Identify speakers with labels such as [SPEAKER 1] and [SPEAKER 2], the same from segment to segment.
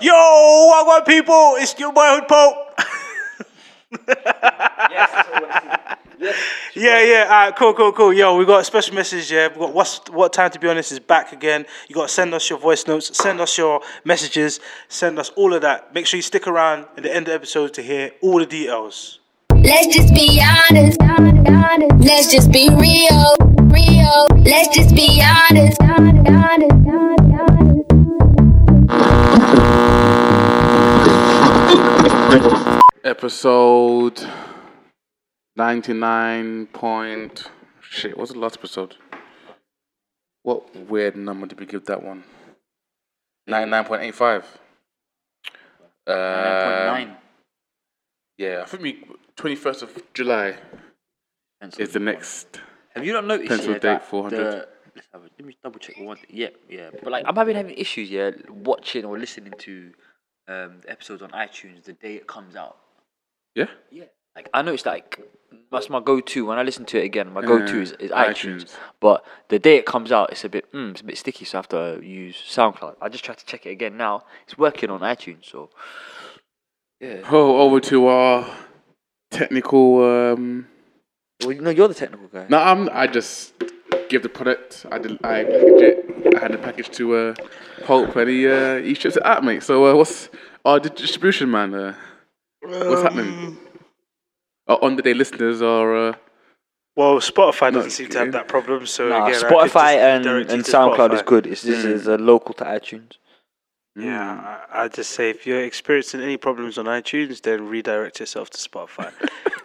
[SPEAKER 1] Yo, what up, people? It's your boy Hood Pope. Yeah, yeah. All right, cool, cool, cool. Yo, we got a special message. Yeah, we got what's what time to be honest is back again. You got to send us your voice notes, send us your messages, send us all of that. Make sure you stick around at the end of the episode to hear all the details.
[SPEAKER 2] Let's just be honest. Let's just be real. Real. Let's just be honest.
[SPEAKER 3] episode 99 point shit what's the last episode what weird number did we give that one 99.85 uh,
[SPEAKER 4] Nine.
[SPEAKER 3] yeah i think we 21st of july is the next
[SPEAKER 4] Have you not noticed?
[SPEAKER 3] Pencil
[SPEAKER 4] yeah,
[SPEAKER 3] date
[SPEAKER 4] that
[SPEAKER 3] 400.
[SPEAKER 4] the- let's have a- let me double check one. Yeah, yeah. But like, I've been having issues. Yeah, watching or listening to um, the episodes on iTunes the day it comes out.
[SPEAKER 3] yeah
[SPEAKER 4] Yeah. Like I know it's like that's my go-to when I listen to it again. My go-to is, is iTunes,
[SPEAKER 3] Uh, iTunes.
[SPEAKER 4] but the day it comes out, it's a bit mm, it's a bit sticky, so I have to use SoundCloud. I just tried to check it again now. It's working on iTunes, so yeah.
[SPEAKER 3] oh over to our technical um
[SPEAKER 4] Well, you know, you're the technical guy.
[SPEAKER 3] no i'm i just give the product i did i package it i had the package to uh pulp and he uh he ships it out mate so uh, what's our di- distribution man uh, what's happening
[SPEAKER 1] Um,
[SPEAKER 3] our on the day listeners are uh,
[SPEAKER 1] Well, Spotify doesn't
[SPEAKER 3] Not
[SPEAKER 1] seem to have
[SPEAKER 3] good.
[SPEAKER 1] that problem. So
[SPEAKER 4] Nah,
[SPEAKER 1] again, I could
[SPEAKER 4] Uh, Spotify
[SPEAKER 1] just
[SPEAKER 4] and,
[SPEAKER 1] direct you
[SPEAKER 4] and
[SPEAKER 1] to
[SPEAKER 4] SoundCloud is
[SPEAKER 1] Spotify. Mm.
[SPEAKER 4] good. It's this is a local to iTunes.
[SPEAKER 3] Hmm.
[SPEAKER 1] Yeah, I, I just say if you're experiencing any problems on iTunes, then redirect yourself to Spotify.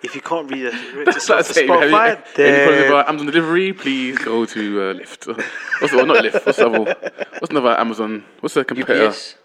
[SPEAKER 1] if you can't redirect
[SPEAKER 3] That's like
[SPEAKER 1] yourself to
[SPEAKER 3] saying, have you-
[SPEAKER 1] Spotify,
[SPEAKER 3] any problems
[SPEAKER 1] then
[SPEAKER 3] about Amazon delivery? Please go to uh, Lyft. What's well, not Lyft? What's the other? one? What's another Amazon? What's the competitor?
[SPEAKER 4] UPS,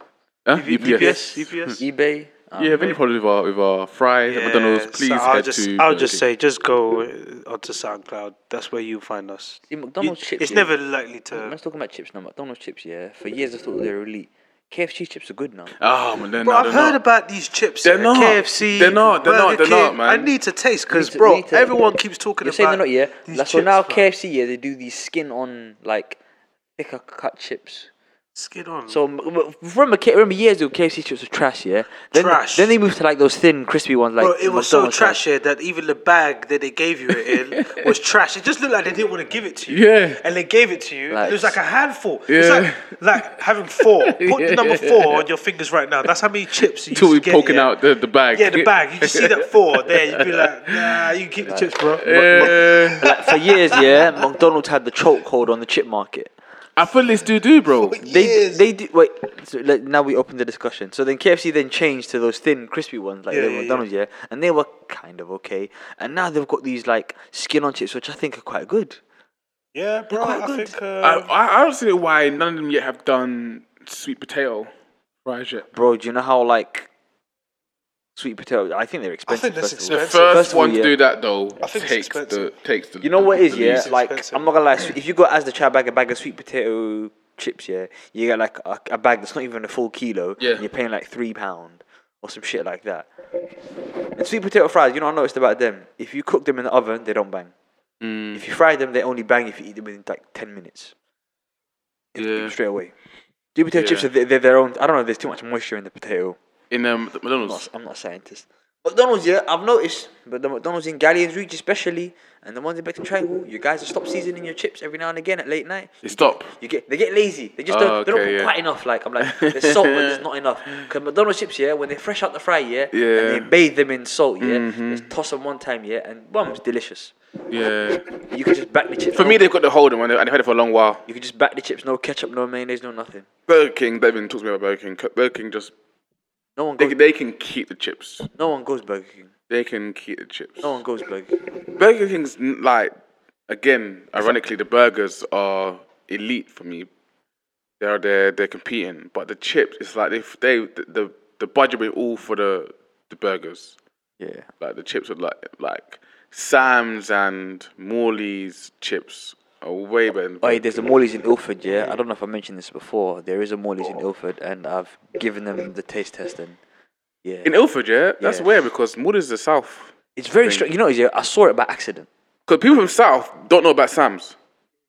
[SPEAKER 3] Huh?
[SPEAKER 1] UPS, UPS.
[SPEAKER 4] eBay. um,
[SPEAKER 3] Hmm. Yeah, have any problems with our with our fries at McDonald's?
[SPEAKER 1] Yeah, so
[SPEAKER 3] Please
[SPEAKER 1] I'll
[SPEAKER 3] head
[SPEAKER 1] just,
[SPEAKER 3] to.
[SPEAKER 1] I'll
[SPEAKER 3] Burger
[SPEAKER 1] just
[SPEAKER 3] King.
[SPEAKER 1] say, just go uh, onto SoundCloud. That's where you find us.
[SPEAKER 4] See,
[SPEAKER 1] You,
[SPEAKER 4] McDonald's chips.
[SPEAKER 1] it's
[SPEAKER 4] yeah.
[SPEAKER 1] never likely
[SPEAKER 4] I'm
[SPEAKER 1] to.
[SPEAKER 4] not talking about chips now. McDonald's chips, yeah. For years I thought they were elite. KFC chips are good now.
[SPEAKER 3] Oh, man, they're
[SPEAKER 1] Bro,
[SPEAKER 3] not,
[SPEAKER 1] I've
[SPEAKER 3] they're
[SPEAKER 1] heard
[SPEAKER 3] not.
[SPEAKER 1] about these chips.
[SPEAKER 3] They're
[SPEAKER 1] yeah,
[SPEAKER 3] not.
[SPEAKER 1] KFC.
[SPEAKER 3] They're not, they're not,
[SPEAKER 1] Burger
[SPEAKER 3] they're not,
[SPEAKER 1] King.
[SPEAKER 3] man.
[SPEAKER 1] I need to taste because,
[SPEAKER 4] Need to-
[SPEAKER 1] bro,
[SPEAKER 4] need to-
[SPEAKER 1] everyone keeps talking
[SPEAKER 4] You're
[SPEAKER 1] about.
[SPEAKER 4] saying they're not, yeah.
[SPEAKER 1] these
[SPEAKER 4] Like, so
[SPEAKER 1] chips,
[SPEAKER 4] now
[SPEAKER 1] bro.
[SPEAKER 4] KFC, yeah, they do these skin on like thicker cut chips.
[SPEAKER 1] Skid on.
[SPEAKER 4] So m- m- remember, K- remember years ago, KFC chips were trash, yeah. Then,
[SPEAKER 1] Trash.
[SPEAKER 4] Then they moved to like those thin, crispy ones, like
[SPEAKER 1] Bro, it was so
[SPEAKER 4] McDonald's
[SPEAKER 1] trash here that even the bag that they gave you it in was trash. It just looked like they didn't want to give it to you.
[SPEAKER 3] Yeah.
[SPEAKER 1] And they gave it to you.
[SPEAKER 4] Like-
[SPEAKER 1] it was like a handful. It's
[SPEAKER 3] Yeah.
[SPEAKER 1] like, like having four. Put
[SPEAKER 3] Yeah.
[SPEAKER 1] the number four on your fingers right now. That's how many chips you
[SPEAKER 3] Till
[SPEAKER 1] used
[SPEAKER 3] we
[SPEAKER 1] to get,
[SPEAKER 3] poking
[SPEAKER 1] yeah.
[SPEAKER 3] out the, the bag.
[SPEAKER 1] Yeah, the bag. You just see that four there. You'd be like, nah, you keep the chips, bro.
[SPEAKER 3] Yeah.
[SPEAKER 4] Like, for years, yeah, McDonald's had the chokehold on the chip market.
[SPEAKER 3] I feel this do do, bro.
[SPEAKER 4] They
[SPEAKER 1] Years.
[SPEAKER 4] they do wait. So like, now we open the discussion. So then KFC then changed to those thin, crispy ones like
[SPEAKER 1] Yeah,
[SPEAKER 4] they
[SPEAKER 1] yeah,
[SPEAKER 4] were
[SPEAKER 1] yeah.
[SPEAKER 4] McDonald's, yeah. and they were kind of okay. And now they've got these like skin on chips, which I think are quite good.
[SPEAKER 1] Yeah, bro.
[SPEAKER 4] quite
[SPEAKER 1] I
[SPEAKER 4] good.
[SPEAKER 1] think. Uh,
[SPEAKER 3] I, I I don't see why none of them yet have done sweet potato fries yet.
[SPEAKER 4] Bro, do you know how like sweet potato? I think they're
[SPEAKER 1] think
[SPEAKER 4] expensive.
[SPEAKER 1] that's
[SPEAKER 4] first of all.
[SPEAKER 1] expensive. Expensive.
[SPEAKER 3] The first,
[SPEAKER 4] First of all,
[SPEAKER 3] one
[SPEAKER 4] yeah.
[SPEAKER 3] to do that though
[SPEAKER 1] I think it's
[SPEAKER 3] takes the
[SPEAKER 1] expensive.
[SPEAKER 3] takes the.
[SPEAKER 4] You know what it is,
[SPEAKER 3] the
[SPEAKER 4] yeah?
[SPEAKER 3] least.
[SPEAKER 4] Like,
[SPEAKER 1] expensive.
[SPEAKER 4] I'm not gonna lie, sw- if you go as the child bag, a bag of sweet potato chips, yeah, you get like a, a bag that's not even a full kilo,
[SPEAKER 3] Yeah.
[SPEAKER 4] and you're paying like three pound or some shit like that. And sweet potato fries, you know what I noticed about them? If you cook them in the oven, they don't bang.
[SPEAKER 3] Mm.
[SPEAKER 4] If you fry them, they only bang if you eat them within like 10 minutes. If you eat them
[SPEAKER 3] Yeah.
[SPEAKER 4] Straight away. Sweet potato chips,
[SPEAKER 3] Yeah.
[SPEAKER 4] are, they're, they're their own. I don't know, there's too much moisture in the potato.
[SPEAKER 3] in um,
[SPEAKER 4] I'm not,
[SPEAKER 3] McDonald's.
[SPEAKER 4] I'm not a scientist. McDonald's, yeah, I've noticed, but the McDonald's in Galleons Reach especially, and the ones in Beckton Triangle, you guys will stop seasoning your chips every now and again at late night.
[SPEAKER 3] They stop.
[SPEAKER 4] You get, they get lazy. They just
[SPEAKER 3] Oh,
[SPEAKER 4] don't, they don't
[SPEAKER 3] okay,
[SPEAKER 4] put
[SPEAKER 3] yeah.
[SPEAKER 4] quite enough. Like I'm like, there's salt, but there's not enough. Because McDonald's chips, yeah, when they're fresh out the fry, yeah, and
[SPEAKER 3] Yeah. Mm-hmm.
[SPEAKER 4] they bathe them in salt, yeah, just toss them one time, yeah, and bum's delicious.
[SPEAKER 3] Yeah.
[SPEAKER 4] You can just back the chips.
[SPEAKER 3] For
[SPEAKER 4] no-
[SPEAKER 3] me, they've got the hold on one. I've had it for a long while.
[SPEAKER 4] you can just back the chips, no ketchup, no mayonnaise, no nothing.
[SPEAKER 3] Burger King. They've been talking about Burger King. Burger King just
[SPEAKER 4] No one
[SPEAKER 3] they,
[SPEAKER 4] goes,
[SPEAKER 3] can- they can keep the chips.
[SPEAKER 4] no one goes Burger King.
[SPEAKER 3] They can keep the chips.
[SPEAKER 4] No one goes Burger King.
[SPEAKER 3] Burger King's n- like again, ironically, the burgers are elite for me. They're they're they're competing, but the chips it's like if they the the, the budget went all for the the burgers.
[SPEAKER 4] Yeah.
[SPEAKER 3] Like the chips are like like Sam's and Morley's chips are way better. Than
[SPEAKER 4] Oh, yeah, there's a Morley's in Ilford, yeah. I don't know if I mentioned this before. There is a Morley's
[SPEAKER 3] Oh.
[SPEAKER 4] in Ilford, and I've given them the taste test, and yeah,
[SPEAKER 3] in Ilford, yeah, that's
[SPEAKER 4] Yeah.
[SPEAKER 3] weird because Morley's is the south.
[SPEAKER 4] it's very strong. You know, yeah, I saw it by accident.
[SPEAKER 3] Because people from south don't know about Sam's.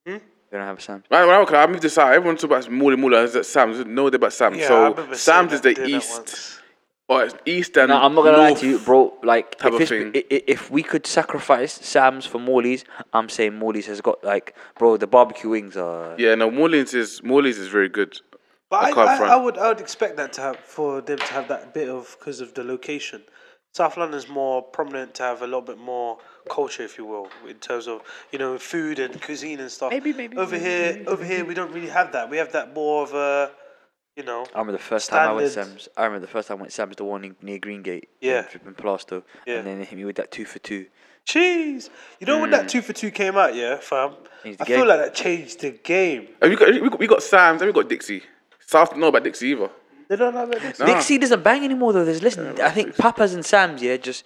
[SPEAKER 4] They don't have a Sam's.
[SPEAKER 3] Right, well, okay, I moved to Sam. Everyone's talking about Mula Mula. Is that Sam's? No, they're about Sam's.
[SPEAKER 1] Yeah, I
[SPEAKER 3] so
[SPEAKER 1] remember
[SPEAKER 3] Sam's
[SPEAKER 1] seeing
[SPEAKER 3] is the
[SPEAKER 1] that- did that
[SPEAKER 3] east,
[SPEAKER 1] once.
[SPEAKER 3] or it's east and.
[SPEAKER 4] No, I'm not gonna lie
[SPEAKER 3] north.
[SPEAKER 4] to you, bro. Like,
[SPEAKER 3] type
[SPEAKER 4] if,
[SPEAKER 3] of
[SPEAKER 4] it's,
[SPEAKER 3] thing.
[SPEAKER 4] i- i- if we could sacrifice Sam's for Morley's, I'm saying Morley's has got like, bro, the barbecue wings are.
[SPEAKER 3] Yeah, no, Morley's is Morley's is very good.
[SPEAKER 1] But I,
[SPEAKER 3] can't
[SPEAKER 1] I,
[SPEAKER 3] front.
[SPEAKER 1] I would I would expect that to have for them to have that bit of because of the location. South London's more prominent to have a little bit more culture, if you will, in terms of you know food and cuisine and stuff.
[SPEAKER 4] Maybe, maybe,
[SPEAKER 1] over
[SPEAKER 4] maybe,
[SPEAKER 1] here,
[SPEAKER 4] maybe,
[SPEAKER 1] over here, we don't really have that. We have that more of a, you know,
[SPEAKER 3] Oh.
[SPEAKER 4] I remember the first time I went
[SPEAKER 1] Standard.
[SPEAKER 4] Sam's. I remember the first time I went Sam's, the one in, near Greengate.
[SPEAKER 1] Yeah.
[SPEAKER 4] Dripping Plaster.
[SPEAKER 1] Yeah.
[SPEAKER 4] And then they hit me with that two for two.
[SPEAKER 1] cheese. You know when that
[SPEAKER 3] Hmm.
[SPEAKER 1] two for two came out, yeah, fam. I
[SPEAKER 4] Changed the
[SPEAKER 1] feel
[SPEAKER 4] game.
[SPEAKER 1] like that changed the game.
[SPEAKER 3] Have you got, we got we got Sam's and we got Dixie. South don't know about Dixie either.
[SPEAKER 1] They don't have that.
[SPEAKER 3] No.
[SPEAKER 4] Big C doesn't bang anymore though. There's listen, I think Papa's and Sam's yeah just,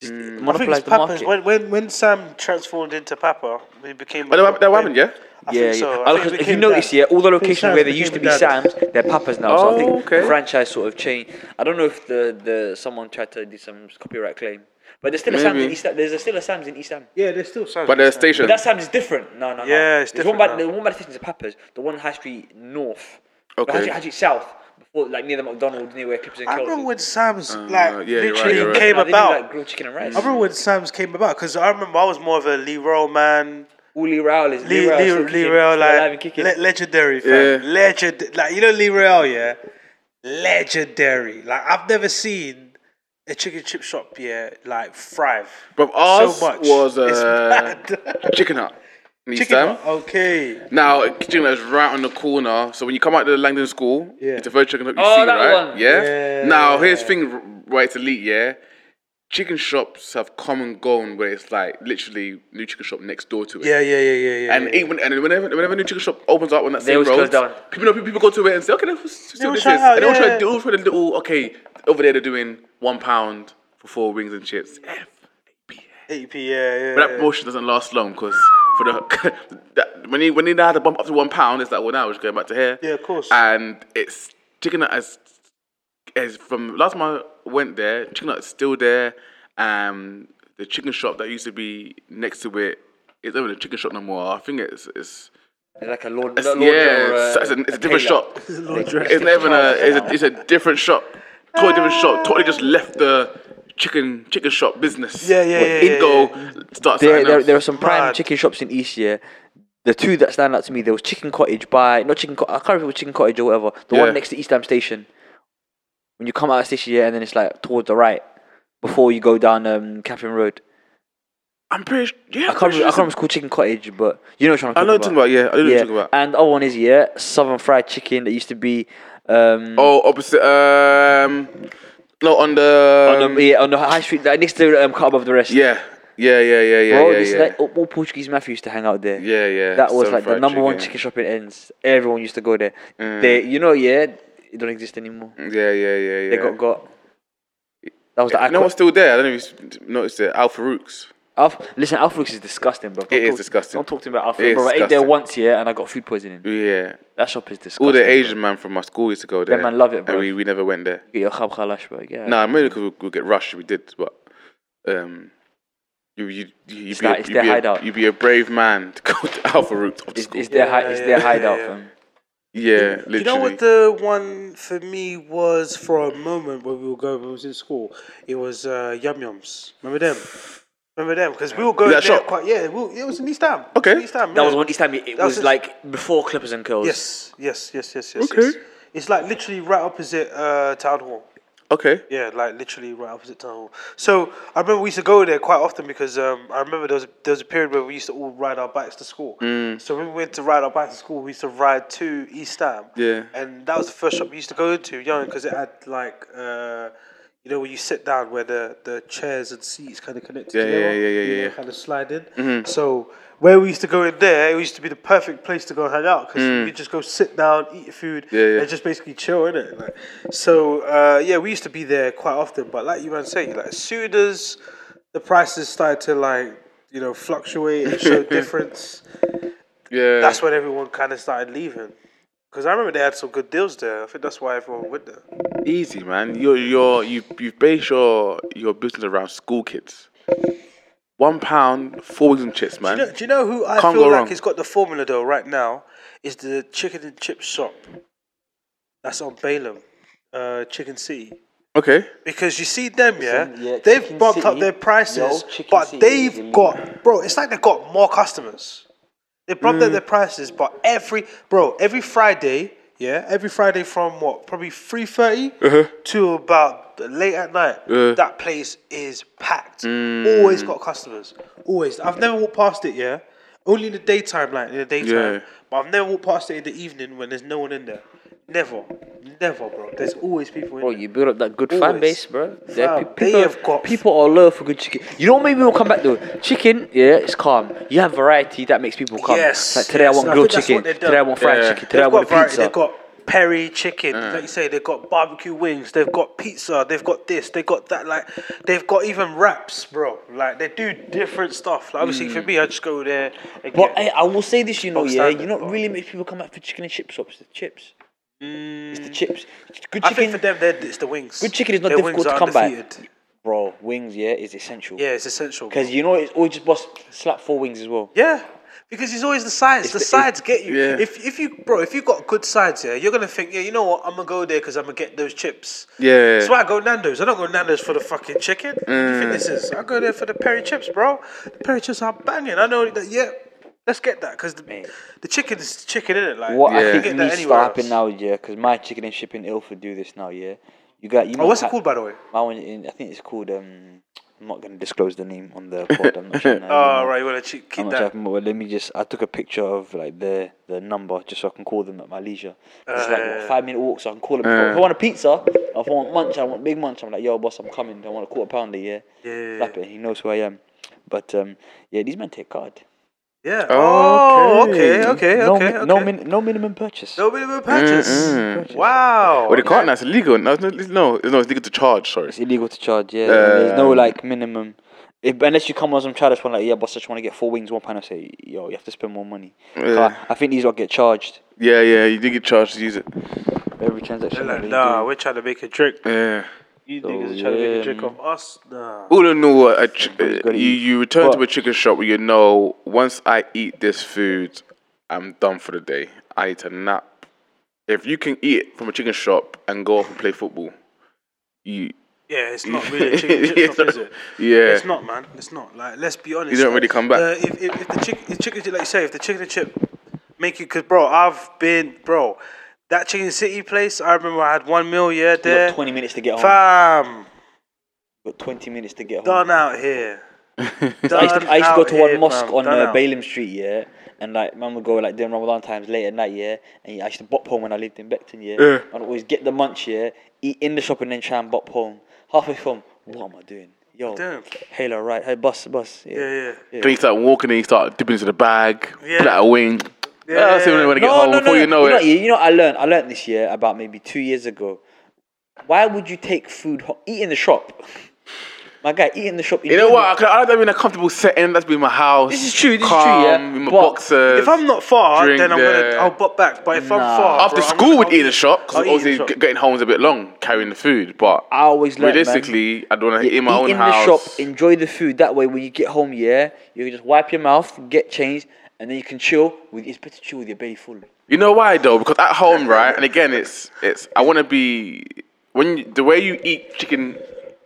[SPEAKER 4] just
[SPEAKER 1] I think it's
[SPEAKER 4] monopolize the
[SPEAKER 1] Papa's.
[SPEAKER 4] market.
[SPEAKER 1] When, when when Sam transformed into Papa, he became.
[SPEAKER 3] But that, that happened, yeah.
[SPEAKER 1] I
[SPEAKER 4] yeah,
[SPEAKER 1] think so.
[SPEAKER 4] yeah.
[SPEAKER 1] I think
[SPEAKER 4] Oh,
[SPEAKER 1] it
[SPEAKER 4] because if you
[SPEAKER 1] became
[SPEAKER 4] notice,
[SPEAKER 1] that.
[SPEAKER 4] yeah, all the
[SPEAKER 1] I think
[SPEAKER 4] locations
[SPEAKER 1] Sam's
[SPEAKER 4] where they
[SPEAKER 1] became
[SPEAKER 4] used to be
[SPEAKER 1] that.
[SPEAKER 4] Sam's, they're Papa's now. so I
[SPEAKER 3] Oh,
[SPEAKER 4] think
[SPEAKER 3] okay.
[SPEAKER 4] the franchise sort of changed. I don't know if the, the someone tried to do some copyright claim, but there's still a Sam's in
[SPEAKER 3] Maybe.
[SPEAKER 4] East. Ham- There's still a Sam's in East Ham.
[SPEAKER 1] Yeah, there's still Sam's.
[SPEAKER 3] But the station.
[SPEAKER 4] But that Sam's is different. No, no, no.
[SPEAKER 1] Yeah, it's
[SPEAKER 4] There's one
[SPEAKER 1] different
[SPEAKER 4] by
[SPEAKER 1] now.
[SPEAKER 4] the one by the station is Papa's. The one on High Street North.
[SPEAKER 3] Okay.
[SPEAKER 4] High Street, High Street South. Before, like near the McDonald's, near where Clips and
[SPEAKER 1] I
[SPEAKER 4] Kells
[SPEAKER 1] remember
[SPEAKER 4] is.
[SPEAKER 1] when Sam's like
[SPEAKER 3] Uh, yeah, you're right,
[SPEAKER 1] literally
[SPEAKER 3] you're right.
[SPEAKER 1] came
[SPEAKER 4] No, they do,
[SPEAKER 1] about.
[SPEAKER 4] like grilled chicken and rice.
[SPEAKER 1] I remember when Sam's came about because I remember I was more of a Leroy man,
[SPEAKER 4] Lee Rowell is
[SPEAKER 1] Lee,
[SPEAKER 4] Lee, Rowell
[SPEAKER 1] Lee,
[SPEAKER 4] still kicking,
[SPEAKER 1] Leroy
[SPEAKER 4] still alive and
[SPEAKER 1] like
[SPEAKER 4] kicking.
[SPEAKER 1] le- legendary, fam.
[SPEAKER 3] Yeah.
[SPEAKER 1] legend. Like you know Leroy, yeah, legendary. Like I've never seen a chicken chip shop, yeah, like thrive.
[SPEAKER 3] But ours
[SPEAKER 1] so much.
[SPEAKER 3] was
[SPEAKER 1] It's
[SPEAKER 3] uh,
[SPEAKER 1] mad.
[SPEAKER 3] Chicken Hut. in East
[SPEAKER 1] chicken,
[SPEAKER 3] Ham.
[SPEAKER 1] Hut, okay.
[SPEAKER 3] Now, Kitchen Hut is right on the corner. So when you come out to the Langdon School,
[SPEAKER 1] Yeah.
[SPEAKER 3] it's the first chicken hut you
[SPEAKER 4] Oh,
[SPEAKER 3] see,
[SPEAKER 4] that
[SPEAKER 3] right?
[SPEAKER 4] one.
[SPEAKER 3] Yeah?
[SPEAKER 1] Yeah.
[SPEAKER 3] Now, here's the thing where it's elite, yeah? Chicken shops have come and gone where it's like literally new chicken shop next door to it.
[SPEAKER 1] Yeah, yeah, yeah, yeah, yeah.
[SPEAKER 3] And
[SPEAKER 1] yeah.
[SPEAKER 3] even and whenever whenever a new chicken shop opens up on that same
[SPEAKER 4] always
[SPEAKER 3] road,
[SPEAKER 4] close down.
[SPEAKER 3] people know people go to it and say, okay, let's see
[SPEAKER 1] will
[SPEAKER 3] what this is.
[SPEAKER 1] try it out,
[SPEAKER 3] and they all try
[SPEAKER 1] yeah.
[SPEAKER 3] they all try the little okay over there they're doing one pound for four wings and chips. F.
[SPEAKER 1] 8p, yeah, yeah.
[SPEAKER 3] E But
[SPEAKER 1] yeah.
[SPEAKER 3] that motion doesn't last long because for the that, when you when you now had to bump up to one pound, it's like well now we're just going back to here.
[SPEAKER 1] Yeah, of course.
[SPEAKER 3] And it's chicken nut as as from last time I went there, chicken nut is still there. Um, the chicken shop that used to be next to it is not even a chicken shop no more. I think it's it's
[SPEAKER 4] It's like a lord.
[SPEAKER 3] it's-
[SPEAKER 4] lord
[SPEAKER 3] yeah,
[SPEAKER 4] or,
[SPEAKER 3] it's,
[SPEAKER 4] uh,
[SPEAKER 3] it's a, it's a different
[SPEAKER 4] tailor.
[SPEAKER 3] shop. It's not even a it's, a it's a different shop. Totally different
[SPEAKER 1] Ah.
[SPEAKER 3] shop. Totally just left the chicken chicken shop business.
[SPEAKER 1] Yeah, yeah,
[SPEAKER 3] Went
[SPEAKER 1] yeah, yeah,
[SPEAKER 3] Ingo starts
[SPEAKER 4] There, there, there are some prime
[SPEAKER 1] Mad.
[SPEAKER 4] chicken shops in East. Yeah, the two that stand out to me there was Chicken Cottage by not Chicken. Co- I can't remember if it was Chicken Cottage or whatever. The
[SPEAKER 3] Yeah.
[SPEAKER 4] one next to East Ham Station. When you come out of station, yeah, and then it's like towards the right before you go down um, Catherine Road.
[SPEAKER 3] I'm pretty sure. Yeah,
[SPEAKER 4] I
[SPEAKER 3] I'm
[SPEAKER 4] can't. Remember, I
[SPEAKER 3] pretty
[SPEAKER 4] can't
[SPEAKER 3] sure
[SPEAKER 4] remember it's called Chicken Cottage, but you know what I'm
[SPEAKER 3] I
[SPEAKER 4] trying to
[SPEAKER 3] know what you're talking about, yeah. I know what you're talking about.
[SPEAKER 4] And the other one is yeah, Southern Fried Chicken that used to be. Um,
[SPEAKER 3] Oh, opposite. Um, no, on
[SPEAKER 4] on
[SPEAKER 3] the. um,
[SPEAKER 4] the, yeah, on the high street, like next to um, cut above the rest.
[SPEAKER 3] yeah, yeah, yeah, yeah, yeah,
[SPEAKER 4] Bro,
[SPEAKER 3] yeah,
[SPEAKER 4] this
[SPEAKER 3] yeah.
[SPEAKER 4] like all all Portuguese mafia used to hang out there.
[SPEAKER 3] Yeah, yeah,
[SPEAKER 4] That was
[SPEAKER 3] some
[SPEAKER 4] like the
[SPEAKER 3] fried
[SPEAKER 4] number one
[SPEAKER 3] chicken.
[SPEAKER 4] chicken shop in ends. Everyone used to go there.
[SPEAKER 3] Mm.
[SPEAKER 4] They, you know, yeah, it don't exist anymore.
[SPEAKER 3] yeah, yeah, yeah, yeah.
[SPEAKER 4] They got got. That was the
[SPEAKER 3] no
[SPEAKER 4] icon.
[SPEAKER 3] one's still there. I don't know if you noticed it. Al Farouk's.
[SPEAKER 4] Alf, listen, Alfrex is disgusting, bro. Don't
[SPEAKER 3] It is
[SPEAKER 4] talk-
[SPEAKER 3] disgusting.
[SPEAKER 4] Don't talk to me about
[SPEAKER 3] It
[SPEAKER 4] Alfrex,
[SPEAKER 3] is
[SPEAKER 4] bro. I ate there
[SPEAKER 3] disgusting.
[SPEAKER 4] once, yeah, and I got food poisoning.
[SPEAKER 3] Yeah.
[SPEAKER 4] That shop is disgusting.
[SPEAKER 3] All the
[SPEAKER 4] bro.
[SPEAKER 3] Asian man from my school used to go there.
[SPEAKER 4] man love it,
[SPEAKER 3] And
[SPEAKER 4] bro.
[SPEAKER 3] we, we never went there.
[SPEAKER 4] Get your khab khalash, bro. Yeah.
[SPEAKER 3] Nah, maybe because we'll, we'll get rushed. We did, but um, you you you'd
[SPEAKER 4] It's
[SPEAKER 3] be,
[SPEAKER 4] that-
[SPEAKER 3] a,
[SPEAKER 4] it's
[SPEAKER 3] you'd,
[SPEAKER 4] their
[SPEAKER 3] be a,
[SPEAKER 4] hideout.
[SPEAKER 3] you'd be a brave man to go to Al Farouk's after
[SPEAKER 4] It's,
[SPEAKER 3] school.
[SPEAKER 4] it's their, hi-
[SPEAKER 1] Yeah,
[SPEAKER 4] it's
[SPEAKER 1] yeah,
[SPEAKER 4] their
[SPEAKER 1] yeah,
[SPEAKER 4] hideout,
[SPEAKER 1] yeah.
[SPEAKER 4] fam.
[SPEAKER 3] yeah, literally.
[SPEAKER 1] You know what the one for me was for a moment when we were going, when we was in school. It was uh, Yum Yums. Remember them? Remember them? Because we were going
[SPEAKER 3] That
[SPEAKER 1] there
[SPEAKER 3] shop?
[SPEAKER 1] quite. Yeah, we, it was in East Ham. It was
[SPEAKER 3] Okay.
[SPEAKER 1] in East Ham,
[SPEAKER 4] That
[SPEAKER 1] yeah.
[SPEAKER 4] was one each time it, it
[SPEAKER 1] That was
[SPEAKER 4] was
[SPEAKER 1] just-
[SPEAKER 4] like before Clippers and Curls.
[SPEAKER 1] Yes, yes, yes, yes, yes.
[SPEAKER 3] Okay.
[SPEAKER 1] yes. It's like literally right opposite uh, Town Hall.
[SPEAKER 3] okay.
[SPEAKER 1] Yeah, like literally right opposite Town Hall. So I remember we used to go there quite often because um, I remember there was, there was a period where we used to all ride our bikes to school.
[SPEAKER 3] Mm.
[SPEAKER 1] So when we went to ride our bikes to school, we used to ride to East Ham.
[SPEAKER 3] Yeah.
[SPEAKER 1] And that was the first shop we used to go into, young, because it had like, uh, you know, where you sit down where the, the chairs and seats kind of connected
[SPEAKER 3] Yeah, yeah,
[SPEAKER 1] together.
[SPEAKER 3] yeah, yeah,
[SPEAKER 1] you
[SPEAKER 3] yeah,
[SPEAKER 1] know,
[SPEAKER 3] yeah.
[SPEAKER 1] Kind of slide in.
[SPEAKER 3] Mm-hmm.
[SPEAKER 1] So where we used to go in there, it used to be the perfect place to go hang out because you could just go sit down, eat your food,
[SPEAKER 3] Mm. Yeah, yeah.
[SPEAKER 1] and just basically chill, innit? Like, so uh, yeah, we used to be there quite often, but like you man say, like as soon as the prices started to like you know fluctuate and show difference,
[SPEAKER 3] Yeah.
[SPEAKER 1] that's when everyone kind of started leaving. Because I remember they had some good deals there. I think that's why everyone went there.
[SPEAKER 3] Easy, man. You're, you're, you you base your your business around school kids. One pound, four wings and chips,
[SPEAKER 1] Do you, know,
[SPEAKER 3] man.
[SPEAKER 1] do you know who I
[SPEAKER 3] Can't
[SPEAKER 1] feel
[SPEAKER 3] go
[SPEAKER 1] like
[SPEAKER 3] wrong.
[SPEAKER 1] has got the formula though right now? Is the chicken and chip shop that's on Balaam, uh, Chicken City.
[SPEAKER 3] Okay.
[SPEAKER 1] Because you see them, yeah,
[SPEAKER 4] yeah,
[SPEAKER 1] they've
[SPEAKER 4] Chicken
[SPEAKER 1] bumped up
[SPEAKER 4] City.
[SPEAKER 1] their
[SPEAKER 4] Yo,
[SPEAKER 1] prices,
[SPEAKER 4] Chicken
[SPEAKER 1] but
[SPEAKER 4] City is
[SPEAKER 1] they've
[SPEAKER 4] elite.
[SPEAKER 1] got, bro, it's like they've got more customers. They bumped
[SPEAKER 4] Mm.
[SPEAKER 1] up their prices, but every, bro, every Friday, yeah, every Friday from what, probably 3.30
[SPEAKER 4] Uh-huh.
[SPEAKER 1] to about late at night,
[SPEAKER 3] Uh.
[SPEAKER 1] that place is packed.
[SPEAKER 4] Mm.
[SPEAKER 1] Always got customers. Always. I've never walked past it, yeah. Only in the daytime, like in the daytime.
[SPEAKER 3] Yeah.
[SPEAKER 1] But I've never walked past it in the evening when there's no one in there. Never. Never, bro. There's always people in
[SPEAKER 4] Bro,
[SPEAKER 1] there.
[SPEAKER 4] you build up that good
[SPEAKER 1] Always.
[SPEAKER 4] fan base, bro. There are
[SPEAKER 1] Fam,
[SPEAKER 4] pe-
[SPEAKER 1] they
[SPEAKER 4] people,
[SPEAKER 1] have got-
[SPEAKER 4] people are loyal for good chicken. You know what maybe we'll come back though? Chicken, yeah, it's calm. You have variety that makes people come.
[SPEAKER 1] Yes,
[SPEAKER 4] Like today
[SPEAKER 1] yes,
[SPEAKER 4] I want
[SPEAKER 1] I
[SPEAKER 4] grilled
[SPEAKER 1] think that's
[SPEAKER 4] chicken.
[SPEAKER 1] what they've done.
[SPEAKER 4] Today I want fried
[SPEAKER 3] Yeah.
[SPEAKER 4] chicken. Today I
[SPEAKER 1] they've
[SPEAKER 4] want
[SPEAKER 1] got
[SPEAKER 4] a
[SPEAKER 1] variety.
[SPEAKER 4] pizza. Mm.
[SPEAKER 1] They've got peri chicken, like you say. They've got barbecue wings. They've got pizza. They've got this. They've got that. Like they've got even wraps, bro. Like they do different stuff. Like obviously for me, I just go there. And
[SPEAKER 4] Mm. But
[SPEAKER 1] get,
[SPEAKER 4] hey, I will say this, you know,
[SPEAKER 1] Bog
[SPEAKER 4] yeah,
[SPEAKER 1] standard,
[SPEAKER 4] you know, what
[SPEAKER 1] bro.
[SPEAKER 4] really makes people come out for chicken and chip shops. The chips. It's the chips. Good
[SPEAKER 1] Mm. I think for
[SPEAKER 4] chicken,
[SPEAKER 1] them, they're- it's the wings.
[SPEAKER 4] Good chicken is not
[SPEAKER 1] Their wings
[SPEAKER 4] difficult to
[SPEAKER 1] are
[SPEAKER 4] come by.
[SPEAKER 1] undefeated.
[SPEAKER 4] bro. Wings, yeah, is essential.
[SPEAKER 1] Yeah, it's essential. bro.
[SPEAKER 4] Because you know, it's always just boss slap four wings as well.
[SPEAKER 1] Yeah, because it's always the sides. The,
[SPEAKER 4] the-
[SPEAKER 1] sides get you.
[SPEAKER 3] Yeah.
[SPEAKER 1] If if you bro, if you got good sides, yeah, you're gonna think, yeah, you know what, I'm gonna go there because I'm gonna get those chips.
[SPEAKER 3] Yeah.
[SPEAKER 1] That's why I go Nando's. I don't go Nando's for the fucking chicken. What do you think
[SPEAKER 3] Mm.
[SPEAKER 1] this is? I go there for the peri chips, bro. The peri chips are banging. I know that. Yeah, let's get that because the,
[SPEAKER 4] Mate.
[SPEAKER 1] the chicken is chicken, in it? Like
[SPEAKER 4] What
[SPEAKER 1] you
[SPEAKER 4] I
[SPEAKER 1] can
[SPEAKER 4] think
[SPEAKER 1] get that
[SPEAKER 4] needs to
[SPEAKER 1] anywhere
[SPEAKER 4] happen
[SPEAKER 1] else.
[SPEAKER 4] now, yeah, because my chicken and shipping Ilford do this now, Um, yeah. You got you.
[SPEAKER 1] Oh,
[SPEAKER 4] know
[SPEAKER 1] what's it
[SPEAKER 4] how-
[SPEAKER 1] called, by the way?
[SPEAKER 4] My one, in, I think it's called. Um, I'm not gonna disclose the name on the pod. I'm not um, sure. now, you
[SPEAKER 1] Oh,
[SPEAKER 4] know.
[SPEAKER 1] right, you wanna cheat,
[SPEAKER 4] I'm
[SPEAKER 1] keep
[SPEAKER 4] not sure.
[SPEAKER 1] that?
[SPEAKER 4] if- Well, let me just. I took a picture of like the the number just so I can call them at my leisure. It's like
[SPEAKER 1] Uh.
[SPEAKER 4] what, five minute walk, so I can call them. If I- if I want a pizza, if I want munch, I want big munch. I'm like, yo, boss, I'm coming. I want a quarter pounder, yeah.
[SPEAKER 1] Yeah.
[SPEAKER 4] Slap it. He knows who I am. But um, yeah, these men take card.
[SPEAKER 1] Yeah. Oh,
[SPEAKER 3] Okay.
[SPEAKER 1] okay, okay,
[SPEAKER 4] no,
[SPEAKER 1] okay,
[SPEAKER 4] min-
[SPEAKER 1] okay.
[SPEAKER 4] no, min- no minimum purchase.
[SPEAKER 1] No minimum purchase.
[SPEAKER 3] Mm-mm.
[SPEAKER 1] Wow.
[SPEAKER 3] Well, they
[SPEAKER 1] okay.
[SPEAKER 3] can't. That's illegal. No, it's not- it's- no, it's- no, it's legal to charge. Sorry.
[SPEAKER 4] It's illegal to charge, yeah. There's no
[SPEAKER 3] Um,
[SPEAKER 4] like minimum. If, unless you come on some charge one like, yeah, boss, I just want to get four wings, one pound. I say, yo, you have to spend more money. 'Cause I- I think these lot get charged
[SPEAKER 3] Yeah, yeah. You do get charged to use it.
[SPEAKER 4] every transaction.
[SPEAKER 1] They're like,
[SPEAKER 4] that they
[SPEAKER 1] nah,
[SPEAKER 4] do.
[SPEAKER 1] we're trying to make a trick.
[SPEAKER 3] Yeah.
[SPEAKER 1] You
[SPEAKER 4] So,
[SPEAKER 1] niggas are trying to make
[SPEAKER 4] yeah,
[SPEAKER 1] a trick off us. Nah.
[SPEAKER 3] All in all, a ch-
[SPEAKER 4] Everybody's gotta
[SPEAKER 3] you
[SPEAKER 4] eat.
[SPEAKER 3] you return to
[SPEAKER 4] But-
[SPEAKER 3] a chicken shop where you know once I eat this food, I'm done for the day. I need to nap. If you can eat from a chicken shop and go off and play football, you
[SPEAKER 1] Yeah, it's not really a chicken chip
[SPEAKER 3] It's
[SPEAKER 1] shop,
[SPEAKER 3] not-
[SPEAKER 1] is it?
[SPEAKER 3] yeah.
[SPEAKER 1] It's not, man. It's not. Like, let's be honest.
[SPEAKER 3] don't
[SPEAKER 1] like,
[SPEAKER 3] really come back.
[SPEAKER 1] Uh, if, if, if the chick, if chicken, chip- like you say, if the chicken and chip make it, because, bro, I've been, bro, that Chicken City place, I remember I had one meal, yeah,
[SPEAKER 4] You
[SPEAKER 1] there.
[SPEAKER 4] got 20 minutes to get home.
[SPEAKER 1] Fam,
[SPEAKER 4] You got 20 minutes to get home.
[SPEAKER 1] done out here.
[SPEAKER 4] I used to, I used to go
[SPEAKER 1] out
[SPEAKER 4] to one
[SPEAKER 1] here,
[SPEAKER 4] mosque
[SPEAKER 1] fam,
[SPEAKER 4] on
[SPEAKER 1] done
[SPEAKER 4] uh,
[SPEAKER 1] out.
[SPEAKER 4] Balaam Street, yeah. And like, man would go like during Ramadan times late at night, yeah. And I used to bop home when I lived in Beckton, yeah.
[SPEAKER 3] Yeah.
[SPEAKER 4] I'd always get the munch, yeah, eat in the shop and then try and bop home. Halfway home, what am I doing? Yo,
[SPEAKER 1] Damn.
[SPEAKER 4] Halo, right? Hey, bus, bus. Yeah,
[SPEAKER 1] Yeah, yeah.
[SPEAKER 3] then you start walking and you start dipping into the bag,
[SPEAKER 1] Yeah.
[SPEAKER 3] put out a wing. Yeah. That's when you want to get
[SPEAKER 4] Oh,
[SPEAKER 3] home before you know
[SPEAKER 4] you
[SPEAKER 3] it.
[SPEAKER 4] Know, you you know, what I learned. I learned this year about maybe two years ago. Why would you take food ho Eat in the shop, my guy. Eat in the shop.
[SPEAKER 3] You know what? I, could- I like to be in a comfortable setting. That's been my house.
[SPEAKER 4] This is true, this is true,
[SPEAKER 3] calm,
[SPEAKER 4] yeah,
[SPEAKER 3] With my
[SPEAKER 4] but
[SPEAKER 3] boxers.
[SPEAKER 1] If I'm not far,
[SPEAKER 3] drink
[SPEAKER 1] then I'm
[SPEAKER 3] there.
[SPEAKER 1] gonna I'll butt back. But if I'm
[SPEAKER 4] Nah.
[SPEAKER 1] far,
[SPEAKER 3] after
[SPEAKER 1] bro, I'm
[SPEAKER 3] school,
[SPEAKER 1] gonna-
[SPEAKER 3] would eat in the shop
[SPEAKER 1] I'll
[SPEAKER 3] because
[SPEAKER 1] eat in the
[SPEAKER 3] obviously
[SPEAKER 1] shop.
[SPEAKER 3] g- getting home is a bit long carrying the food. But
[SPEAKER 4] I always learned, man.
[SPEAKER 3] realistically, I'd want to eat my
[SPEAKER 4] eat
[SPEAKER 3] own
[SPEAKER 4] in
[SPEAKER 3] house.
[SPEAKER 4] the shop, enjoy the food. That way, when you get home, yeah, you can just wipe your mouth, get changed, and then you can chill. With it's better to chill with your belly full.
[SPEAKER 3] You know why though? Because at home, right? And again, it's it's. I want to be when you, the way you eat chicken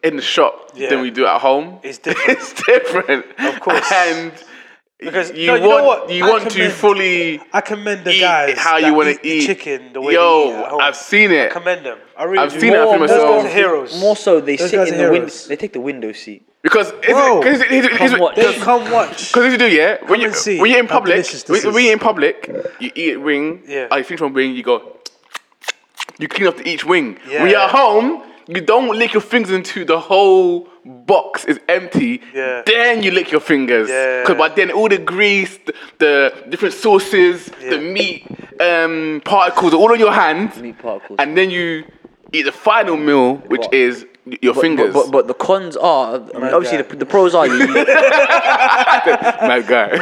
[SPEAKER 3] in the shop
[SPEAKER 1] Yeah.
[SPEAKER 3] than we do at home.
[SPEAKER 1] It's different.
[SPEAKER 3] it's different, of
[SPEAKER 1] course.
[SPEAKER 3] and
[SPEAKER 1] Because-
[SPEAKER 3] you
[SPEAKER 1] no,
[SPEAKER 3] want
[SPEAKER 1] you know what?
[SPEAKER 3] you
[SPEAKER 1] I
[SPEAKER 3] want to
[SPEAKER 1] commend-
[SPEAKER 3] fully
[SPEAKER 1] I commend the
[SPEAKER 3] eat
[SPEAKER 1] guys.
[SPEAKER 3] how
[SPEAKER 1] that
[SPEAKER 3] you want to
[SPEAKER 1] the chicken the way
[SPEAKER 3] Yo,
[SPEAKER 1] they eat at home.
[SPEAKER 3] I've seen it.
[SPEAKER 1] commend them. I really
[SPEAKER 3] I've
[SPEAKER 1] do.
[SPEAKER 3] seen it, I feel
[SPEAKER 1] Oh, Those
[SPEAKER 3] myself.
[SPEAKER 1] guys are heroes.
[SPEAKER 4] More so, they
[SPEAKER 1] Those
[SPEAKER 4] sit
[SPEAKER 1] guys
[SPEAKER 4] in
[SPEAKER 1] are
[SPEAKER 4] the window.
[SPEAKER 1] heroes.
[SPEAKER 4] They take the window seat.
[SPEAKER 3] Because it's,
[SPEAKER 1] Bro,
[SPEAKER 3] cause it- here's, here's
[SPEAKER 4] come
[SPEAKER 3] what-
[SPEAKER 4] watch.
[SPEAKER 1] They come watch.
[SPEAKER 3] Because if you do, yeah, when
[SPEAKER 1] Come
[SPEAKER 3] you
[SPEAKER 1] and see
[SPEAKER 3] when you're in
[SPEAKER 1] how
[SPEAKER 3] public,
[SPEAKER 1] delicious this
[SPEAKER 3] when, when
[SPEAKER 1] is.
[SPEAKER 3] you're in public, you eat a wing.
[SPEAKER 1] Yeah.
[SPEAKER 3] I finish one wing, you go. You clean up each wing.
[SPEAKER 1] Yeah.
[SPEAKER 3] When you're at home, you don't lick your fingers until the whole box is empty.
[SPEAKER 1] Yeah.
[SPEAKER 3] Then you lick your fingers.
[SPEAKER 1] Yeah.
[SPEAKER 3] Because by then all the grease, the, the different sauces,
[SPEAKER 1] Yeah.
[SPEAKER 3] the meat um, particles are all on your hand.
[SPEAKER 4] Meat particles.
[SPEAKER 3] And then you eat the final meal, which
[SPEAKER 4] What?
[SPEAKER 3] is your
[SPEAKER 4] But,
[SPEAKER 3] fingers.
[SPEAKER 4] but, but, but the cons are, I mean, obviously, the, the pros are you, you-
[SPEAKER 3] Mad guy.
[SPEAKER 1] Bad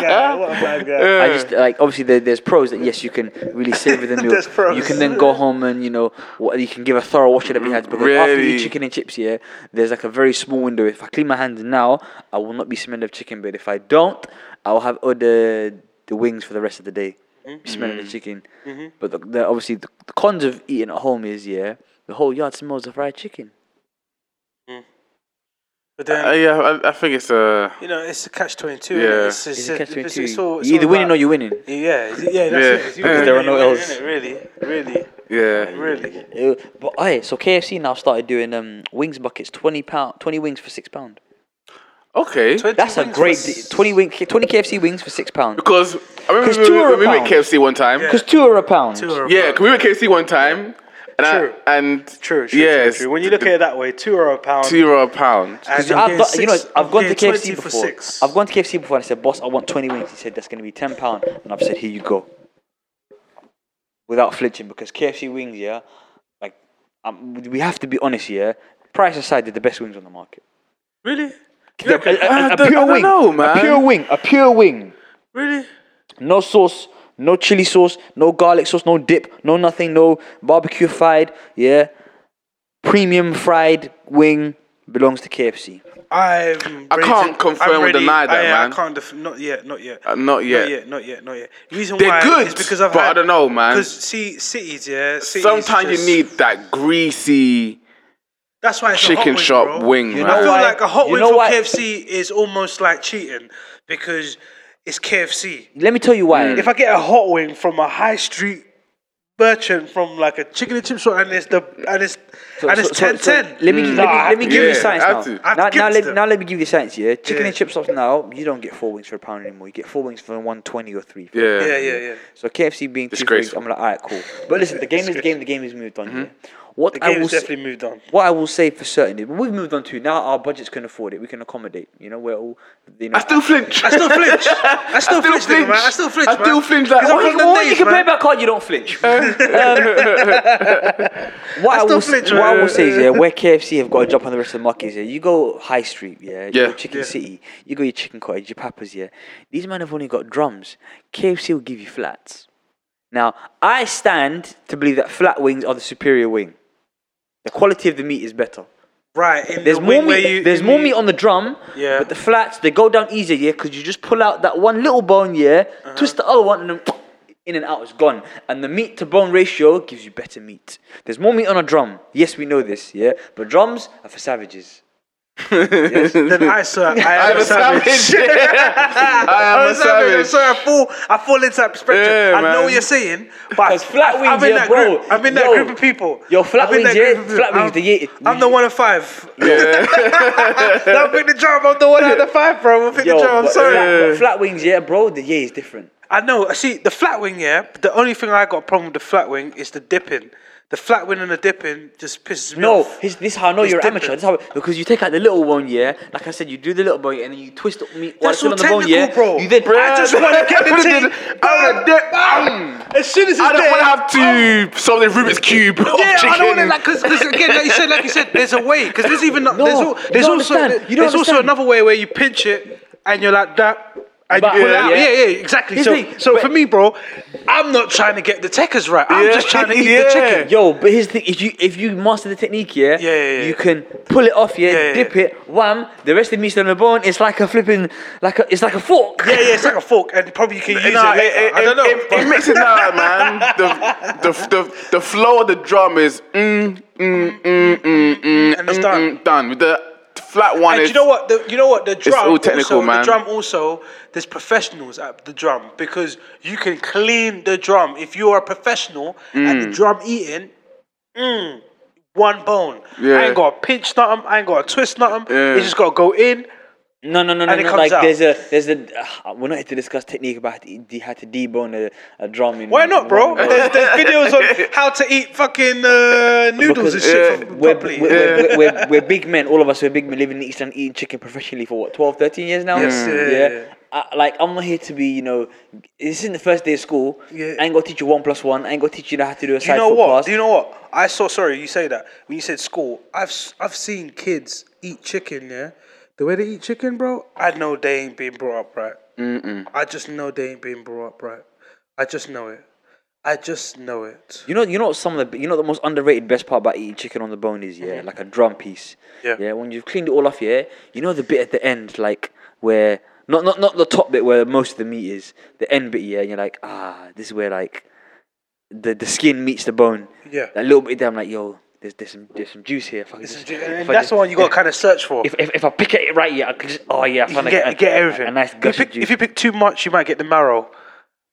[SPEAKER 1] guy, what a bad guy.
[SPEAKER 4] I just like obviously there, there's pros that yes you can really savor the meal.
[SPEAKER 1] There's pros.
[SPEAKER 4] You can then go home and you know what, you can give a thorough wash of the hands. But then after you
[SPEAKER 3] Really?
[SPEAKER 4] eat chicken and chips, yeah, there's like a very small window. If I clean my hands now, I will not be smelling of chicken. But if I don't, I will have other the wings for the rest of the day,
[SPEAKER 1] Mm-hmm.
[SPEAKER 4] smelling the chicken. But the, the, obviously the, the cons of eating at home is yeah, the whole yard smells of fried chicken.
[SPEAKER 1] But
[SPEAKER 3] Uh,
[SPEAKER 1] then,
[SPEAKER 3] yeah, I, I think it's uh,
[SPEAKER 1] you know, it's a catch 22.
[SPEAKER 3] Yeah.
[SPEAKER 1] innit? It's, it's,
[SPEAKER 4] It's a catch
[SPEAKER 1] it's-
[SPEAKER 4] too.
[SPEAKER 1] it's all- it's
[SPEAKER 4] You're either
[SPEAKER 1] all
[SPEAKER 4] winning
[SPEAKER 1] about-
[SPEAKER 4] or you're winning.
[SPEAKER 1] Yeah, is it- yeah, that's
[SPEAKER 3] Yeah.
[SPEAKER 1] it. It's you
[SPEAKER 3] Yeah.
[SPEAKER 1] winning
[SPEAKER 4] There are
[SPEAKER 1] or
[SPEAKER 4] no
[SPEAKER 1] you're
[SPEAKER 4] else.
[SPEAKER 1] winning, innit? Really, really,
[SPEAKER 3] yeah.
[SPEAKER 1] really.
[SPEAKER 4] Uh, but aye, so KFC now started doing um, wings buckets, twenty pound, twenty wings for six pound.
[SPEAKER 3] Okay.
[SPEAKER 1] 20
[SPEAKER 4] That's a
[SPEAKER 1] wins
[SPEAKER 4] great
[SPEAKER 1] was-
[SPEAKER 4] de- twenty wing, twenty KFC wings for six pound.
[SPEAKER 3] Because I remember
[SPEAKER 4] 'Cause
[SPEAKER 3] we,
[SPEAKER 4] two
[SPEAKER 3] we,
[SPEAKER 4] are a
[SPEAKER 3] we went
[SPEAKER 4] pound.
[SPEAKER 3] KFC one time.
[SPEAKER 4] Because two are a pound.
[SPEAKER 1] Two are a
[SPEAKER 3] Yeah,
[SPEAKER 1] pound.
[SPEAKER 3] cause we went KFC one time. And
[SPEAKER 1] True.
[SPEAKER 3] I, and
[SPEAKER 1] True, true,
[SPEAKER 3] yes,
[SPEAKER 1] true, true. When you look at it that way, two are a pound.
[SPEAKER 3] two euro a pound.
[SPEAKER 1] and
[SPEAKER 4] So
[SPEAKER 1] I'm getting
[SPEAKER 4] I've got, you know,
[SPEAKER 1] six-
[SPEAKER 4] I've
[SPEAKER 1] I'm
[SPEAKER 4] gone to
[SPEAKER 1] getting
[SPEAKER 4] KFC
[SPEAKER 1] 20 for
[SPEAKER 4] before.
[SPEAKER 1] six.
[SPEAKER 4] I've gone to KFC before and I said, "Boss, I want twenty wings." He said, "That's going to be ten pound," and I've said, "Here you go." Without flinching, because KFC wings, yeah, like um, we have to be honest here. Price aside, they're the best wings on the market.
[SPEAKER 1] Really?
[SPEAKER 4] A, a- a-
[SPEAKER 3] I
[SPEAKER 4] a
[SPEAKER 3] don't- I
[SPEAKER 4] pure
[SPEAKER 3] don't
[SPEAKER 4] wing,
[SPEAKER 3] know, man.
[SPEAKER 4] a pure wing, a pure wing.
[SPEAKER 1] Really?
[SPEAKER 4] No sauce, no chili sauce, no garlic sauce, no dip, no nothing, no barbecue fried, yeah. Premium fried wing belongs to KFC.
[SPEAKER 1] I'm
[SPEAKER 3] I
[SPEAKER 1] ready
[SPEAKER 3] can't
[SPEAKER 1] to-
[SPEAKER 3] confirm
[SPEAKER 1] I'm
[SPEAKER 3] or
[SPEAKER 1] ready-
[SPEAKER 3] deny that,
[SPEAKER 1] I,
[SPEAKER 3] man.
[SPEAKER 1] I can't. Def- not yet. Not yet.
[SPEAKER 3] Uh, not yet.
[SPEAKER 1] Not yet. Not yet. Not yet. Reason
[SPEAKER 3] They're
[SPEAKER 1] why
[SPEAKER 3] good,
[SPEAKER 1] is because I've
[SPEAKER 3] but I
[SPEAKER 1] had,
[SPEAKER 3] don't know, man.
[SPEAKER 1] Because see, cities, yeah. Cities
[SPEAKER 3] Sometimes
[SPEAKER 1] just-
[SPEAKER 3] you need that greasy
[SPEAKER 1] That's why it's a hot
[SPEAKER 3] chicken
[SPEAKER 1] wing,
[SPEAKER 3] shop
[SPEAKER 1] bro.
[SPEAKER 3] wing,
[SPEAKER 4] You
[SPEAKER 3] man.
[SPEAKER 4] know
[SPEAKER 1] I feel
[SPEAKER 4] why-
[SPEAKER 1] like a hot
[SPEAKER 4] you
[SPEAKER 1] wing
[SPEAKER 4] know
[SPEAKER 1] from
[SPEAKER 4] why-
[SPEAKER 1] KFC is almost like cheating because it's KFC.
[SPEAKER 4] Let me tell you why.
[SPEAKER 1] If I get a hot wing from a high street merchant from like a chicken and chip shop and it's the and it's
[SPEAKER 4] So-
[SPEAKER 1] and
[SPEAKER 4] so-
[SPEAKER 1] it's
[SPEAKER 4] so- so
[SPEAKER 1] ten ten.
[SPEAKER 4] Let me, let me, let me give you
[SPEAKER 3] Mm. Yeah,
[SPEAKER 4] science
[SPEAKER 3] I
[SPEAKER 4] now.
[SPEAKER 3] have to.
[SPEAKER 1] I have to
[SPEAKER 4] Now,
[SPEAKER 1] give
[SPEAKER 4] now,
[SPEAKER 1] it to
[SPEAKER 4] let,
[SPEAKER 1] them.
[SPEAKER 4] now let me give you science, yeah? Chicken
[SPEAKER 1] Yeah.
[SPEAKER 4] and chip shops now, you don't get four wings for a pound anymore. You get four wings for 120 or three.
[SPEAKER 3] Yeah.
[SPEAKER 1] Yeah, yeah, yeah.
[SPEAKER 4] So KFC being two for wings,
[SPEAKER 3] Disgraceful.
[SPEAKER 4] I'm like, all right, cool. But listen, the game is the game. The game has moved on. Here. What
[SPEAKER 1] Mm-hmm. The
[SPEAKER 4] I
[SPEAKER 1] game
[SPEAKER 4] will
[SPEAKER 1] has
[SPEAKER 4] say-
[SPEAKER 1] definitely moved on.
[SPEAKER 4] What I will say for certain is we've moved on to now our budgets can afford it. We can accommodate. You know, we're all you know.
[SPEAKER 3] I still flinch.
[SPEAKER 1] I still flinch. I still, flinch, nigga, man. I still flinch.
[SPEAKER 3] I still
[SPEAKER 1] man.
[SPEAKER 3] flinch. Like,
[SPEAKER 1] 'Cause I'm
[SPEAKER 3] oh,
[SPEAKER 1] from
[SPEAKER 3] you
[SPEAKER 1] the
[SPEAKER 3] know
[SPEAKER 4] you
[SPEAKER 1] days,
[SPEAKER 4] can
[SPEAKER 1] man.
[SPEAKER 4] play back hard, you don't flinch. Um, what I,
[SPEAKER 1] still
[SPEAKER 4] will,
[SPEAKER 1] flinch,
[SPEAKER 4] what I
[SPEAKER 1] man.
[SPEAKER 4] will say is, yeah, where KFC have got a jump on the rest of the markets, yeah, you go High Street, yeah, you
[SPEAKER 3] Yeah.
[SPEAKER 4] go Chicken
[SPEAKER 1] Yeah.
[SPEAKER 4] City, you go your Chicken Cottage, your Papa's, yeah. These men have only got drums. KFC will give you flats. Now, I stand to believe that flat wings are the superior wing. The quality of the meat is better.
[SPEAKER 1] Right. In
[SPEAKER 4] There's
[SPEAKER 1] the
[SPEAKER 4] more
[SPEAKER 1] wing where
[SPEAKER 4] meat.
[SPEAKER 1] you-
[SPEAKER 4] there's
[SPEAKER 1] in
[SPEAKER 4] more
[SPEAKER 1] the-
[SPEAKER 4] meat on the drum.
[SPEAKER 1] Yeah.
[SPEAKER 4] But the flats they go down easier, yeah, because you just pull out that one little bone, yeah,
[SPEAKER 1] Uh-huh.
[SPEAKER 4] twist the other one, and then in and out it's gone. And the meat to bone ratio gives you better meat. There's more meat on a drum. Yes, we know this, yeah. But drums are for savages.
[SPEAKER 1] Then I, sir, I
[SPEAKER 3] I'm
[SPEAKER 1] am
[SPEAKER 3] a
[SPEAKER 1] a savage.
[SPEAKER 3] savage. I am
[SPEAKER 1] I'm
[SPEAKER 3] a
[SPEAKER 1] I'm
[SPEAKER 3] savage.
[SPEAKER 1] sorry, I fall, I fall into that perspective.
[SPEAKER 3] Yeah,
[SPEAKER 1] I know
[SPEAKER 3] man.
[SPEAKER 1] what you're saying, but
[SPEAKER 4] 'Cause flat
[SPEAKER 1] I've-
[SPEAKER 4] wings,
[SPEAKER 1] I'm in
[SPEAKER 4] yeah,
[SPEAKER 1] that
[SPEAKER 4] bro.
[SPEAKER 1] group. I'm in that
[SPEAKER 4] Yo.
[SPEAKER 1] group of people.
[SPEAKER 4] Yo, flat
[SPEAKER 1] I'm in
[SPEAKER 4] wings,
[SPEAKER 1] that
[SPEAKER 4] yeah,
[SPEAKER 1] group of people.
[SPEAKER 4] flat wings,
[SPEAKER 1] I'm,
[SPEAKER 4] they eat it.
[SPEAKER 1] I'm the one of five. Don't pick the drum. I'm the one out of five, bro. We'll pick the drum. I'm
[SPEAKER 4] but
[SPEAKER 1] sorry.
[SPEAKER 4] Flat, but flat wings, yeah, bro. The yeah is different.
[SPEAKER 1] I know. See, the flat wing, yeah. The only thing I got a problem with the flat wing is the dipping. The flat wing and the dipping just pisses me
[SPEAKER 4] No,
[SPEAKER 1] off.
[SPEAKER 4] this, this is how I know
[SPEAKER 1] It's
[SPEAKER 4] you're an
[SPEAKER 1] different.
[SPEAKER 4] amateur. This is how because you take out the little one, yeah. Like I said, you do the little bone, and then you twist the meat while
[SPEAKER 1] That's
[SPEAKER 4] it's still
[SPEAKER 1] all
[SPEAKER 4] on the bone,
[SPEAKER 1] technical,
[SPEAKER 4] yeah.
[SPEAKER 1] bro.
[SPEAKER 4] You then
[SPEAKER 1] I just want to get the
[SPEAKER 3] I
[SPEAKER 1] team.
[SPEAKER 3] wanna dip. Mm.
[SPEAKER 1] As soon as it's
[SPEAKER 3] I don't
[SPEAKER 1] there,
[SPEAKER 3] want to have to solve the Rubik's cube of
[SPEAKER 1] Yeah,
[SPEAKER 3] chicken.
[SPEAKER 1] I don't want to like because again, like you said, like you said, there's a way because there's even not,
[SPEAKER 4] No,
[SPEAKER 1] there's, al-
[SPEAKER 4] you
[SPEAKER 1] there's
[SPEAKER 4] don't
[SPEAKER 1] also
[SPEAKER 4] understand. You don't
[SPEAKER 1] there's also
[SPEAKER 4] understand.
[SPEAKER 1] another way where you pinch it and you're like that. And you
[SPEAKER 4] Back,
[SPEAKER 1] pull it out.
[SPEAKER 4] yeah.
[SPEAKER 1] Yeah, yeah, exactly.
[SPEAKER 4] Here's
[SPEAKER 1] so,
[SPEAKER 4] the thing,
[SPEAKER 1] so
[SPEAKER 4] but-
[SPEAKER 1] for me, bro, I'm not trying to get the techers right. I'm
[SPEAKER 3] Yeah,
[SPEAKER 1] just trying to eat
[SPEAKER 3] yeah.
[SPEAKER 1] the chicken.
[SPEAKER 4] Yo, but here's the thing: if you if you master the technique, yeah,
[SPEAKER 1] Yeah, yeah, yeah.
[SPEAKER 4] you can pull it off, yeah,
[SPEAKER 1] Yeah, yeah,
[SPEAKER 4] dip
[SPEAKER 1] yeah.
[SPEAKER 4] it, wham, the rest of the meat's on the bone. It's like a flipping, like a, it's like a fork.
[SPEAKER 1] Yeah, yeah, it's like a fork, and probably you can use
[SPEAKER 3] Nah,
[SPEAKER 1] it later. I don't know.
[SPEAKER 3] It, it,
[SPEAKER 1] but-
[SPEAKER 3] it makes it now, man. The, the, the, the flow of the drum is mm, mm, mm, mm, mm,
[SPEAKER 1] And it's
[SPEAKER 3] mm,
[SPEAKER 1] done.
[SPEAKER 3] mm, done. With the flat one
[SPEAKER 1] and
[SPEAKER 3] is.
[SPEAKER 1] you know what? The, you know what? The drum.
[SPEAKER 3] all technical,
[SPEAKER 1] also,
[SPEAKER 3] man.
[SPEAKER 1] The drum also. There's professionals at the drum because you can clean the drum. If you are a professional at the drum eating, mm, one bone.
[SPEAKER 3] Yeah.
[SPEAKER 1] I ain't got to pinch nothing. I ain't got to twist nothing.
[SPEAKER 3] Yeah.
[SPEAKER 1] It's just got to go in.
[SPEAKER 4] No, no, no, no,
[SPEAKER 1] And it
[SPEAKER 4] no.
[SPEAKER 1] comes
[SPEAKER 4] Like
[SPEAKER 1] out.
[SPEAKER 4] there's a there's a uh, we're not here to discuss technique about how to, de- how to debone a, a drum. In
[SPEAKER 1] Why not, bro?
[SPEAKER 4] one go.
[SPEAKER 1] There's, there's videos on how to eat fucking uh, noodles and shit
[SPEAKER 3] yeah,
[SPEAKER 1] from-
[SPEAKER 4] We're,
[SPEAKER 1] properly.
[SPEAKER 4] we're, we're, we're, we're big men, all of us, we're big men living in East and eating chicken professionally for what, 12, 13 years now?
[SPEAKER 1] Yes, yeah, yeah, yeah.
[SPEAKER 4] I, like, I'm not here to be, you know, this isn't the first day of school.
[SPEAKER 1] Yeah.
[SPEAKER 4] I ain't gonna teach you one plus one. I ain't gonna teach you how to do a
[SPEAKER 1] Do you
[SPEAKER 4] side
[SPEAKER 1] know
[SPEAKER 4] foot
[SPEAKER 1] what?
[SPEAKER 4] pass.
[SPEAKER 1] Do you know what? I saw. Sorry, you say that when you said school. I've s- I've seen kids eat chicken. Yeah, the way they eat chicken, bro. I know they ain't being brought up right. Mm-mm. I just know they ain't being brought up right. I just know it. I just know it.
[SPEAKER 4] You know, you know some of the you know the most underrated best part about eating chicken on the bone is yeah, like a drum piece.
[SPEAKER 1] Mm-hmm. Yeah.
[SPEAKER 4] Yeah. When you've cleaned it all off, yeah, you know the bit at the end, like where not not not the top bit where most of the meat is, the end bit, yeah, and you're like, ah, this is where like the the skin meets the bone.
[SPEAKER 1] Yeah.
[SPEAKER 4] That little bit down, like yo, there's there's some there's some juice here. If I can
[SPEAKER 1] It's-
[SPEAKER 4] just-
[SPEAKER 1] And
[SPEAKER 4] if
[SPEAKER 1] and
[SPEAKER 4] I
[SPEAKER 1] that's
[SPEAKER 4] just-
[SPEAKER 1] the one you got to kind of search for.
[SPEAKER 4] If, if, if I pick it right, yeah, I can just oh yeah, I
[SPEAKER 1] you
[SPEAKER 4] found
[SPEAKER 1] can
[SPEAKER 4] like,
[SPEAKER 1] get,
[SPEAKER 4] a,
[SPEAKER 1] get
[SPEAKER 4] a-
[SPEAKER 1] everything.
[SPEAKER 4] A, nice
[SPEAKER 1] you
[SPEAKER 4] gush of
[SPEAKER 1] pick,
[SPEAKER 4] juice.
[SPEAKER 1] if you pick too much, you might get the marrow.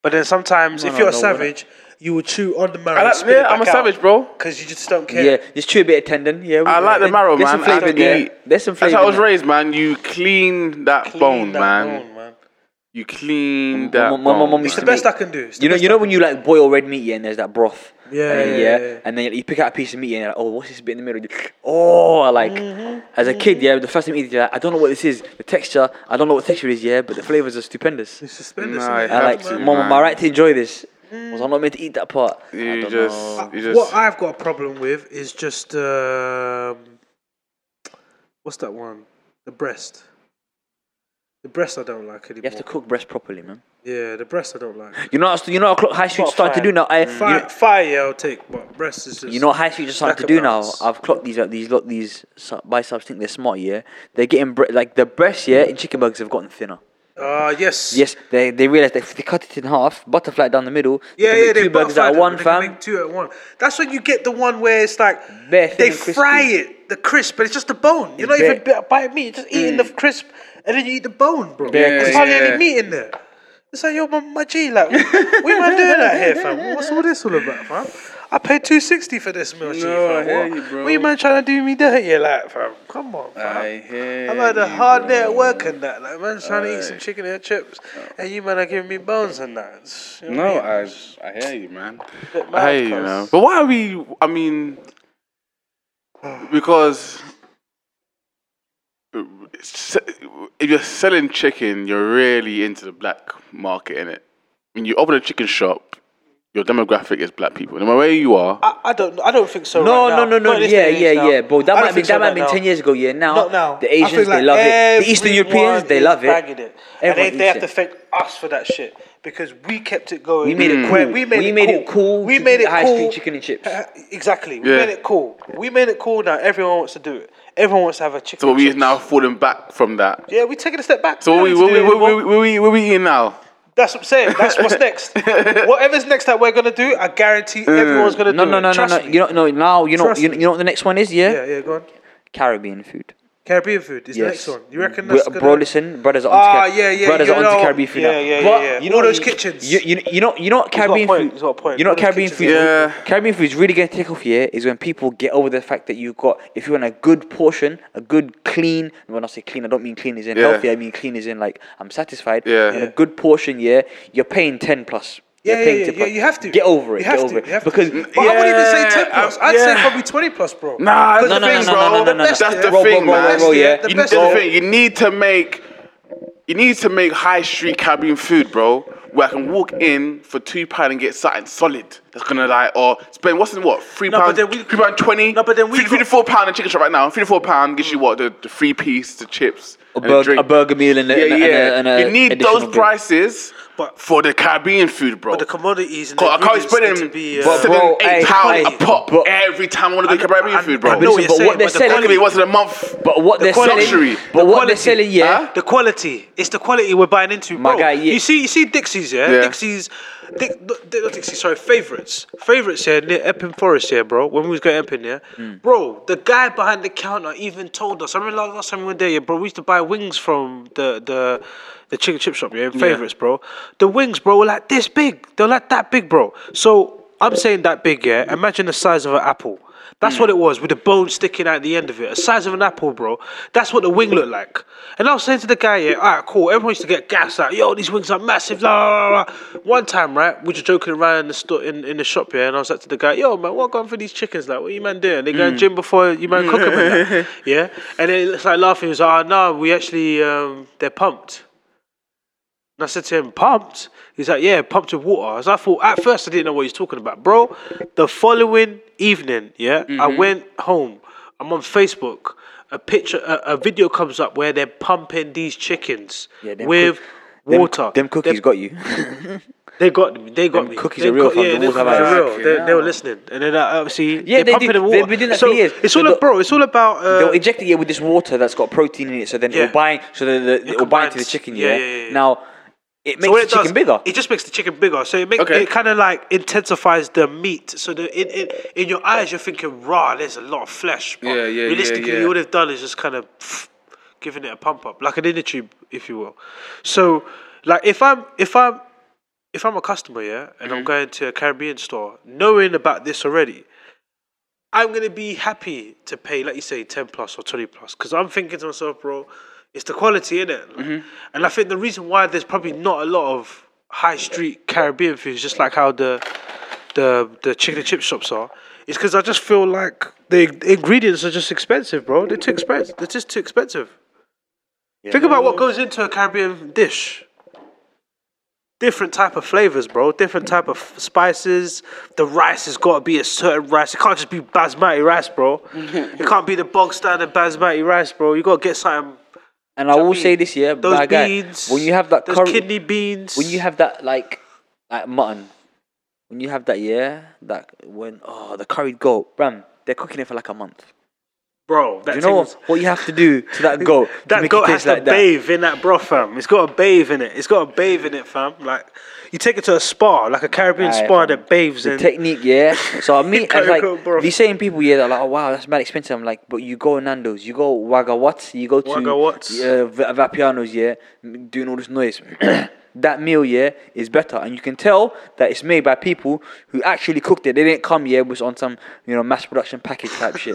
[SPEAKER 1] But then sometimes, if
[SPEAKER 4] no,
[SPEAKER 1] you're a
[SPEAKER 4] no, we're not.
[SPEAKER 1] savage, you will chew on the marrow.
[SPEAKER 3] I
[SPEAKER 1] and
[SPEAKER 3] like-
[SPEAKER 1] spit it
[SPEAKER 3] yeah, I'm a
[SPEAKER 1] back out.
[SPEAKER 3] savage, bro.
[SPEAKER 1] Cause you just don't care.
[SPEAKER 4] yeah, just chew a bit of tendon. Yeah,
[SPEAKER 3] I like the marrow,
[SPEAKER 4] There's
[SPEAKER 3] man.
[SPEAKER 4] Some flavor
[SPEAKER 3] I
[SPEAKER 4] in there.
[SPEAKER 3] eat-
[SPEAKER 4] There's some flavor.
[SPEAKER 3] That's how I
[SPEAKER 4] in
[SPEAKER 3] was
[SPEAKER 4] there.
[SPEAKER 3] raised, man. You clean that
[SPEAKER 1] Clean
[SPEAKER 3] bone,
[SPEAKER 1] that
[SPEAKER 3] man.
[SPEAKER 1] bone, man.
[SPEAKER 3] You clean
[SPEAKER 4] My-
[SPEAKER 3] that
[SPEAKER 4] my- my
[SPEAKER 3] bone.
[SPEAKER 4] mum
[SPEAKER 3] man.
[SPEAKER 4] used
[SPEAKER 1] It's
[SPEAKER 4] to
[SPEAKER 1] the best
[SPEAKER 4] me.
[SPEAKER 1] I can do. It's the
[SPEAKER 4] You know,
[SPEAKER 1] best I
[SPEAKER 4] you know
[SPEAKER 1] can
[SPEAKER 4] when you like boil red meat, yeah, and there's that broth.
[SPEAKER 1] Yeah,
[SPEAKER 4] and then,
[SPEAKER 1] yeah,
[SPEAKER 4] yeah,
[SPEAKER 1] yeah.
[SPEAKER 4] And then you pick out a piece of meat, and you're like, oh, what's this bit in the middle? You- Oh, I like
[SPEAKER 1] Mm-hmm,
[SPEAKER 4] as a kid, yeah, the first time you eat it, you're like, I don't know what this is. The texture, I don't know what texture it is, yeah, but the flavors are stupendous.
[SPEAKER 1] do. Suspenders,
[SPEAKER 3] Nah,
[SPEAKER 1] innit?
[SPEAKER 3] I
[SPEAKER 4] I like,
[SPEAKER 3] Have to,
[SPEAKER 4] mom,
[SPEAKER 3] man.
[SPEAKER 4] am I right to enjoy this? Was
[SPEAKER 1] Mm.
[SPEAKER 4] I not meant to eat that part? I
[SPEAKER 3] You
[SPEAKER 4] don't
[SPEAKER 3] just,
[SPEAKER 4] know.
[SPEAKER 3] you just.
[SPEAKER 1] What I've got a problem with is just um, what's that one? The breast. The breast I don't like
[SPEAKER 4] You
[SPEAKER 1] anymore.
[SPEAKER 4] have to cook breast properly, man.
[SPEAKER 1] Yeah, the breast I don't like.
[SPEAKER 4] You know, what- you know, what Clock High Street
[SPEAKER 1] Not
[SPEAKER 4] started to
[SPEAKER 1] fire.
[SPEAKER 4] do now. I, you-
[SPEAKER 1] Fire, fire, yeah, I'll take, but breast is just.
[SPEAKER 4] You know what High Street just started
[SPEAKER 1] Snack
[SPEAKER 4] to do now?
[SPEAKER 1] amounts.
[SPEAKER 4] I've clocked these like these lot these su- biceps think they're smart, yeah. They're getting bre- like the breasts, yeah, in chicken burgers have gotten thinner.
[SPEAKER 1] Ah, yes.
[SPEAKER 4] Yes, they they realize that if they cut it in half, butterfly down the middle.
[SPEAKER 1] Yeah,
[SPEAKER 4] they can
[SPEAKER 1] yeah,
[SPEAKER 4] make
[SPEAKER 1] they
[SPEAKER 4] two burgers
[SPEAKER 1] butterfly
[SPEAKER 4] out of
[SPEAKER 1] them,
[SPEAKER 4] one
[SPEAKER 1] they can
[SPEAKER 4] fam.
[SPEAKER 1] make two at one. That's when you get the one where it's like
[SPEAKER 4] Bare, thin
[SPEAKER 1] they
[SPEAKER 4] and crispy.
[SPEAKER 1] fry it, the crisp, but it's just the bone. You're not
[SPEAKER 4] bare. Mm.
[SPEAKER 1] even bit- biting meat, you're just eating the crisp, and then you eat the bone, bro.
[SPEAKER 4] Bare
[SPEAKER 1] There's
[SPEAKER 3] crisp.
[SPEAKER 1] hardly any
[SPEAKER 3] Yeah.
[SPEAKER 1] meat in there. It's like yo, my, my G, like, we man doing that here, fam. What's all this all about, fam? I paid two sixty for this meal, G,
[SPEAKER 3] No, I
[SPEAKER 1] fam.
[SPEAKER 3] hear
[SPEAKER 1] What?
[SPEAKER 3] you, bro.
[SPEAKER 1] What you man trying to do me dirty, like, fam? Come on, fam.
[SPEAKER 3] I hear
[SPEAKER 1] I've had a
[SPEAKER 3] you,
[SPEAKER 1] hard day
[SPEAKER 3] bro.
[SPEAKER 1] at work and that. Like, man's trying to eat some
[SPEAKER 3] Aye.
[SPEAKER 1] chicken and chips, and you man are giving me bones and that. It's- you know
[SPEAKER 3] No,
[SPEAKER 1] what I mean?
[SPEAKER 3] I, I hear you, man.
[SPEAKER 1] bit mad,
[SPEAKER 3] I hear you,
[SPEAKER 1] cuz-
[SPEAKER 3] man. But why are we? I mean, because s- if you're selling chicken, you're really into the black market, innit? When you open a chicken shop, your demographic is black people. No matter where you are,
[SPEAKER 1] I, I don't. I don't think so.
[SPEAKER 4] No,
[SPEAKER 1] right
[SPEAKER 4] no,
[SPEAKER 1] now.
[SPEAKER 4] no, no,
[SPEAKER 1] Not in this
[SPEAKER 4] yeah,
[SPEAKER 1] day and
[SPEAKER 4] yeah,
[SPEAKER 1] age now.
[SPEAKER 4] yeah, bro. That
[SPEAKER 1] I don't
[SPEAKER 4] might have been
[SPEAKER 1] think so
[SPEAKER 4] that might have
[SPEAKER 1] right
[SPEAKER 4] been ten
[SPEAKER 1] now.
[SPEAKER 4] years ago. Yeah, now,
[SPEAKER 1] Not now.
[SPEAKER 4] the
[SPEAKER 1] I feel
[SPEAKER 4] Asians
[SPEAKER 1] like
[SPEAKER 4] they love it. The Eastern
[SPEAKER 1] everyone
[SPEAKER 4] Europeans they
[SPEAKER 1] is
[SPEAKER 4] love
[SPEAKER 1] bagging
[SPEAKER 4] it.
[SPEAKER 1] And they,
[SPEAKER 4] Everyone
[SPEAKER 1] they
[SPEAKER 4] eats
[SPEAKER 1] have
[SPEAKER 4] it.
[SPEAKER 1] to thank us for that shit because we kept it going.
[SPEAKER 4] We made it
[SPEAKER 3] Hmm.
[SPEAKER 1] Where
[SPEAKER 4] cool.
[SPEAKER 1] We made,
[SPEAKER 4] We
[SPEAKER 1] it,
[SPEAKER 4] made
[SPEAKER 1] cool.
[SPEAKER 4] it cool
[SPEAKER 1] We
[SPEAKER 4] to
[SPEAKER 1] made
[SPEAKER 4] eat
[SPEAKER 1] it
[SPEAKER 4] high
[SPEAKER 1] cool.
[SPEAKER 4] street chicken and chips.
[SPEAKER 1] Uh, Exactly. We
[SPEAKER 3] Yeah.
[SPEAKER 1] made it cool. We made it cool now. Everyone wants to do it. Everyone wants to have a chicken.
[SPEAKER 3] so
[SPEAKER 1] and
[SPEAKER 3] we
[SPEAKER 1] chips.
[SPEAKER 3] is now falling back from that.
[SPEAKER 1] Yeah, we taking a step back.
[SPEAKER 3] So what we
[SPEAKER 1] don't
[SPEAKER 3] what
[SPEAKER 1] need
[SPEAKER 3] we
[SPEAKER 1] to do
[SPEAKER 3] what
[SPEAKER 1] it
[SPEAKER 3] we,
[SPEAKER 1] anymore.
[SPEAKER 3] what we, what we eating now?
[SPEAKER 1] That's what I'm saying. That's what's next. Whatever's next that we're gonna do, I guarantee
[SPEAKER 3] Hmm.
[SPEAKER 1] everyone's gonna
[SPEAKER 4] No,
[SPEAKER 1] do
[SPEAKER 4] no,
[SPEAKER 1] it.
[SPEAKER 4] no, no,
[SPEAKER 1] Trust
[SPEAKER 4] no.
[SPEAKER 1] me.
[SPEAKER 4] You don't know now. You know,
[SPEAKER 1] Trust
[SPEAKER 4] you,
[SPEAKER 1] me.
[SPEAKER 4] you know what the next one is? Yeah,
[SPEAKER 1] Yeah, yeah, go on.
[SPEAKER 4] Caribbean food.
[SPEAKER 1] Caribbean food is the
[SPEAKER 4] Yes.
[SPEAKER 1] next one. You reckon
[SPEAKER 4] Bro-
[SPEAKER 1] that's gonna...
[SPEAKER 4] Bro, listen, brothers are
[SPEAKER 1] Ah,
[SPEAKER 4] onto, Car-
[SPEAKER 1] yeah, yeah,
[SPEAKER 4] brothers
[SPEAKER 1] you
[SPEAKER 4] are onto
[SPEAKER 1] know-
[SPEAKER 4] Caribbean food
[SPEAKER 1] yeah,
[SPEAKER 4] now.
[SPEAKER 1] yeah,
[SPEAKER 4] But
[SPEAKER 1] yeah, yeah.
[SPEAKER 4] you know
[SPEAKER 1] All those
[SPEAKER 4] you-
[SPEAKER 1] kitchens.
[SPEAKER 4] You, you, you know, you know what
[SPEAKER 1] got a
[SPEAKER 4] Caribbean
[SPEAKER 1] point,
[SPEAKER 4] food.
[SPEAKER 1] he's got a point.
[SPEAKER 4] You know
[SPEAKER 1] All
[SPEAKER 4] what
[SPEAKER 1] those
[SPEAKER 4] Caribbean
[SPEAKER 1] kitchens.
[SPEAKER 4] food.
[SPEAKER 3] Yeah.
[SPEAKER 4] Caribbean food is really gonna take off here is when people get over the fact that you've got if you want a good portion, a good clean. When I say clean, I don't mean clean is in
[SPEAKER 3] Yeah.
[SPEAKER 4] healthy. I mean clean is in like I'm satisfied.
[SPEAKER 3] Yeah.
[SPEAKER 4] And
[SPEAKER 3] Yeah.
[SPEAKER 4] a good portion, yeah, you're paying ten plus.
[SPEAKER 1] Yeah,
[SPEAKER 4] You're
[SPEAKER 1] yeah,
[SPEAKER 4] paying
[SPEAKER 1] yeah,
[SPEAKER 4] 10
[SPEAKER 1] yeah,
[SPEAKER 4] plus.
[SPEAKER 1] you have to.
[SPEAKER 4] get over it.
[SPEAKER 1] You have
[SPEAKER 4] get
[SPEAKER 1] to,
[SPEAKER 4] over
[SPEAKER 1] you
[SPEAKER 4] it
[SPEAKER 1] have to.
[SPEAKER 4] because
[SPEAKER 1] But I wouldn't even say
[SPEAKER 3] Yeah,
[SPEAKER 1] 10 plus.
[SPEAKER 3] um,
[SPEAKER 1] I'd say
[SPEAKER 3] yeah.
[SPEAKER 1] probably 20 plus, bro.
[SPEAKER 3] Nah,
[SPEAKER 1] Because
[SPEAKER 3] that's
[SPEAKER 1] the
[SPEAKER 3] the
[SPEAKER 1] thing,
[SPEAKER 3] thing,
[SPEAKER 4] no, no,
[SPEAKER 3] bro.
[SPEAKER 4] no, no, no.
[SPEAKER 3] That's
[SPEAKER 1] That's
[SPEAKER 3] the
[SPEAKER 1] the-
[SPEAKER 3] thing,
[SPEAKER 4] bro, bro,
[SPEAKER 3] man.
[SPEAKER 4] bro, yeah.
[SPEAKER 1] The best
[SPEAKER 3] You- that's the
[SPEAKER 1] thing.
[SPEAKER 3] thing. You need to make. You need to make high street Caribbean food, bro, where I can walk in for two pound and get something solid that's gonna like, or spend what's in what three
[SPEAKER 1] No, but
[SPEAKER 3] pound,
[SPEAKER 1] then we-
[SPEAKER 3] three pound twenty.
[SPEAKER 1] No, but then we
[SPEAKER 3] three, three to
[SPEAKER 1] got-
[SPEAKER 3] four pound in chicken shop right now. Three to four pound gives you what the, the three piece, the chips,
[SPEAKER 4] A,
[SPEAKER 3] and the
[SPEAKER 4] burg- a
[SPEAKER 3] drink.
[SPEAKER 4] burger meal and a, and
[SPEAKER 3] yeah,
[SPEAKER 4] a,
[SPEAKER 3] yeah.
[SPEAKER 4] and a, and a
[SPEAKER 3] you need
[SPEAKER 4] additional
[SPEAKER 3] those
[SPEAKER 4] bit.
[SPEAKER 3] prices,
[SPEAKER 1] But-
[SPEAKER 3] for the Caribbean food, bro.
[SPEAKER 1] But the commodities and the
[SPEAKER 3] Cause I can't
[SPEAKER 1] ingredients
[SPEAKER 3] spend
[SPEAKER 1] need to be...
[SPEAKER 3] them
[SPEAKER 1] Uh,
[SPEAKER 4] But
[SPEAKER 3] seven,
[SPEAKER 4] bro,
[SPEAKER 3] eight
[SPEAKER 4] hey,
[SPEAKER 3] pounds
[SPEAKER 4] hey,
[SPEAKER 3] a pop
[SPEAKER 4] but-
[SPEAKER 3] every time I want to do
[SPEAKER 1] I-
[SPEAKER 3] Caribbean food, bro.
[SPEAKER 1] I know
[SPEAKER 4] Listen,
[SPEAKER 1] you're
[SPEAKER 4] but
[SPEAKER 1] saying,
[SPEAKER 4] what they're
[SPEAKER 1] but the
[SPEAKER 4] selling-
[SPEAKER 3] That could
[SPEAKER 1] quality-
[SPEAKER 3] be once in a month.
[SPEAKER 4] But what
[SPEAKER 1] The
[SPEAKER 4] they're
[SPEAKER 1] quality-
[SPEAKER 4] selling,
[SPEAKER 3] Luxury.
[SPEAKER 4] but
[SPEAKER 1] the
[SPEAKER 4] what
[SPEAKER 1] quality.
[SPEAKER 4] they're selling, yeah,
[SPEAKER 1] the quality. It's the quality we're buying into,
[SPEAKER 4] My
[SPEAKER 1] bro.
[SPEAKER 4] guy, yeah.
[SPEAKER 1] You see, you see Dixie's, yeah.
[SPEAKER 3] Yeah.
[SPEAKER 1] Dixie's, Dick, not Dick- not Dixie's. Sorry, favorites, favorites here near Epping Forest here, bro. When we was going Epping, yeah,
[SPEAKER 4] Hmm.
[SPEAKER 1] bro. The guy behind the counter even told us. I remember last- last time we were there, yeah, bro. We used to buy wings from the the. The chicken chip shop, yeah, in favorites, bro. The wings, bro, were like this big. They're like that big, bro. So I'm saying that big, yeah. Imagine the size of an apple. That's what it was, with the bone sticking out the end of it. The size of an apple, bro. That's what the wing looked like. And I was saying to the guy, yeah, all right, cool. Everyone used to get gas like, yo, these wings are massive. La, la, la, la. One time, right, we were joking around in the, store, in, in the shop, yeah, and I was like to the guy, yo, man, what going for these chickens? Like, what you man doing? They going gym before you man cook them, and that. yeah? And then it's like laughing. He was like, oh, no, we actually, um, they're pumped. And I said to him, pumped? He's like, yeah, pumped with water. As I thought, at first I didn't know what he's talking about. Bro, the following evening, yeah, I
[SPEAKER 4] Mm-hmm.
[SPEAKER 1] went home. I'm on Facebook. A picture, a, a video comes up where they're pumping these chickens
[SPEAKER 4] them
[SPEAKER 1] with
[SPEAKER 4] Them-
[SPEAKER 1] water.
[SPEAKER 4] Them, cookies got you.
[SPEAKER 1] They got me. They got
[SPEAKER 4] Them
[SPEAKER 1] me.
[SPEAKER 4] cookies
[SPEAKER 1] they
[SPEAKER 4] are real,
[SPEAKER 1] got-
[SPEAKER 4] fam.
[SPEAKER 1] Yeah,
[SPEAKER 4] The
[SPEAKER 1] them
[SPEAKER 4] walls
[SPEAKER 1] cookies
[SPEAKER 4] have
[SPEAKER 1] are real.
[SPEAKER 4] eyes.
[SPEAKER 1] They, they were listening, and then uh, obviously
[SPEAKER 4] Yeah,
[SPEAKER 1] they're
[SPEAKER 4] they
[SPEAKER 1] pumping
[SPEAKER 4] do.
[SPEAKER 1] the water.
[SPEAKER 4] They've been doing that
[SPEAKER 1] so
[SPEAKER 4] for years.
[SPEAKER 1] It's all
[SPEAKER 4] They'll-
[SPEAKER 1] about, bro. It's all about.
[SPEAKER 4] They'll
[SPEAKER 1] Uh,
[SPEAKER 4] inject it yeah, with this water that's got protein in it, so then
[SPEAKER 1] Yeah.
[SPEAKER 4] it'll bind, so then the, it'll bind to the
[SPEAKER 1] combines.
[SPEAKER 4] chicken.
[SPEAKER 1] Yeah,
[SPEAKER 4] Yeah.
[SPEAKER 1] yeah, yeah, yeah.
[SPEAKER 4] Now it makes
[SPEAKER 1] so what
[SPEAKER 4] the
[SPEAKER 1] it
[SPEAKER 4] chicken
[SPEAKER 1] does,
[SPEAKER 4] bigger.
[SPEAKER 1] It just makes the chicken bigger. So it makes
[SPEAKER 3] Okay.
[SPEAKER 1] it kind of like intensifies the meat. So the in, in in your eyes you're thinking, raw. There's a lot of flesh. But
[SPEAKER 3] Yeah, yeah, yeah,
[SPEAKER 1] Realistically,
[SPEAKER 3] yeah.
[SPEAKER 1] all they've done is just kind of giving it a pump up, like an inner tube, if you will. So, like if I'm if I'm if I'm a customer, yeah, and I'm going to a Caribbean store, knowing about this already, I'm gonna be happy to pay, like you say, ten plus or twenty plus, because I'm thinking to myself, bro, it's the quality in it, and I think the reason why there's probably not a lot of high street Caribbean food, just like how the the the chicken and chip shops are, is because I just feel like the ingredients are just expensive, bro. They're too expensive. They're just too expensive. Think about what goes into a Caribbean dish. Different type of flavors, bro. Different type of spices. The rice has got to be a certain rice. It can't just be basmati rice, bro. it can't be the bog standard basmati rice, bro. You got to get something.
[SPEAKER 4] And
[SPEAKER 1] Do you
[SPEAKER 4] I
[SPEAKER 1] know
[SPEAKER 4] will
[SPEAKER 1] what I
[SPEAKER 4] say
[SPEAKER 1] mean?
[SPEAKER 4] this, yeah,
[SPEAKER 1] Those
[SPEAKER 4] my guy,
[SPEAKER 1] beans.
[SPEAKER 4] when you have that
[SPEAKER 1] those
[SPEAKER 4] curry,
[SPEAKER 1] kidney beans.
[SPEAKER 4] when you have that like like mutton, when you have that, yeah, that when oh the curried goat, bram, they're cooking it for like a month.
[SPEAKER 1] bro, that
[SPEAKER 4] Do you know
[SPEAKER 1] thing's-
[SPEAKER 4] what you have to do to that goat? to
[SPEAKER 1] that
[SPEAKER 4] make it
[SPEAKER 1] goat has
[SPEAKER 4] taste
[SPEAKER 1] to
[SPEAKER 4] like that?
[SPEAKER 1] bathe in that broth, fam. It's got to bathe in it. It's got to bathe in it, fam. Like you take it to a spa, like a Caribbean
[SPEAKER 4] Aye,
[SPEAKER 1] spa
[SPEAKER 4] fam.
[SPEAKER 1] that bathes
[SPEAKER 4] the
[SPEAKER 1] in.
[SPEAKER 4] technique, yeah. So I mean,
[SPEAKER 1] Gotta
[SPEAKER 4] as like
[SPEAKER 1] go, bro.
[SPEAKER 4] these same people, yeah, they're like, oh wow, that's mad expensive. I'm like, but you go Nando's, you go Wagga Wats, you go to
[SPEAKER 1] Wagga Wats.
[SPEAKER 4] yeah, V- Vapiano's, yeah, m- doing all this noise. that meal, yeah, is better, and you can tell that it's made by people who actually cooked it. They didn't come, yeah, was on some you know mass production package type shit.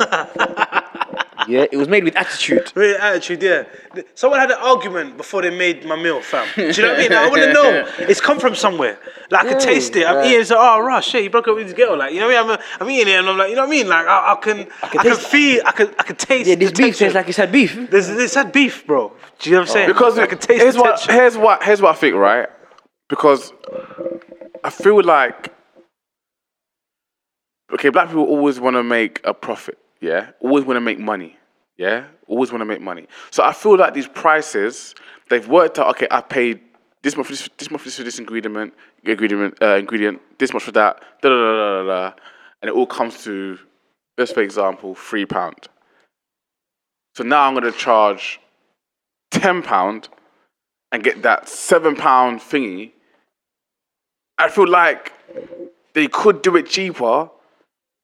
[SPEAKER 4] yeah, it was made with attitude.
[SPEAKER 1] Really attitude, yeah. Th- Someone had an argument before they made my meal, fam. Do you know what I mean? Like, I want to know. It's come from somewhere. Like, I can taste it. I'm eating, it's like, oh, rah, shit, you broke up with this girl. Like, you know what I mean? I'm, uh, I'm eating it and I'm like, you know what I mean? Like, I, I can, I can,
[SPEAKER 4] taste it.
[SPEAKER 1] feel, I can, I can taste
[SPEAKER 4] Yeah, this
[SPEAKER 1] the
[SPEAKER 4] beef tastes
[SPEAKER 1] tension.
[SPEAKER 4] like Oh. it's had beef.
[SPEAKER 1] There's, there's that beef, bro. Do you know what I'm saying?
[SPEAKER 3] Because
[SPEAKER 1] I can taste
[SPEAKER 3] here's
[SPEAKER 1] the
[SPEAKER 3] what
[SPEAKER 1] tension.
[SPEAKER 3] here's what here's what I think, right? Because I feel like okay, black people always want to make a profit, yeah. Always want to make money, yeah. Always want to make money. So I feel like these prices they've worked out. Okay, I paid this much for this, this much for this, for this ingredient, ingredient, uh, ingredient, this much for that, da da da da da, da, and it all comes to, let's for example, three pound. So now I'm gonna charge ten pound and get that seven pound thingy, I feel like they could do it cheaper,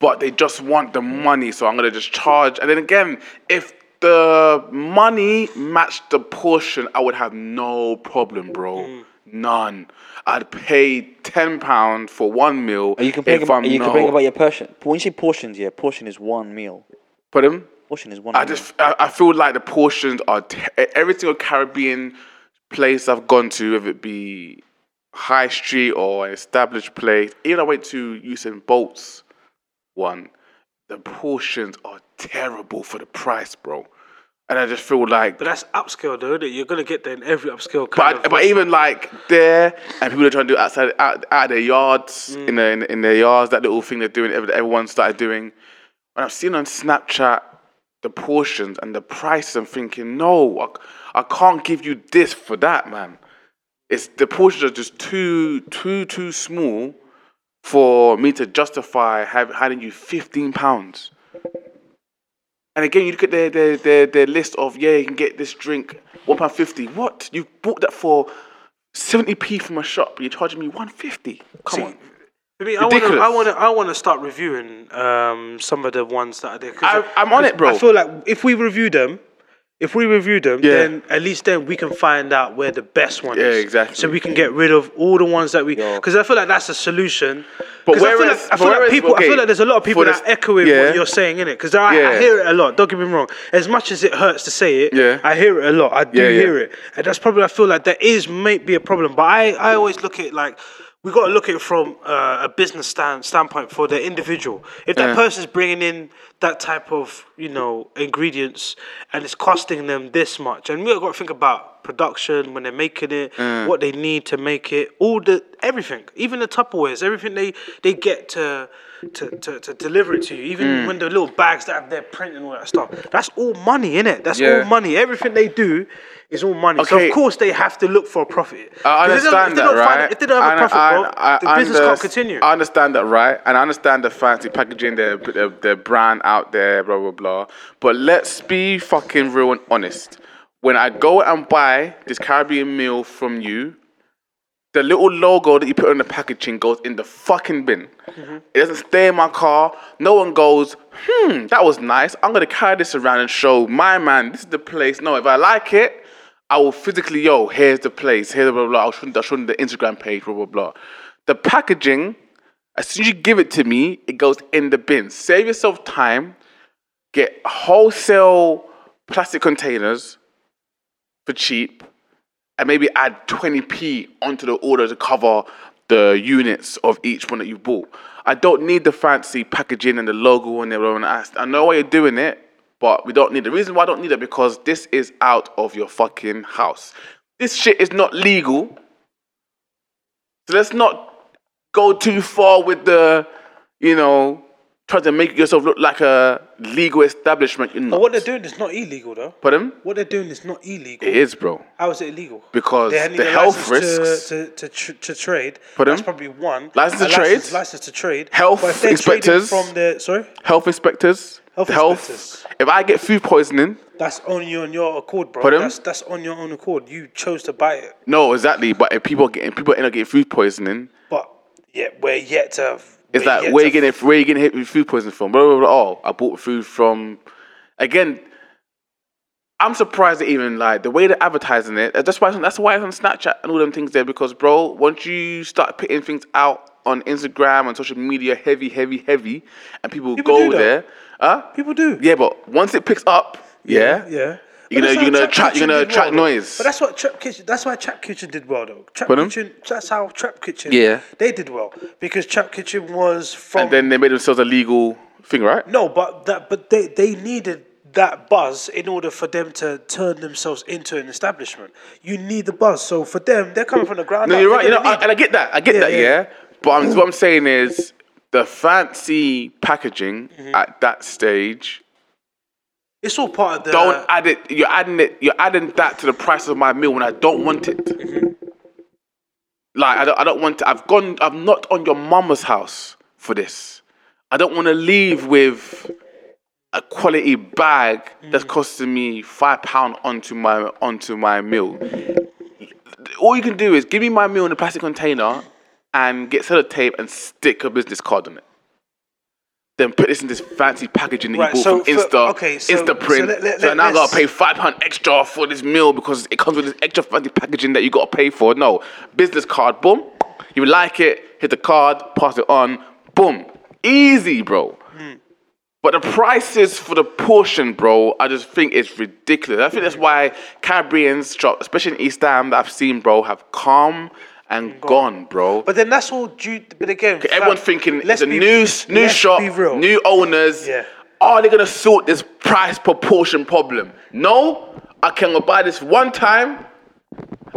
[SPEAKER 3] but they just want the money, so I'm gonna just charge. And then again, if the money matched the portion, I would have no problem, bro.
[SPEAKER 4] Mm-hmm.
[SPEAKER 3] None. I'd pay ten pound for one meal.
[SPEAKER 4] Are you complaining
[SPEAKER 3] if
[SPEAKER 4] about,
[SPEAKER 3] I'm
[SPEAKER 4] are you
[SPEAKER 3] not-
[SPEAKER 4] complaining about your portion? When you say portions, yeah, portion is one meal.
[SPEAKER 3] Pardon?
[SPEAKER 4] Portion is one.
[SPEAKER 3] I
[SPEAKER 4] meal.
[SPEAKER 3] just I, I feel like the portions are t- e, every single Caribbean place I've gone to, whether it be high street or an established place. Even I went to Usain Bolt's one. The portions are terrible for the price, bro. And I just feel like,
[SPEAKER 1] But
[SPEAKER 3] but,
[SPEAKER 1] that's upscale, though, innit? You're going to get that in every upscale
[SPEAKER 3] I-
[SPEAKER 1] kind
[SPEAKER 3] but,
[SPEAKER 1] of
[SPEAKER 3] even like there, and people are trying to do outside out, out of their yards in,
[SPEAKER 1] Mm.
[SPEAKER 3] their, in, in their yards. That little thing they're doing, every- everyone started doing. And I've seen on Snapchat the portions and the prices. I'm thinking, no, I, I can't give you this for that, man. It's the portions are just too, too, too small for me to justify have, handing you 15 pounds. And again, you look at their, their, their, their list of, yeah, you can get this drink, £1.50. What? You bought that for 70p from a shop, you're charging me 150 Come on.
[SPEAKER 1] I mean, I want to,
[SPEAKER 3] Ridiculous.
[SPEAKER 1] I want to, I want to start reviewing um, some of the ones that are there. 'cause
[SPEAKER 3] I- I'm on it, bro.
[SPEAKER 1] I feel like if we review them, if we review them,
[SPEAKER 3] Yeah.
[SPEAKER 1] then at least then we can find out where the best one
[SPEAKER 3] Yeah,
[SPEAKER 1] is.
[SPEAKER 3] exactly.
[SPEAKER 1] So we can get rid of all the ones that we, because I feel like that's a solution.
[SPEAKER 3] But
[SPEAKER 1] 'Cause I feel
[SPEAKER 3] whereas-
[SPEAKER 1] like, I feel
[SPEAKER 3] but
[SPEAKER 1] like
[SPEAKER 3] whereas-
[SPEAKER 1] people, I
[SPEAKER 3] okay,
[SPEAKER 1] feel like there's a lot of people
[SPEAKER 3] for
[SPEAKER 1] that
[SPEAKER 3] this-
[SPEAKER 1] are echoing
[SPEAKER 3] yeah.
[SPEAKER 1] what you're saying in it, because I, I
[SPEAKER 3] Yeah.
[SPEAKER 1] hear it a lot. Don't get me wrong. As much as it hurts to say it,
[SPEAKER 3] Yeah.
[SPEAKER 1] I hear it a lot. I do
[SPEAKER 3] Yeah, yeah.
[SPEAKER 1] hear it, and that's probably I feel like there is might be a problem. But I, I always look at it like we got to look at it from uh, a business stand, standpoint for the individual. If that person's bringing in that type of you know ingredients and it's costing them this much, and we've got to think about production when they're making it, what they need to make it, all the everything, even the Tupperwares, everything they they get to. To, to, to deliver it to you, even when the little bags that have their print and all that stuff, that's all money, in it. That's
[SPEAKER 3] Yeah.
[SPEAKER 1] all money. Everything they do is all money. So
[SPEAKER 3] Okay.
[SPEAKER 1] of course they have to look for a profit.
[SPEAKER 3] I
[SPEAKER 1] If they don't-
[SPEAKER 3] understand
[SPEAKER 1] if they
[SPEAKER 3] that,
[SPEAKER 1] don't find-
[SPEAKER 3] right?
[SPEAKER 1] If they don't have
[SPEAKER 3] And-
[SPEAKER 1] a profit,
[SPEAKER 3] and-
[SPEAKER 1] bro,
[SPEAKER 3] I-
[SPEAKER 1] the
[SPEAKER 3] I
[SPEAKER 1] business can't
[SPEAKER 3] unders-
[SPEAKER 1] continue.
[SPEAKER 3] I understand that, right? And I understand the fancy packaging, their, their, their brand out there, blah, blah, blah. But let's be fucking real and honest. When I go and buy this Caribbean meal from you, the little logo that you put on the packaging goes in the fucking bin. It doesn't stay in my car. No one goes, hmm, that was nice. I'm gonna carry this around and show my man this is the place. No, if I like it, I will physically, yo, here's the place, here's the blah blah blah. I'll show, I'll show them the Instagram page, blah blah blah. The packaging, as soon as you give it to me, it goes in the bin. Save yourself time, get wholesale plastic containers for cheap and maybe add 20p onto the order to cover the units of each one that you bought. I don't need the fancy packaging and the logo and everyone else. I know why you're doing it, but we don't need it. The reason why I don't need it because this is out of your fucking house. This shit is not legal. So let's not go too far with the, you know, trying to make yourself look like a legal establishment. You're
[SPEAKER 1] But
[SPEAKER 3] not.
[SPEAKER 1] what they're doing is not illegal, though.
[SPEAKER 3] Pardon?
[SPEAKER 1] What they're doing is not illegal.
[SPEAKER 3] It is, bro.
[SPEAKER 1] How is it illegal?
[SPEAKER 3] Because
[SPEAKER 1] They need
[SPEAKER 3] the
[SPEAKER 1] a
[SPEAKER 3] health
[SPEAKER 1] license
[SPEAKER 3] risks.
[SPEAKER 1] to, to, to, tr- to trade.
[SPEAKER 3] Pardon?
[SPEAKER 1] That's probably one.
[SPEAKER 3] License to
[SPEAKER 1] A
[SPEAKER 3] trade?
[SPEAKER 1] License to trade.
[SPEAKER 3] Health
[SPEAKER 1] But if they're trading
[SPEAKER 3] inspectors?
[SPEAKER 1] From the sorry,
[SPEAKER 3] health inspectors.
[SPEAKER 1] Health inspectors.
[SPEAKER 3] If I get food poisoning,
[SPEAKER 1] that's on you on your accord, bro.
[SPEAKER 3] Pardon?
[SPEAKER 1] That's that's on your own accord. You chose to buy it,
[SPEAKER 3] no, exactly. But if people are getting people end up getting food poisoning,
[SPEAKER 1] but yeah, we're yet to. we're
[SPEAKER 3] it's like
[SPEAKER 1] yet
[SPEAKER 3] where
[SPEAKER 1] to
[SPEAKER 3] you getting where you getting hit with food poisoning from? Blah blah blah. Oh, I bought food from. Again, I'm surprised that even like the way they're advertising it. That's why that's why it's on Snapchat and all them things there because bro, once you start putting things out on Instagram and social media, heavy, heavy, heavy, and people,
[SPEAKER 1] People
[SPEAKER 3] go
[SPEAKER 1] do that.
[SPEAKER 3] there, huh?
[SPEAKER 1] People do.
[SPEAKER 3] Yeah, but once it picks up, yeah,
[SPEAKER 1] Yeah. But
[SPEAKER 3] You know-
[SPEAKER 1] that's
[SPEAKER 3] you
[SPEAKER 1] how
[SPEAKER 3] know,
[SPEAKER 1] Trap
[SPEAKER 3] trap- you
[SPEAKER 1] Kitchen
[SPEAKER 3] know,
[SPEAKER 1] did
[SPEAKER 3] trap
[SPEAKER 1] well, though.
[SPEAKER 3] noise.
[SPEAKER 1] But that's what Trap Kitchen. That's why Trap Kitchen did well though. Trap
[SPEAKER 3] Pardon?
[SPEAKER 1] Kitchen. That's how Trap Kitchen.
[SPEAKER 3] Yeah.
[SPEAKER 1] They did well because Trap Kitchen was from.
[SPEAKER 3] and then they made themselves a legal thing, right?
[SPEAKER 1] no, but that but they they needed that buzz in order for them to turn themselves into an establishment. You need the buzz. So for them, they're coming from the ground.
[SPEAKER 3] No,
[SPEAKER 1] up.
[SPEAKER 3] you're
[SPEAKER 1] They're
[SPEAKER 3] right. You know,
[SPEAKER 1] gonna
[SPEAKER 3] I,
[SPEAKER 1] need-
[SPEAKER 3] and I get that. I get
[SPEAKER 1] Yeah,
[SPEAKER 3] that. Yeah.
[SPEAKER 1] yeah.
[SPEAKER 3] But I'm, what I'm saying is the fancy packaging at that stage.
[SPEAKER 1] it's all part of the.
[SPEAKER 3] Don't add it. You're adding it. You're adding that to the price of my meal when I don't want it. Like I don't. I don't want. To, I've gone. I'm not on your mama's house for this. I don't want to leave with a quality bag that's costing me five pound onto my onto my meal all you can do is give me my meal in a plastic container and get sellotape and stick a business card on it. Then put this in this fancy packaging that
[SPEAKER 1] Right,
[SPEAKER 3] you bought
[SPEAKER 1] so
[SPEAKER 3] from
[SPEAKER 1] for-
[SPEAKER 3] Insta,
[SPEAKER 1] okay, so-
[SPEAKER 3] Insta print. So,
[SPEAKER 1] so let- let-
[SPEAKER 3] now I gotta
[SPEAKER 1] let's-
[SPEAKER 3] pay five pound extra for this meal because it comes with this extra fancy packaging that you gotta pay for. No, business card, boom. You like it, hit the card, pass it on, boom. Easy, bro. But the prices for the portion, bro, I just think it's ridiculous. I think that's why Caribbean's shop, especially in East Ham, that I've seen, bro, have come and gone, bro.
[SPEAKER 1] But then that's all due. But again,
[SPEAKER 3] Everyone's
[SPEAKER 1] fam,
[SPEAKER 3] thinking
[SPEAKER 1] let's
[SPEAKER 3] it's a
[SPEAKER 1] be-
[SPEAKER 3] new new
[SPEAKER 1] let's
[SPEAKER 3] shop,
[SPEAKER 1] be real.
[SPEAKER 3] new owners.
[SPEAKER 1] Yeah.
[SPEAKER 3] Are they gonna sort this price proportion problem? No, I can buy this one time.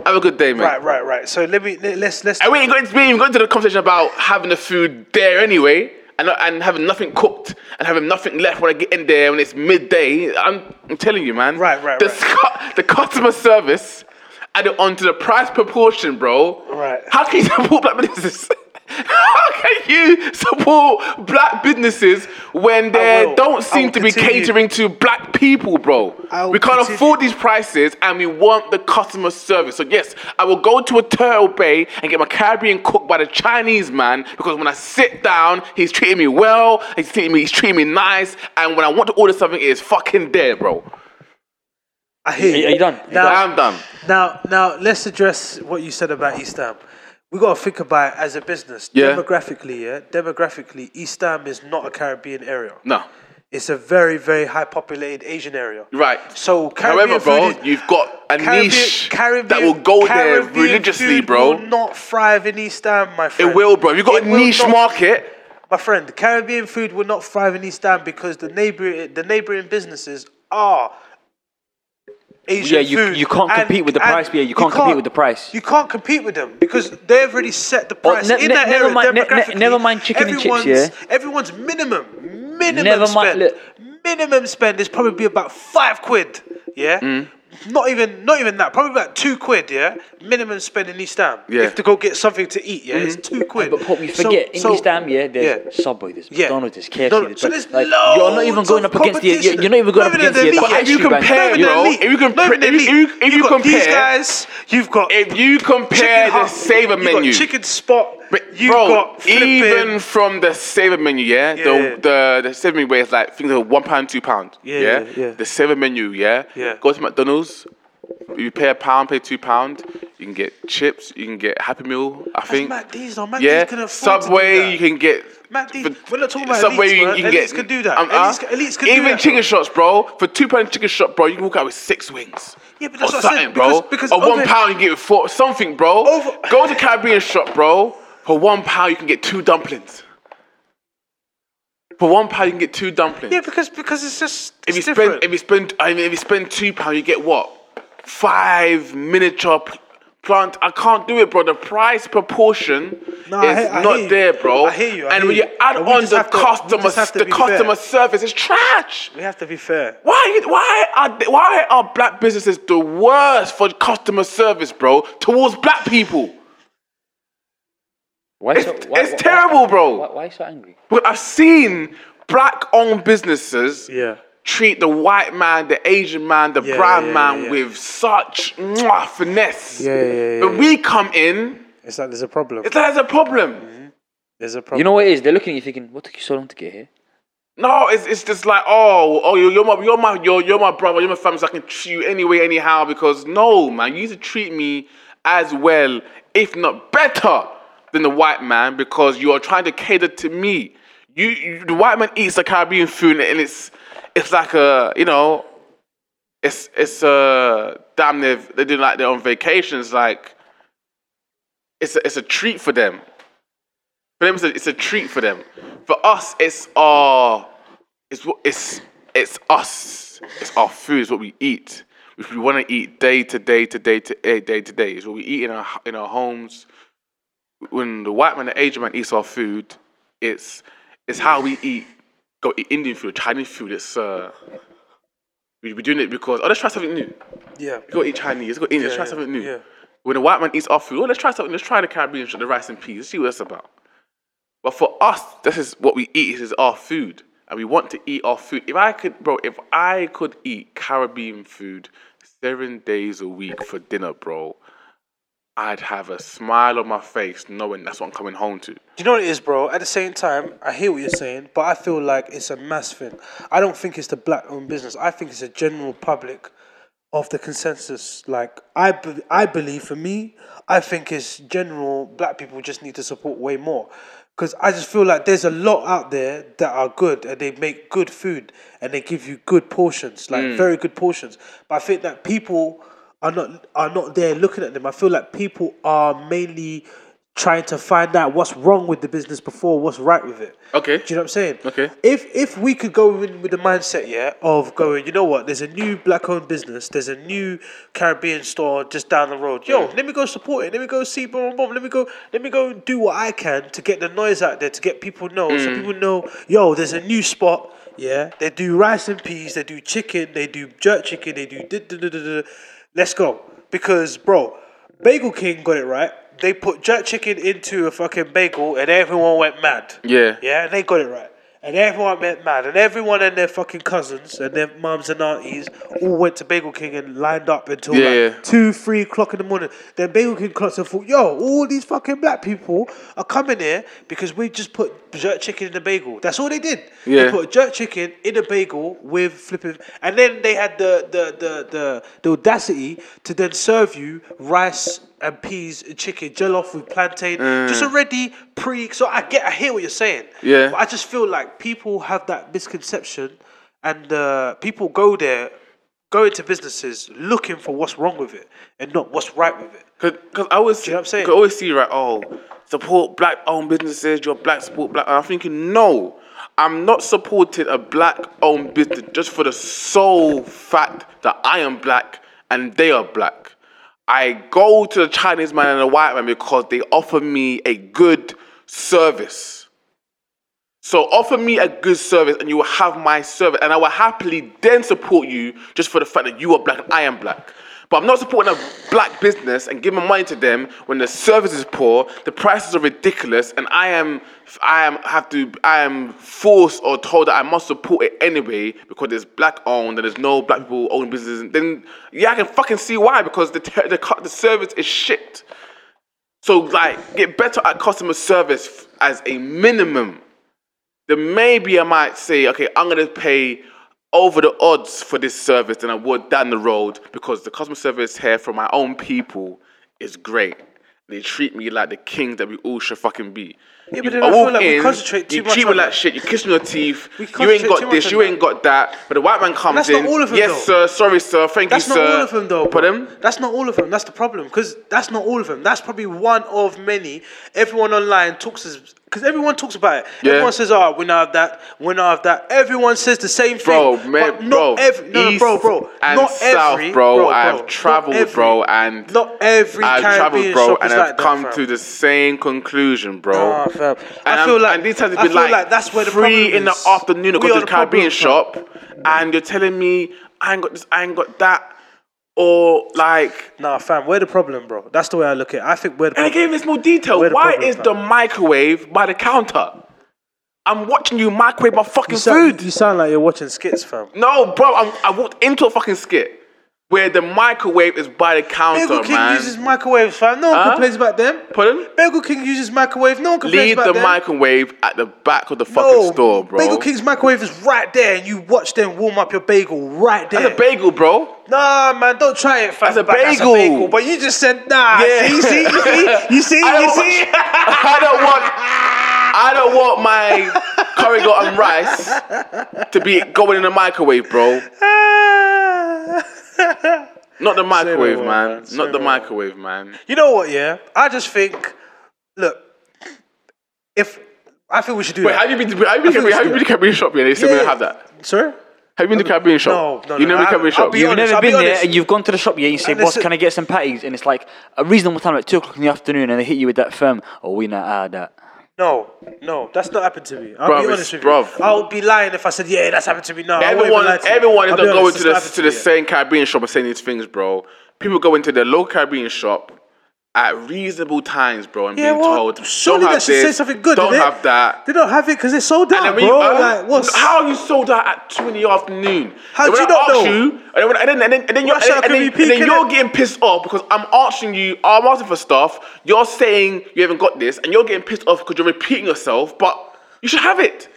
[SPEAKER 3] Have a good day, mate.
[SPEAKER 1] Right, right, right. So let me let, let's let's.
[SPEAKER 3] And we ain't going to we ain't going to the conversation about having the food there anyway, and not- and having nothing cooked and having nothing left when I get in there when it's midday. I'm, I'm telling you, man.
[SPEAKER 1] Right, right,
[SPEAKER 3] the
[SPEAKER 1] right.
[SPEAKER 3] scu- the customer service added onto the price proportion, bro.
[SPEAKER 1] Right.
[SPEAKER 3] How can you support black businesses? How can you support black businesses when they
[SPEAKER 1] will.
[SPEAKER 3] don't
[SPEAKER 1] I
[SPEAKER 3] seem
[SPEAKER 1] will
[SPEAKER 3] to be
[SPEAKER 1] continue.
[SPEAKER 3] catering to black people, bro?
[SPEAKER 1] I will
[SPEAKER 3] We can't
[SPEAKER 1] continue.
[SPEAKER 3] afford these prices and we want the customer service. So, yes, I will go to a Turtle Bay and get my Caribbean cooked by the Chinese man because when I sit down, he's treating me well, he's treating me, he's treating me nice, and when I want to order something, it's fucking there, bro.
[SPEAKER 1] I hear
[SPEAKER 4] Are you done? Are you
[SPEAKER 1] Now-
[SPEAKER 3] I'm done.
[SPEAKER 1] Now, now let's address what you said about East Ham. We got to think about it as a business
[SPEAKER 3] Yeah.
[SPEAKER 1] demographically. Yeah, demographically, East Ham is not a Caribbean area.
[SPEAKER 3] No.
[SPEAKER 1] it's a very, very high populated Asian area.
[SPEAKER 3] Right.
[SPEAKER 1] So Caribbean
[SPEAKER 3] However, bro,
[SPEAKER 1] food is-
[SPEAKER 3] you've got a
[SPEAKER 1] Caribbean-
[SPEAKER 3] niche
[SPEAKER 1] Caribbean-
[SPEAKER 3] that will go
[SPEAKER 1] Caribbean
[SPEAKER 3] there religiously,
[SPEAKER 1] food
[SPEAKER 3] bro.
[SPEAKER 1] Will not thrive in East Ham, my friend.
[SPEAKER 3] it will, bro. You've got
[SPEAKER 1] It
[SPEAKER 3] a
[SPEAKER 1] will
[SPEAKER 3] niche
[SPEAKER 1] not-
[SPEAKER 3] market.
[SPEAKER 1] my friend. Caribbean food will not thrive in East Ham because the neighbor, the neighboring businesses are. Asian
[SPEAKER 4] Yeah, you-
[SPEAKER 1] food
[SPEAKER 4] you can't
[SPEAKER 1] and-
[SPEAKER 4] compete with the
[SPEAKER 1] and
[SPEAKER 4] price, yeah, you can't compete with the price.
[SPEAKER 1] You can't compete with them because they've already set the price
[SPEAKER 4] ne-
[SPEAKER 1] in
[SPEAKER 4] ne-
[SPEAKER 1] that
[SPEAKER 4] never
[SPEAKER 1] area.
[SPEAKER 4] mind- ne- ne-
[SPEAKER 1] demographically.
[SPEAKER 4] never mind chicken and chips,
[SPEAKER 1] everyone's,
[SPEAKER 4] yeah?
[SPEAKER 1] Everyone's minimum, minimum
[SPEAKER 4] Never
[SPEAKER 1] spend,
[SPEAKER 4] mind- look.
[SPEAKER 1] minimum spend is probably about five quid. Yeah.
[SPEAKER 4] Mm.
[SPEAKER 1] Not even, not even that. Probably about two quid, yeah. Minimum spend in East Ham.
[SPEAKER 3] Yeah.
[SPEAKER 1] If to go get something to eat, yeah, it's
[SPEAKER 4] Mm-hmm.
[SPEAKER 1] two quid.
[SPEAKER 4] But Pop, you
[SPEAKER 1] So-
[SPEAKER 4] forget in
[SPEAKER 1] so-
[SPEAKER 4] East Ham, yeah, there's
[SPEAKER 1] yeah.
[SPEAKER 4] Subway, there's
[SPEAKER 1] Yeah.
[SPEAKER 4] McDonald's, there's KFC.
[SPEAKER 1] No,
[SPEAKER 4] there's
[SPEAKER 1] so
[SPEAKER 4] Bur-
[SPEAKER 1] there's
[SPEAKER 4] like, you're not even
[SPEAKER 1] loads
[SPEAKER 4] going
[SPEAKER 1] of
[SPEAKER 4] up against the you're,
[SPEAKER 1] competition.
[SPEAKER 4] you're not even going up
[SPEAKER 1] Not even
[SPEAKER 4] against the,
[SPEAKER 1] elite.
[SPEAKER 4] the
[SPEAKER 1] But
[SPEAKER 3] if you
[SPEAKER 4] actual
[SPEAKER 3] compare,
[SPEAKER 4] band,
[SPEAKER 1] Not
[SPEAKER 4] you
[SPEAKER 1] even
[SPEAKER 4] know.
[SPEAKER 3] bro,
[SPEAKER 1] elite.
[SPEAKER 3] if you can
[SPEAKER 1] Not
[SPEAKER 3] pre-
[SPEAKER 1] even
[SPEAKER 3] if you-
[SPEAKER 1] elite.
[SPEAKER 3] if you- if
[SPEAKER 1] You've
[SPEAKER 3] you
[SPEAKER 1] got these
[SPEAKER 3] compare-
[SPEAKER 1] guys, you've got
[SPEAKER 3] If you compare the
[SPEAKER 1] Hut,
[SPEAKER 3] saver
[SPEAKER 1] you've got
[SPEAKER 3] menu,
[SPEAKER 1] chicken spot,
[SPEAKER 3] But
[SPEAKER 1] you've
[SPEAKER 3] bro,
[SPEAKER 1] got flipping.
[SPEAKER 3] even from the saver menu, yeah,
[SPEAKER 1] Yeah.
[SPEAKER 3] the the the saver menu where it's like things are one pound, two pound,
[SPEAKER 1] Yeah,
[SPEAKER 3] yeah,
[SPEAKER 1] yeah, yeah.
[SPEAKER 3] the saver menu, yeah,
[SPEAKER 1] Yeah.
[SPEAKER 3] Go to McDonald's, you pay a pound, pay two pound, you can get chips, you can get Happy Meal, I think.
[SPEAKER 1] Matt D's though. Matt
[SPEAKER 3] yeah,
[SPEAKER 1] D's can afford to do
[SPEAKER 3] Subway,
[SPEAKER 1] that.
[SPEAKER 3] you can get.
[SPEAKER 1] Matt D's-
[SPEAKER 3] for-
[SPEAKER 1] we're not talking about
[SPEAKER 3] Subway,
[SPEAKER 1] elites,
[SPEAKER 3] you,
[SPEAKER 1] bro.
[SPEAKER 3] you can
[SPEAKER 1] Elites
[SPEAKER 3] get.
[SPEAKER 1] can do that.
[SPEAKER 3] Um, uh,
[SPEAKER 1] Elites can- elites can do
[SPEAKER 3] even
[SPEAKER 1] that,
[SPEAKER 3] chicken
[SPEAKER 1] bro.
[SPEAKER 3] shots, bro. For two pound chicken shop, bro, you can walk out with six wings.
[SPEAKER 1] Yeah, but that's
[SPEAKER 3] or
[SPEAKER 1] what I said,
[SPEAKER 3] something, bro.
[SPEAKER 1] because- because
[SPEAKER 3] or
[SPEAKER 1] over-
[SPEAKER 3] one pound, you get four something, bro.
[SPEAKER 1] Over-
[SPEAKER 3] Go to Caribbean shop, bro. For one pound, you can get two dumplings. For one pound, you can get two dumplings.
[SPEAKER 1] yeah, because because it's just
[SPEAKER 3] if
[SPEAKER 1] it's
[SPEAKER 3] you
[SPEAKER 1] different.
[SPEAKER 3] spend, if you spend, I mean, if you spend two pound, you get what? Five miniature pl- plant. I can't do it, bro. The price proportion
[SPEAKER 1] No, I
[SPEAKER 3] is
[SPEAKER 1] hear- I
[SPEAKER 3] not
[SPEAKER 1] hear you.
[SPEAKER 3] there, bro.
[SPEAKER 1] I hear you, I
[SPEAKER 3] and
[SPEAKER 1] hear
[SPEAKER 3] when
[SPEAKER 1] you.
[SPEAKER 3] you add
[SPEAKER 1] But we
[SPEAKER 3] on
[SPEAKER 1] just
[SPEAKER 3] the
[SPEAKER 1] have to- we
[SPEAKER 3] customer,
[SPEAKER 1] just have to
[SPEAKER 3] the
[SPEAKER 1] be fair.
[SPEAKER 3] customer service, it's trash.
[SPEAKER 1] we have to be fair.
[SPEAKER 3] Why, why are why are black businesses the worst for customer service, bro? Towards black people,
[SPEAKER 4] Why so,
[SPEAKER 3] It's- it's terrible, bro.
[SPEAKER 4] Why, why are you so angry?
[SPEAKER 3] but I've seen black-owned businesses
[SPEAKER 1] Yeah.
[SPEAKER 3] treat the white man, the Asian man, the
[SPEAKER 1] Yeah,
[SPEAKER 3] brown
[SPEAKER 1] yeah,
[SPEAKER 3] man
[SPEAKER 1] yeah, yeah.
[SPEAKER 3] with such mwah, finesse.
[SPEAKER 1] Yeah, yeah, yeah,
[SPEAKER 3] But
[SPEAKER 1] yeah.
[SPEAKER 3] we come in,
[SPEAKER 1] It's like there's a problem.
[SPEAKER 3] it's like there's a problem.
[SPEAKER 1] There's a
[SPEAKER 4] You
[SPEAKER 1] problem.
[SPEAKER 4] know what it is? They're looking at you thinking, what took you so long to get here?
[SPEAKER 3] No, it's, it's just like oh oh you're, you're my you're my you're, you're my brother, you're my family, so I can treat you anyway anyhow because no man, you used to treat me as well, if not better than the white man because you are trying to cater to me. You, you the white man eats the Caribbean food and it's it's like a you know it's it's uh damn near they do like their own vacations like it's a, it's a treat for them. For them, it's a, it's a treat for them. For us, it's our, it's what it's it's us. It's our food. It's what we eat. Which we want to eat day to day to day to day day to day. It's what we eat in our h- in our homes. When the white man, the Asian man eats our food, it's it's how we eat. Go eat Indian food, Chinese food. It's uh, we we doing it because oh, let's try something new.
[SPEAKER 1] Yeah.
[SPEAKER 3] Go eat Chinese. Go Indian. let's try
[SPEAKER 1] yeah,
[SPEAKER 3] something new.
[SPEAKER 1] yeah.
[SPEAKER 3] When the white man eats our food, oh, let's try something. Let's try the Caribbean shit, the rice and peas. Let's see what that's about. But for us, this is what we eat. This is our food, and we want to eat our food. If I could, bro, if I could eat Caribbean food seven days a week for dinner, bro, I'd have a smile on my face knowing that's what I'm coming home to.
[SPEAKER 1] You know what it is, bro? At the same time, I hear what you're saying, but I feel like it's a mass thing. I don't think it's the black owned business. I think it's a general public of the consensus. Like, I, be- I believe, for me, I think it's general black people just need to support way more. Because I just feel like there's a lot out there that are good and they make good food and they give you good portions, like very good portions. But I think that people are not are not there looking at them. I feel like people are mainly trying to find out what's wrong with the business before what's right with it.
[SPEAKER 3] Okay.
[SPEAKER 1] Do you know what I'm saying?
[SPEAKER 3] Okay.
[SPEAKER 1] If if we could go in with the mindset, yeah, of going, you know what, there's a new black owned business, there's a new Caribbean store just down the road. Yo, let me go support it, let me go see boom boom, let me go let me go do what I can to get the noise out there, to get people know, so people know, yo, there's a new spot, yeah. They do rice and peas, they do chicken, they do jerk chicken, they do da da da da da. Let's go. Because bro, Bagel King got it right. They put jerk chicken into a fucking bagel and everyone went mad.
[SPEAKER 3] Yeah.
[SPEAKER 1] Yeah, and they got it right. And everyone went mad. And everyone and their fucking cousins and their mums and aunties all went to Bagel King and lined up until
[SPEAKER 3] Yeah,
[SPEAKER 1] like
[SPEAKER 3] yeah.
[SPEAKER 1] two, three o'clock in the morning. Then Bagel King clocks and thought, yo, all these fucking black people are coming here because we just put jerk chicken in the bagel. That's all they did. They
[SPEAKER 3] Yeah.
[SPEAKER 1] put jerk chicken in a bagel with flipping and then they had the the the the, the audacity to then serve you rice and peas and chicken jollof with plantain. Just already pre so I get I hear what you're saying.
[SPEAKER 3] Yeah.
[SPEAKER 1] But I just feel like like people have that misconception, and uh, people go there, go into businesses looking for what's wrong with it and not what's right with it.
[SPEAKER 3] Because I always,
[SPEAKER 1] you know what I'm saying?
[SPEAKER 3] 'cause I always see right, oh, support black owned businesses. Your black support black. I'm thinking, no, I'm not supporting a black owned business just for the sole fact that I am black and they are black. I go to the Chinese man and the white man because they offer me a good service. So offer me a good service and you will have my service and I will happily then support you just for the fact that you are black and I am black. But I'm not supporting a black business and giving money to them when the service is poor, the prices are ridiculous, and I am I am have to I am forced or told that I must support it anyway because it's black owned and there's no black people owning businesses. Then yeah, I can fucking see why because the ter- the, cu- the service is shit. So like get better at customer service f- as a minimum then maybe I might say, okay, I'm gonna pay over the odds for this service than I would down the road because the customer service here from my own people is great. They treat me like the king that we all should fucking be. Yeah,
[SPEAKER 1] but then I feel like we concentrate too
[SPEAKER 3] you
[SPEAKER 1] much
[SPEAKER 3] treat me
[SPEAKER 1] on
[SPEAKER 3] like
[SPEAKER 1] that.
[SPEAKER 3] shit. You kiss me on your teeth.
[SPEAKER 1] We
[SPEAKER 3] You ain't
[SPEAKER 1] concentrate too
[SPEAKER 3] got
[SPEAKER 1] much
[SPEAKER 3] this.
[SPEAKER 1] on
[SPEAKER 3] You
[SPEAKER 1] that.
[SPEAKER 3] ain't got that. But the white man comes
[SPEAKER 1] that's not
[SPEAKER 3] in.
[SPEAKER 1] all of them,
[SPEAKER 3] yes,
[SPEAKER 1] though.
[SPEAKER 3] sir. Sorry, sir. Thank
[SPEAKER 1] That's
[SPEAKER 3] you,
[SPEAKER 1] not
[SPEAKER 3] sir.
[SPEAKER 1] all of them, though. bro.
[SPEAKER 3] uh, Pardon?
[SPEAKER 1] That's not all of them. That's the problem. Because that's not all of them. That's probably one of many. Everyone online talks as because everyone talks about it.
[SPEAKER 3] Yeah.
[SPEAKER 1] Everyone says, "Oh, we now have that. We now have that." Everyone says the same
[SPEAKER 3] Bro,
[SPEAKER 1] thing.
[SPEAKER 3] man,
[SPEAKER 1] but not
[SPEAKER 3] bro,
[SPEAKER 1] every, no, no,
[SPEAKER 3] east
[SPEAKER 1] bro, bro,
[SPEAKER 3] and
[SPEAKER 1] not
[SPEAKER 3] south,
[SPEAKER 1] every,
[SPEAKER 3] bro,
[SPEAKER 1] bro,
[SPEAKER 3] I've
[SPEAKER 1] bro, not
[SPEAKER 3] travelled,
[SPEAKER 1] every-
[SPEAKER 3] bro, and
[SPEAKER 1] not every
[SPEAKER 3] I've
[SPEAKER 1] Caribbean
[SPEAKER 3] traveled, bro,
[SPEAKER 1] shop
[SPEAKER 3] and
[SPEAKER 1] is
[SPEAKER 3] I've
[SPEAKER 1] like that,
[SPEAKER 3] come
[SPEAKER 1] fam.
[SPEAKER 3] to the same conclusion, bro.
[SPEAKER 1] Nah, fam.
[SPEAKER 3] And
[SPEAKER 1] I feel
[SPEAKER 3] I'm-
[SPEAKER 1] like
[SPEAKER 3] and these times it's
[SPEAKER 1] I
[SPEAKER 3] been
[SPEAKER 1] feel
[SPEAKER 3] like,
[SPEAKER 1] like that's where the
[SPEAKER 3] three
[SPEAKER 1] problem
[SPEAKER 3] in the
[SPEAKER 1] is.
[SPEAKER 3] afternoon. I
[SPEAKER 1] We are
[SPEAKER 3] go to
[SPEAKER 1] the
[SPEAKER 3] the
[SPEAKER 1] problem, fam.
[SPEAKER 3] Caribbean shop, and you're telling me I ain't got this, I ain't got that, or like.
[SPEAKER 1] Nah, fam, we're the problem, bro. That's the way I look at it. I think we're the
[SPEAKER 3] And I
[SPEAKER 1] problem.
[SPEAKER 3] gave this more detail.
[SPEAKER 1] Where the
[SPEAKER 3] Why
[SPEAKER 1] problem
[SPEAKER 3] is
[SPEAKER 1] from?
[SPEAKER 3] the microwave by the counter? I'm watching you microwave my fucking
[SPEAKER 1] you sound,
[SPEAKER 3] food.
[SPEAKER 1] You sound like you're watching skits, fam.
[SPEAKER 3] No, bro, I'm, I walked into a fucking skit where the microwave is by the counter,
[SPEAKER 1] Bagel King
[SPEAKER 3] man.
[SPEAKER 1] uses microwaves, fam. No one
[SPEAKER 3] Huh?
[SPEAKER 1] complains about them.
[SPEAKER 3] Pardon?
[SPEAKER 1] Bagel King uses microwave. No one complains
[SPEAKER 3] Leave
[SPEAKER 1] about
[SPEAKER 3] the
[SPEAKER 1] them.
[SPEAKER 3] microwave at the back of the fucking
[SPEAKER 1] No,
[SPEAKER 3] store, bro.
[SPEAKER 1] Bagel King's microwave is right there, and you watch them warm up your bagel right there.
[SPEAKER 3] That's a bagel, bro.
[SPEAKER 1] nah, man, don't try it, fam.
[SPEAKER 3] That's a
[SPEAKER 1] But
[SPEAKER 3] bagel.
[SPEAKER 1] But you just said nah.
[SPEAKER 3] Yeah.
[SPEAKER 1] See, see, you see, you see,
[SPEAKER 3] I
[SPEAKER 1] you
[SPEAKER 3] don't,
[SPEAKER 1] see.
[SPEAKER 3] want, I don't want. I don't want my curry goat and rice to be going in the microwave, bro.
[SPEAKER 1] Ah.
[SPEAKER 3] Not the microwave,
[SPEAKER 1] word, man.
[SPEAKER 3] man.
[SPEAKER 1] Say
[SPEAKER 3] Not
[SPEAKER 1] the
[SPEAKER 3] the microwave, man.
[SPEAKER 1] you know what? Yeah, I just think, look, if I think we should do
[SPEAKER 3] Wait,
[SPEAKER 1] that.
[SPEAKER 3] have you been? To, have you been?
[SPEAKER 1] it's
[SPEAKER 3] To, have you been to Caribbean shop yet? They still don't have that.
[SPEAKER 1] Sorry.
[SPEAKER 3] Have you been to Caribbean
[SPEAKER 1] No,
[SPEAKER 3] shop?
[SPEAKER 1] no,
[SPEAKER 3] You
[SPEAKER 1] no,
[SPEAKER 3] never
[SPEAKER 1] I-
[SPEAKER 3] Caribbean
[SPEAKER 1] I'll
[SPEAKER 3] shop.
[SPEAKER 1] be
[SPEAKER 3] You
[SPEAKER 1] honest.
[SPEAKER 4] You've
[SPEAKER 1] I'll
[SPEAKER 4] never
[SPEAKER 1] be
[SPEAKER 4] been there
[SPEAKER 1] honest.
[SPEAKER 4] and you've gone to the shop, yeah, and you say,
[SPEAKER 1] And
[SPEAKER 4] boss,
[SPEAKER 1] listen-
[SPEAKER 4] can I get some patties? And it's like a reasonable time, like 2 o'clock in the afternoon, and they hit you with that firm, oh, we not had that.
[SPEAKER 1] No, no, that's not happened to me. I'll
[SPEAKER 3] Bruv,
[SPEAKER 1] be
[SPEAKER 3] it's-
[SPEAKER 1] honest with
[SPEAKER 3] bruv.
[SPEAKER 1] you. I would be lying if I said, yeah, that's happened to me. No, I won't even
[SPEAKER 3] Everyone,
[SPEAKER 1] lie to you.
[SPEAKER 3] everyone is
[SPEAKER 1] I'll
[SPEAKER 3] not
[SPEAKER 1] be
[SPEAKER 3] going
[SPEAKER 1] honest,
[SPEAKER 3] to
[SPEAKER 1] it's
[SPEAKER 3] the
[SPEAKER 1] happened
[SPEAKER 3] to the
[SPEAKER 1] me yet.
[SPEAKER 3] same Caribbean shop and saying these things, bro. People go into their local Caribbean shop at reasonable times, bro, and
[SPEAKER 1] Yeah,
[SPEAKER 3] being
[SPEAKER 1] well,
[SPEAKER 3] told,
[SPEAKER 1] surely
[SPEAKER 3] "Don't
[SPEAKER 1] that
[SPEAKER 3] have
[SPEAKER 1] should
[SPEAKER 3] this,
[SPEAKER 1] say something good.
[SPEAKER 3] don't
[SPEAKER 1] didn't it?
[SPEAKER 3] have that."
[SPEAKER 1] They don't have it because it's sold
[SPEAKER 3] And
[SPEAKER 1] out,
[SPEAKER 3] then
[SPEAKER 1] bro.
[SPEAKER 3] when you, uh,
[SPEAKER 1] like, what's
[SPEAKER 3] how you sold out at two in the afternoon?
[SPEAKER 1] How
[SPEAKER 3] And
[SPEAKER 1] do
[SPEAKER 3] when
[SPEAKER 1] you
[SPEAKER 3] I
[SPEAKER 1] not
[SPEAKER 3] ask
[SPEAKER 1] know?
[SPEAKER 3] You, and, then, and then and then and then you're,
[SPEAKER 1] Rush hour
[SPEAKER 3] and,
[SPEAKER 1] could
[SPEAKER 3] then,
[SPEAKER 1] be
[SPEAKER 3] and then
[SPEAKER 1] peaking
[SPEAKER 3] you're
[SPEAKER 1] it.
[SPEAKER 3] getting pissed off because I'm asking you, I'm asking for stuff. You're saying you haven't got this, and you're getting pissed off because you're repeating yourself. But you should have it,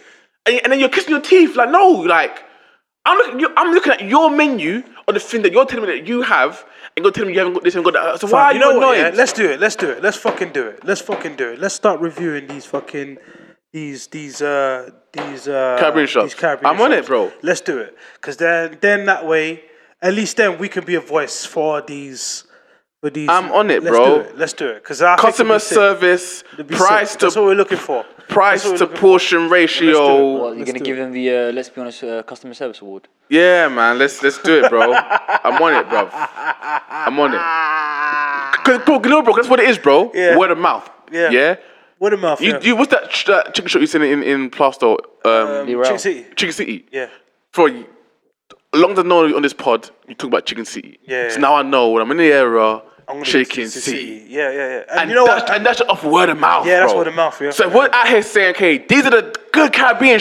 [SPEAKER 3] and, and then you're kissing your teeth like no, like I'm looking, you, I'm looking at your menu on the thing that you're telling me that you have, and you're telling me you haven't got this and got that. So why are
[SPEAKER 1] you
[SPEAKER 3] you,
[SPEAKER 1] know what?
[SPEAKER 3] annoyed?
[SPEAKER 1] Yeah? Let's do it. Let's do it. Let's fucking do it. Let's fucking do it. Let's start reviewing these fucking these these uh these uh
[SPEAKER 3] Caribbean shops.
[SPEAKER 1] These Caribbean
[SPEAKER 3] I'm on it,
[SPEAKER 1] shops.
[SPEAKER 3] bro.
[SPEAKER 1] Let's do it. Cause then then that way, at least then we can be a voice for these for these.
[SPEAKER 3] I'm on it,
[SPEAKER 1] Let's
[SPEAKER 3] bro.
[SPEAKER 1] Do it. Let's do it. Cause I think
[SPEAKER 3] Customer
[SPEAKER 1] it'd be sick.
[SPEAKER 3] service,
[SPEAKER 1] It'd be
[SPEAKER 3] price
[SPEAKER 1] sick. That's what
[SPEAKER 3] to
[SPEAKER 1] we're looking for.
[SPEAKER 3] price
[SPEAKER 1] That's what
[SPEAKER 3] to
[SPEAKER 1] we're looking for.
[SPEAKER 3] portion ratio.
[SPEAKER 4] Well, you're
[SPEAKER 1] Let's
[SPEAKER 4] going to
[SPEAKER 1] do
[SPEAKER 4] give
[SPEAKER 1] it.
[SPEAKER 4] them the, uh, let's be honest, uh, customer service award.
[SPEAKER 3] Yeah, man, let's let's do it, bro. I'm on it, bro. I'm on it. Cause, bro, you know, bro, that's what it is, bro.
[SPEAKER 1] Yeah.
[SPEAKER 3] Word of mouth.
[SPEAKER 1] Yeah.
[SPEAKER 3] Yeah.
[SPEAKER 1] Word of mouth.
[SPEAKER 3] You,
[SPEAKER 1] yeah.
[SPEAKER 3] you what's that, ch- that chicken shop you seen in in Plaster? Um,
[SPEAKER 4] Leroy.
[SPEAKER 1] Chick City.
[SPEAKER 3] chicken City.
[SPEAKER 1] Yeah.
[SPEAKER 3] For long as I know you on this pod, you talk about Chicken City.
[SPEAKER 1] Yeah.
[SPEAKER 3] So now I know when I'm in the area,
[SPEAKER 1] I'm gonna go to
[SPEAKER 3] Chicken City.
[SPEAKER 1] Yeah, yeah, yeah. And,
[SPEAKER 3] And
[SPEAKER 1] you know
[SPEAKER 3] that's,
[SPEAKER 1] what?
[SPEAKER 3] And that's off word of mouth.
[SPEAKER 1] Yeah, that's
[SPEAKER 3] bro.
[SPEAKER 1] word of mouth, yeah.
[SPEAKER 3] So if we're out here saying, okay, these are the good Caribbean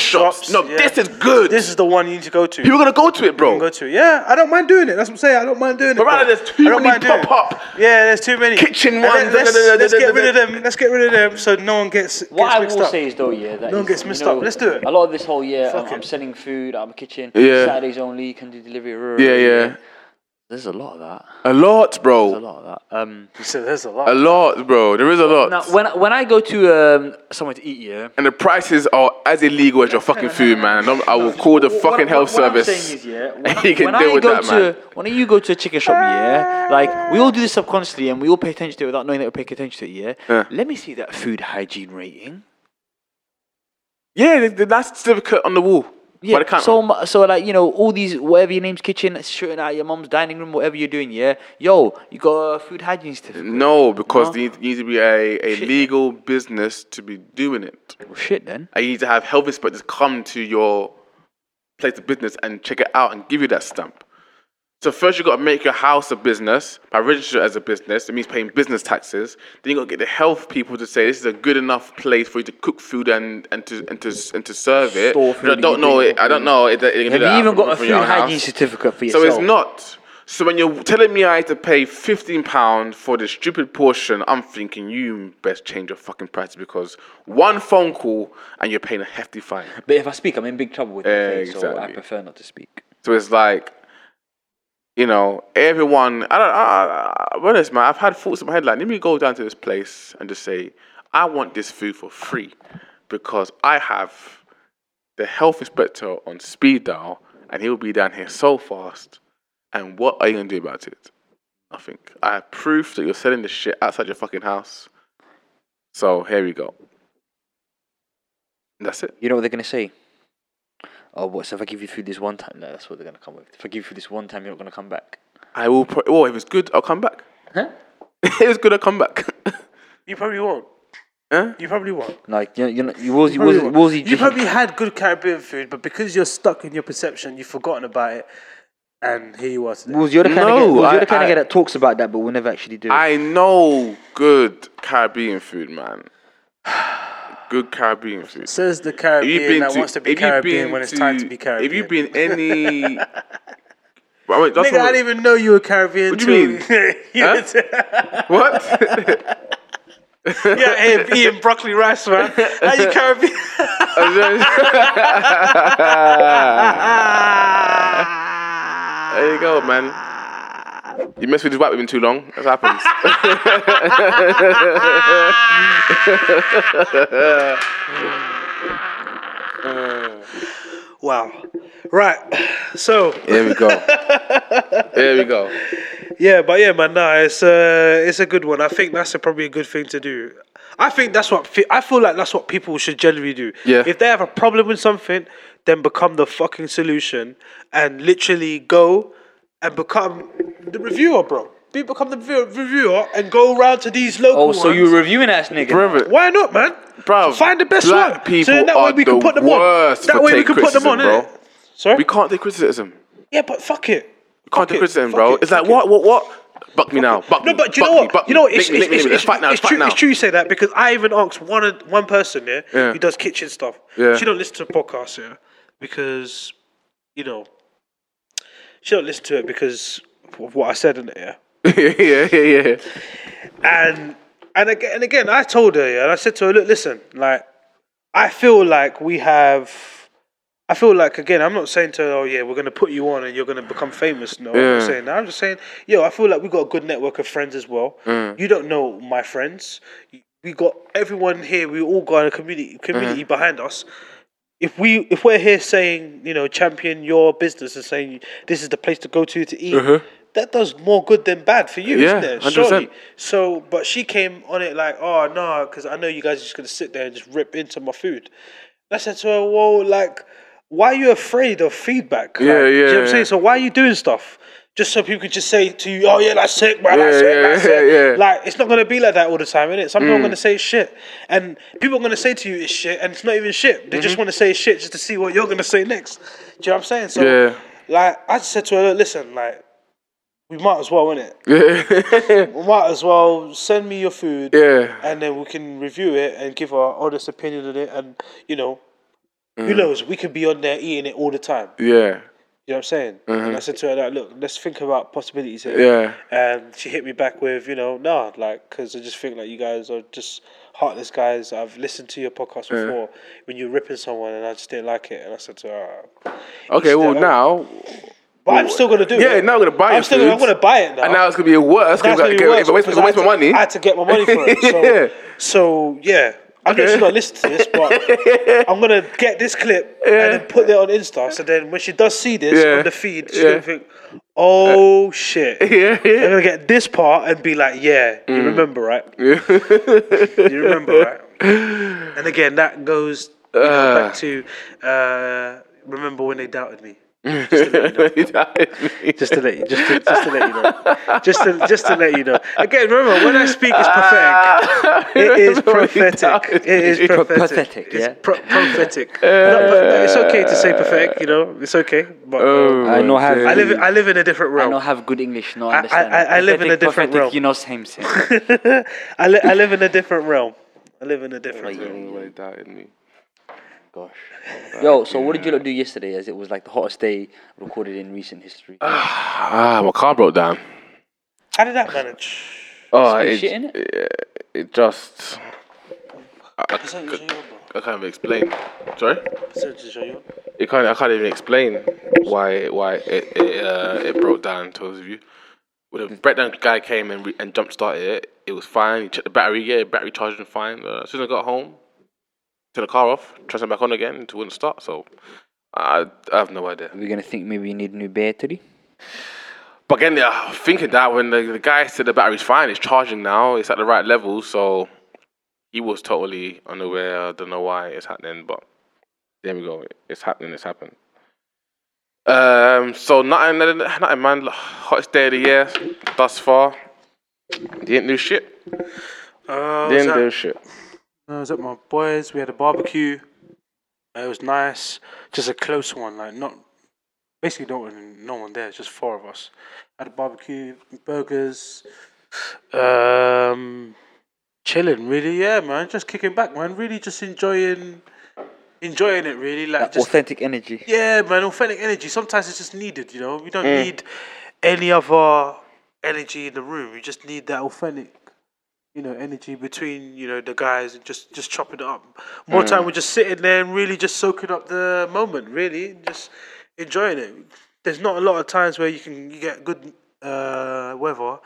[SPEAKER 1] Shops,
[SPEAKER 3] shops. no,
[SPEAKER 1] yeah.
[SPEAKER 3] this is good.
[SPEAKER 1] this is the one you need to go to.
[SPEAKER 3] People are gonna go to it, bro.
[SPEAKER 1] go to. Yeah, I don't mind doing it. That's what I'm saying. I don't mind doing it.
[SPEAKER 3] But rather
[SPEAKER 1] bro.
[SPEAKER 3] there's too
[SPEAKER 1] I don't
[SPEAKER 3] many
[SPEAKER 1] mind doing it.
[SPEAKER 3] pop-up
[SPEAKER 1] Yeah, there's too many
[SPEAKER 3] kitchen
[SPEAKER 1] And
[SPEAKER 3] ones.
[SPEAKER 1] Let's,
[SPEAKER 3] Da, da, da,
[SPEAKER 1] let's
[SPEAKER 3] da, da,
[SPEAKER 1] get rid of
[SPEAKER 3] da.
[SPEAKER 1] them. Let's get rid of them so no one gets, gets
[SPEAKER 4] What I
[SPEAKER 1] mixed
[SPEAKER 4] will
[SPEAKER 1] up.
[SPEAKER 4] say is though, yeah, that
[SPEAKER 1] No one
[SPEAKER 4] is,
[SPEAKER 1] gets
[SPEAKER 4] you
[SPEAKER 1] mixed
[SPEAKER 4] know,
[SPEAKER 1] up. Let's do it.
[SPEAKER 4] A lot of this whole year,
[SPEAKER 1] Fuck
[SPEAKER 4] I'm,
[SPEAKER 1] it.
[SPEAKER 4] I'm selling food. I'm a kitchen.
[SPEAKER 3] Yeah.
[SPEAKER 4] Saturdays only can do delivery.
[SPEAKER 3] Yeah, yeah.
[SPEAKER 4] There's a lot of that.
[SPEAKER 3] A lot,
[SPEAKER 4] There's a
[SPEAKER 3] bro.
[SPEAKER 4] lot of that. Um,
[SPEAKER 1] You said there's a
[SPEAKER 3] A
[SPEAKER 1] lot.
[SPEAKER 3] lot, bro. There is a lot.
[SPEAKER 4] now, when I- when I go to um, somewhere to eat, yeah.
[SPEAKER 3] and the prices are as illegal as your fucking food, man. And I'm- I will call the
[SPEAKER 4] What-
[SPEAKER 3] fucking
[SPEAKER 4] what-
[SPEAKER 3] health
[SPEAKER 4] what I'm
[SPEAKER 3] service.
[SPEAKER 4] saying is, yeah, when
[SPEAKER 3] and
[SPEAKER 4] I-
[SPEAKER 3] you can
[SPEAKER 4] when
[SPEAKER 3] deal
[SPEAKER 4] I
[SPEAKER 3] with
[SPEAKER 4] go
[SPEAKER 3] that,
[SPEAKER 4] to,
[SPEAKER 3] man.
[SPEAKER 4] When you go to a chicken shop, yeah, like we all do this subconsciously and we all pay attention to it without knowing that we pay attention to it, yeah.
[SPEAKER 3] Yeah.
[SPEAKER 4] Let me see that food hygiene rating.
[SPEAKER 3] Yeah, the, the last certificate on the wall. Yeah, by the
[SPEAKER 4] Yeah,
[SPEAKER 3] counter.
[SPEAKER 4] so mu- so like you know all these whatever your name's kitchen shooting out your mom's dining room whatever you're doing yeah yo you got a food hygiene certificate
[SPEAKER 3] no, because
[SPEAKER 4] No.
[SPEAKER 3] there needs- needs to be a, a
[SPEAKER 4] Shit.
[SPEAKER 3] legal business to be doing it.
[SPEAKER 4] Well, shit then
[SPEAKER 3] And you need to have health inspectors come to your place of business and check it out and give you that stamp. So first you got to make your house a business by registering it as a business. It means paying business taxes. Then you got to get the health people to say this is a good enough place for you to cook food and, and to and to and to serve it.
[SPEAKER 4] Store
[SPEAKER 3] But I
[SPEAKER 4] food
[SPEAKER 3] don't
[SPEAKER 4] and
[SPEAKER 3] know.
[SPEAKER 4] eat
[SPEAKER 3] It, I don't know. It, it,
[SPEAKER 4] have you even got a food hygiene certificate for yourself
[SPEAKER 3] so it's not. So when you're telling me I had to pay fifteen pound for this stupid portion, I'm thinking you best change your fucking price because one phone call and you're paying a hefty fine.
[SPEAKER 4] but if I speak I'm in big trouble with my face, so I
[SPEAKER 3] Exactly.
[SPEAKER 4] prefer not to speak
[SPEAKER 3] So it's like, you know, everyone. I don't. I, I, I, what is man? I've had thoughts in my head like, let me go down to this place and just say, I want this food for free because I have the health inspector on speed dial, and he'll be down here so fast. And what are you gonna do about it? Nothing. I have proof that you're selling this shit outside your fucking house. So here we go. That's it.
[SPEAKER 4] you know what they're gonna say oh what so if I give you food this one time no that's what they're gonna come with if I give you food this one time you're not gonna come back
[SPEAKER 3] I will. Pro- oh, if it's good, I'll come back.
[SPEAKER 4] huh
[SPEAKER 3] if it's good, I'll come back.
[SPEAKER 1] You probably won't.
[SPEAKER 3] Huh?
[SPEAKER 1] You probably won't.
[SPEAKER 4] like you know, you're not, you was you
[SPEAKER 1] Probably
[SPEAKER 4] was
[SPEAKER 1] won't.
[SPEAKER 4] was
[SPEAKER 1] you probably had good Caribbean food, but because you're stuck in your perception, you've forgotten about it, and here you are today.
[SPEAKER 4] was you're the kind of
[SPEAKER 3] No,
[SPEAKER 4] guy, was
[SPEAKER 3] I-
[SPEAKER 4] you're the kind
[SPEAKER 3] I-
[SPEAKER 4] of guy that talks about that but will never actually do it
[SPEAKER 3] I know good Caribbean food, man. Good Caribbean food.
[SPEAKER 1] Says the Caribbean that wants to be
[SPEAKER 3] if you've
[SPEAKER 1] Caribbean
[SPEAKER 3] been
[SPEAKER 1] when it's time to be Caribbean.
[SPEAKER 3] If you've been any, Well, wait, that's
[SPEAKER 1] Nigga, I
[SPEAKER 3] what,
[SPEAKER 1] didn't even know you were Caribbean.
[SPEAKER 3] What do you
[SPEAKER 1] till- you
[SPEAKER 3] Huh?
[SPEAKER 1] was-
[SPEAKER 3] what?
[SPEAKER 1] Yeah, hey, eating broccoli rice, man. How you Caribbean?
[SPEAKER 3] there you go, man. You mess with his white women too long. That happens.
[SPEAKER 1] wow. Right. So
[SPEAKER 3] Here we go. Here we go.
[SPEAKER 1] yeah, but yeah, man, nah, it's uh, it's a good one. I think that's a, probably a good thing to do. I think that's what fe- I feel like that's what people should generally do.
[SPEAKER 3] Yeah.
[SPEAKER 1] If they have a problem with something, then become the fucking solution and literally go and become the reviewer, bro. Be become the review- reviewer and go around to these local.
[SPEAKER 4] oh so
[SPEAKER 1] ones.
[SPEAKER 4] you were reviewing ass nigga
[SPEAKER 3] Brother,
[SPEAKER 1] Why not, man?
[SPEAKER 3] Bruv,
[SPEAKER 1] find the best
[SPEAKER 3] black
[SPEAKER 1] one.
[SPEAKER 3] people
[SPEAKER 1] so then that way
[SPEAKER 3] are
[SPEAKER 1] we can
[SPEAKER 3] the
[SPEAKER 1] put them
[SPEAKER 3] worst
[SPEAKER 1] on. That
[SPEAKER 3] for
[SPEAKER 1] way we
[SPEAKER 3] take
[SPEAKER 1] can put them on,
[SPEAKER 3] criticism,
[SPEAKER 1] innit?
[SPEAKER 3] bro.
[SPEAKER 1] Sorry.
[SPEAKER 3] we can't take criticism.
[SPEAKER 1] yeah, but fuck it.
[SPEAKER 3] We can't
[SPEAKER 1] Fuck
[SPEAKER 3] take
[SPEAKER 1] it,
[SPEAKER 3] criticism,
[SPEAKER 1] fuck
[SPEAKER 3] bro.
[SPEAKER 1] it,
[SPEAKER 3] it's like
[SPEAKER 1] fuck it.
[SPEAKER 3] what, what, what? Buck me now. Buck
[SPEAKER 1] No,
[SPEAKER 3] me,
[SPEAKER 1] but you
[SPEAKER 3] buck
[SPEAKER 1] know
[SPEAKER 3] me,
[SPEAKER 1] what?
[SPEAKER 3] buck
[SPEAKER 1] You know what?
[SPEAKER 3] me.
[SPEAKER 1] It's,
[SPEAKER 3] Lick me,
[SPEAKER 1] it's,
[SPEAKER 3] lick me,
[SPEAKER 1] it's,
[SPEAKER 3] lick me.
[SPEAKER 1] it's,
[SPEAKER 3] Let's fight now. Let's
[SPEAKER 1] it's
[SPEAKER 3] fight
[SPEAKER 1] true.
[SPEAKER 3] now.
[SPEAKER 1] It's true you say that because I even asked one of- one person there
[SPEAKER 3] Yeah.
[SPEAKER 1] who does kitchen stuff.
[SPEAKER 3] Yeah.
[SPEAKER 1] She don't listen to podcasts yeah, because you know she don't listen to it because of what I said in it. Yeah.
[SPEAKER 3] yeah, yeah, yeah.
[SPEAKER 1] and and again, and again, I told her, yeah, and I said to her, look, listen, like, I feel like we have, I feel like again, I'm not saying to her, oh yeah, we're gonna put you on and you're gonna become famous. No, I'm
[SPEAKER 3] Yeah.
[SPEAKER 1] not saying that. I'm just saying, yo, I feel like we got a good network of friends as well. You don't know my friends. We got everyone here. We all got a community community behind us if we if we're here saying you know champion your business and saying this is the place to go to to eat that does more good than bad for you
[SPEAKER 3] Mm-hmm. Yeah,
[SPEAKER 1] isn't it
[SPEAKER 3] 100%.
[SPEAKER 1] surely so but she came on it like oh no because i know you guys are just going to sit there and just rip into my food and i said to her well like why are you afraid of feedback Like,
[SPEAKER 3] Yeah,
[SPEAKER 1] do you know
[SPEAKER 3] yeah,
[SPEAKER 1] what i'm
[SPEAKER 3] yeah.
[SPEAKER 1] saying so why are you doing stuff just so people can just say to you, "Oh yeah, that's sick, bro. That's
[SPEAKER 3] Yeah,
[SPEAKER 1] sick, that's
[SPEAKER 3] yeah,
[SPEAKER 1] sick."
[SPEAKER 3] yeah, yeah.
[SPEAKER 1] Like it's not gonna be like that all the time, innit? Some
[SPEAKER 3] Mm.
[SPEAKER 1] people are gonna say shit, and people are gonna say to you it's shit, and it's not even shit. They
[SPEAKER 3] Mm-hmm.
[SPEAKER 1] just want to say shit just to see what you're gonna say next. Do you know what I'm saying? So,
[SPEAKER 3] Yeah.
[SPEAKER 1] like, I just said to her, "Look, "Listen, like, we might as well, innit?
[SPEAKER 3] yeah.
[SPEAKER 1] We might as well send me your food,
[SPEAKER 3] Yeah.
[SPEAKER 1] and then we can review it and give our honest opinion on it, and you know."
[SPEAKER 3] Mm.
[SPEAKER 1] Who knows? We could be on there eating it all the time.
[SPEAKER 3] Yeah.
[SPEAKER 1] You know what I'm saying? And I said to her, like, look, let's think about possibilities here.
[SPEAKER 3] Mm-hmm. Yeah.
[SPEAKER 1] And she hit me back with, you know, nah, like, because I just think like you guys are just heartless guys. I've listened to your podcast
[SPEAKER 3] Mm.
[SPEAKER 1] before when you're ripping someone and I just didn't like it. And I said to her, "Ah."
[SPEAKER 3] Okay, well
[SPEAKER 1] Instead of-
[SPEAKER 3] now
[SPEAKER 1] But I'm still gonna do it.
[SPEAKER 3] Yeah, now I'm gonna buy
[SPEAKER 1] I'm
[SPEAKER 3] your
[SPEAKER 1] still
[SPEAKER 3] food.
[SPEAKER 1] gonna, I'm gonna buy it now.
[SPEAKER 3] And now it's gonna be worse.
[SPEAKER 1] That's
[SPEAKER 3] Cause
[SPEAKER 1] gonna
[SPEAKER 3] I,
[SPEAKER 1] be
[SPEAKER 3] get,
[SPEAKER 1] worse
[SPEAKER 3] if I waste, if
[SPEAKER 1] because
[SPEAKER 3] I
[SPEAKER 1] I
[SPEAKER 3] waste my
[SPEAKER 1] had to-
[SPEAKER 3] money.
[SPEAKER 1] I had to get my money for it. So,
[SPEAKER 3] Yeah.
[SPEAKER 1] so yeah. I know she's not listening to this, but I'm gonna get this clip and then put it on Insta. So then, when she does see this
[SPEAKER 3] Yeah.
[SPEAKER 1] on the feed, she's
[SPEAKER 3] Yeah.
[SPEAKER 1] gonna think, "Oh shit!"
[SPEAKER 3] yeah,
[SPEAKER 1] I'm
[SPEAKER 3] yeah.
[SPEAKER 1] gonna get this part and be like, "Yeah, you remember, right? you remember, right?" And again, that goes you know, back to uh, remember when they doubted me. just to let you, just to, just to let you know, just to just to let you know. Again, remember when I speak, it's prophetic. It is prophetic. It is prophetic.
[SPEAKER 4] Prophetic, yeah.
[SPEAKER 1] It's pro- prophetic. No, but no, it's okay to say prophetic. You know, it's okay. But uh,
[SPEAKER 3] Oh.
[SPEAKER 4] I know have
[SPEAKER 1] I live I live in a different
[SPEAKER 4] I know
[SPEAKER 1] realm.
[SPEAKER 4] have good English, no
[SPEAKER 1] Oh. I-
[SPEAKER 4] understand.
[SPEAKER 1] I- I live in a
[SPEAKER 4] Prophetic,
[SPEAKER 1] different
[SPEAKER 4] prophetic,
[SPEAKER 1] realm.
[SPEAKER 4] You know, same same.
[SPEAKER 1] I, li- I live in a different realm. I live in a different realm.
[SPEAKER 4] Gosh. Yo, so what did you lot do yesterday? As it was like the hottest day recorded in recent history.
[SPEAKER 1] Uh,
[SPEAKER 3] Ah, my car broke down.
[SPEAKER 1] How did that manage?
[SPEAKER 3] Oh,
[SPEAKER 4] Speak
[SPEAKER 3] it,
[SPEAKER 4] shit in it?
[SPEAKER 3] it just.
[SPEAKER 1] Percentage of your-
[SPEAKER 3] I can't even explain. Sorry,
[SPEAKER 1] percentage of your-
[SPEAKER 3] it can't. I can't even explain why why it it, uh, it broke down. To those of you, when the breakdown guy came and re- and jump started it, it was fine. He checked the battery. Yeah, battery charging fine. Uh, as soon as I got home, turned the car off, turned it back on again. It wouldn't start. So I I have no idea.
[SPEAKER 4] We're gonna think maybe you need new battery.
[SPEAKER 3] But again, yeah, I'm thinking that when the, the guy said the battery's fine, it's charging now, it's at the right level, so he was totally unaware. I don't know why it's happening, but there we go. It's happening. It's happened. Um, so nothing, nothing, man. Hottest day of the year thus far. Didn't do shit.
[SPEAKER 1] Uh, was
[SPEAKER 3] Didn't
[SPEAKER 1] that-
[SPEAKER 3] do shit.
[SPEAKER 1] I was at my boys. We had a barbecue. Uh, It was nice. Just a close one, like not basically no one, no one there. Just four of us. Had a barbecue, burgers, um, chilling. Really, yeah, man. Just kicking back, man. Really, just enjoying, enjoying it. Really, like
[SPEAKER 4] That
[SPEAKER 1] just
[SPEAKER 4] authentic energy.
[SPEAKER 1] yeah, man. Authentic energy. Sometimes it's just needed. You know, we don't need any other energy in the room. You just need that authentic you know, energy between you know the guys and just just chopping it up. More time we're just sitting there and really just soaking up the moment, really just enjoying it. There's not a lot of times where you can you get good uh, weather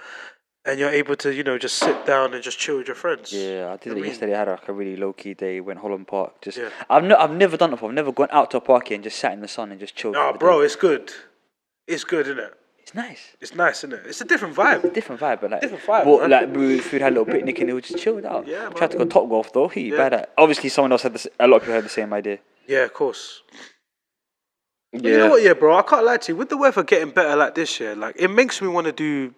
[SPEAKER 1] and you're able to you know just sit down and just chill with your friends.
[SPEAKER 4] Yeah, I
[SPEAKER 1] I
[SPEAKER 4] did it
[SPEAKER 1] mean-
[SPEAKER 4] yesterday. I had like a really low key day. Went Holland Park. Just
[SPEAKER 1] Yeah.
[SPEAKER 4] I've no, I've never done it before. I've never gone out to a park here and just sat in the sun and just chilled.
[SPEAKER 1] Oh,
[SPEAKER 4] for the
[SPEAKER 1] bro,
[SPEAKER 4] day.
[SPEAKER 1] it's good. It's good, isn't it?
[SPEAKER 4] it's nice.
[SPEAKER 1] It's nice, isn't it? It's a different vibe.
[SPEAKER 4] Different vibe, but like,
[SPEAKER 1] Different vibe,
[SPEAKER 4] bought,
[SPEAKER 1] man.
[SPEAKER 4] like we food had a little picnic and it was just chilled out.
[SPEAKER 1] Yeah,
[SPEAKER 4] Tried to go top golf though. He bad at. Obviously, someone else had this. A lot of people had the same idea.
[SPEAKER 1] Yeah, of course. But
[SPEAKER 3] Yeah.
[SPEAKER 1] You know what, yeah, bro. I can't lie to you. With the weather getting better like this year, like it makes me want to do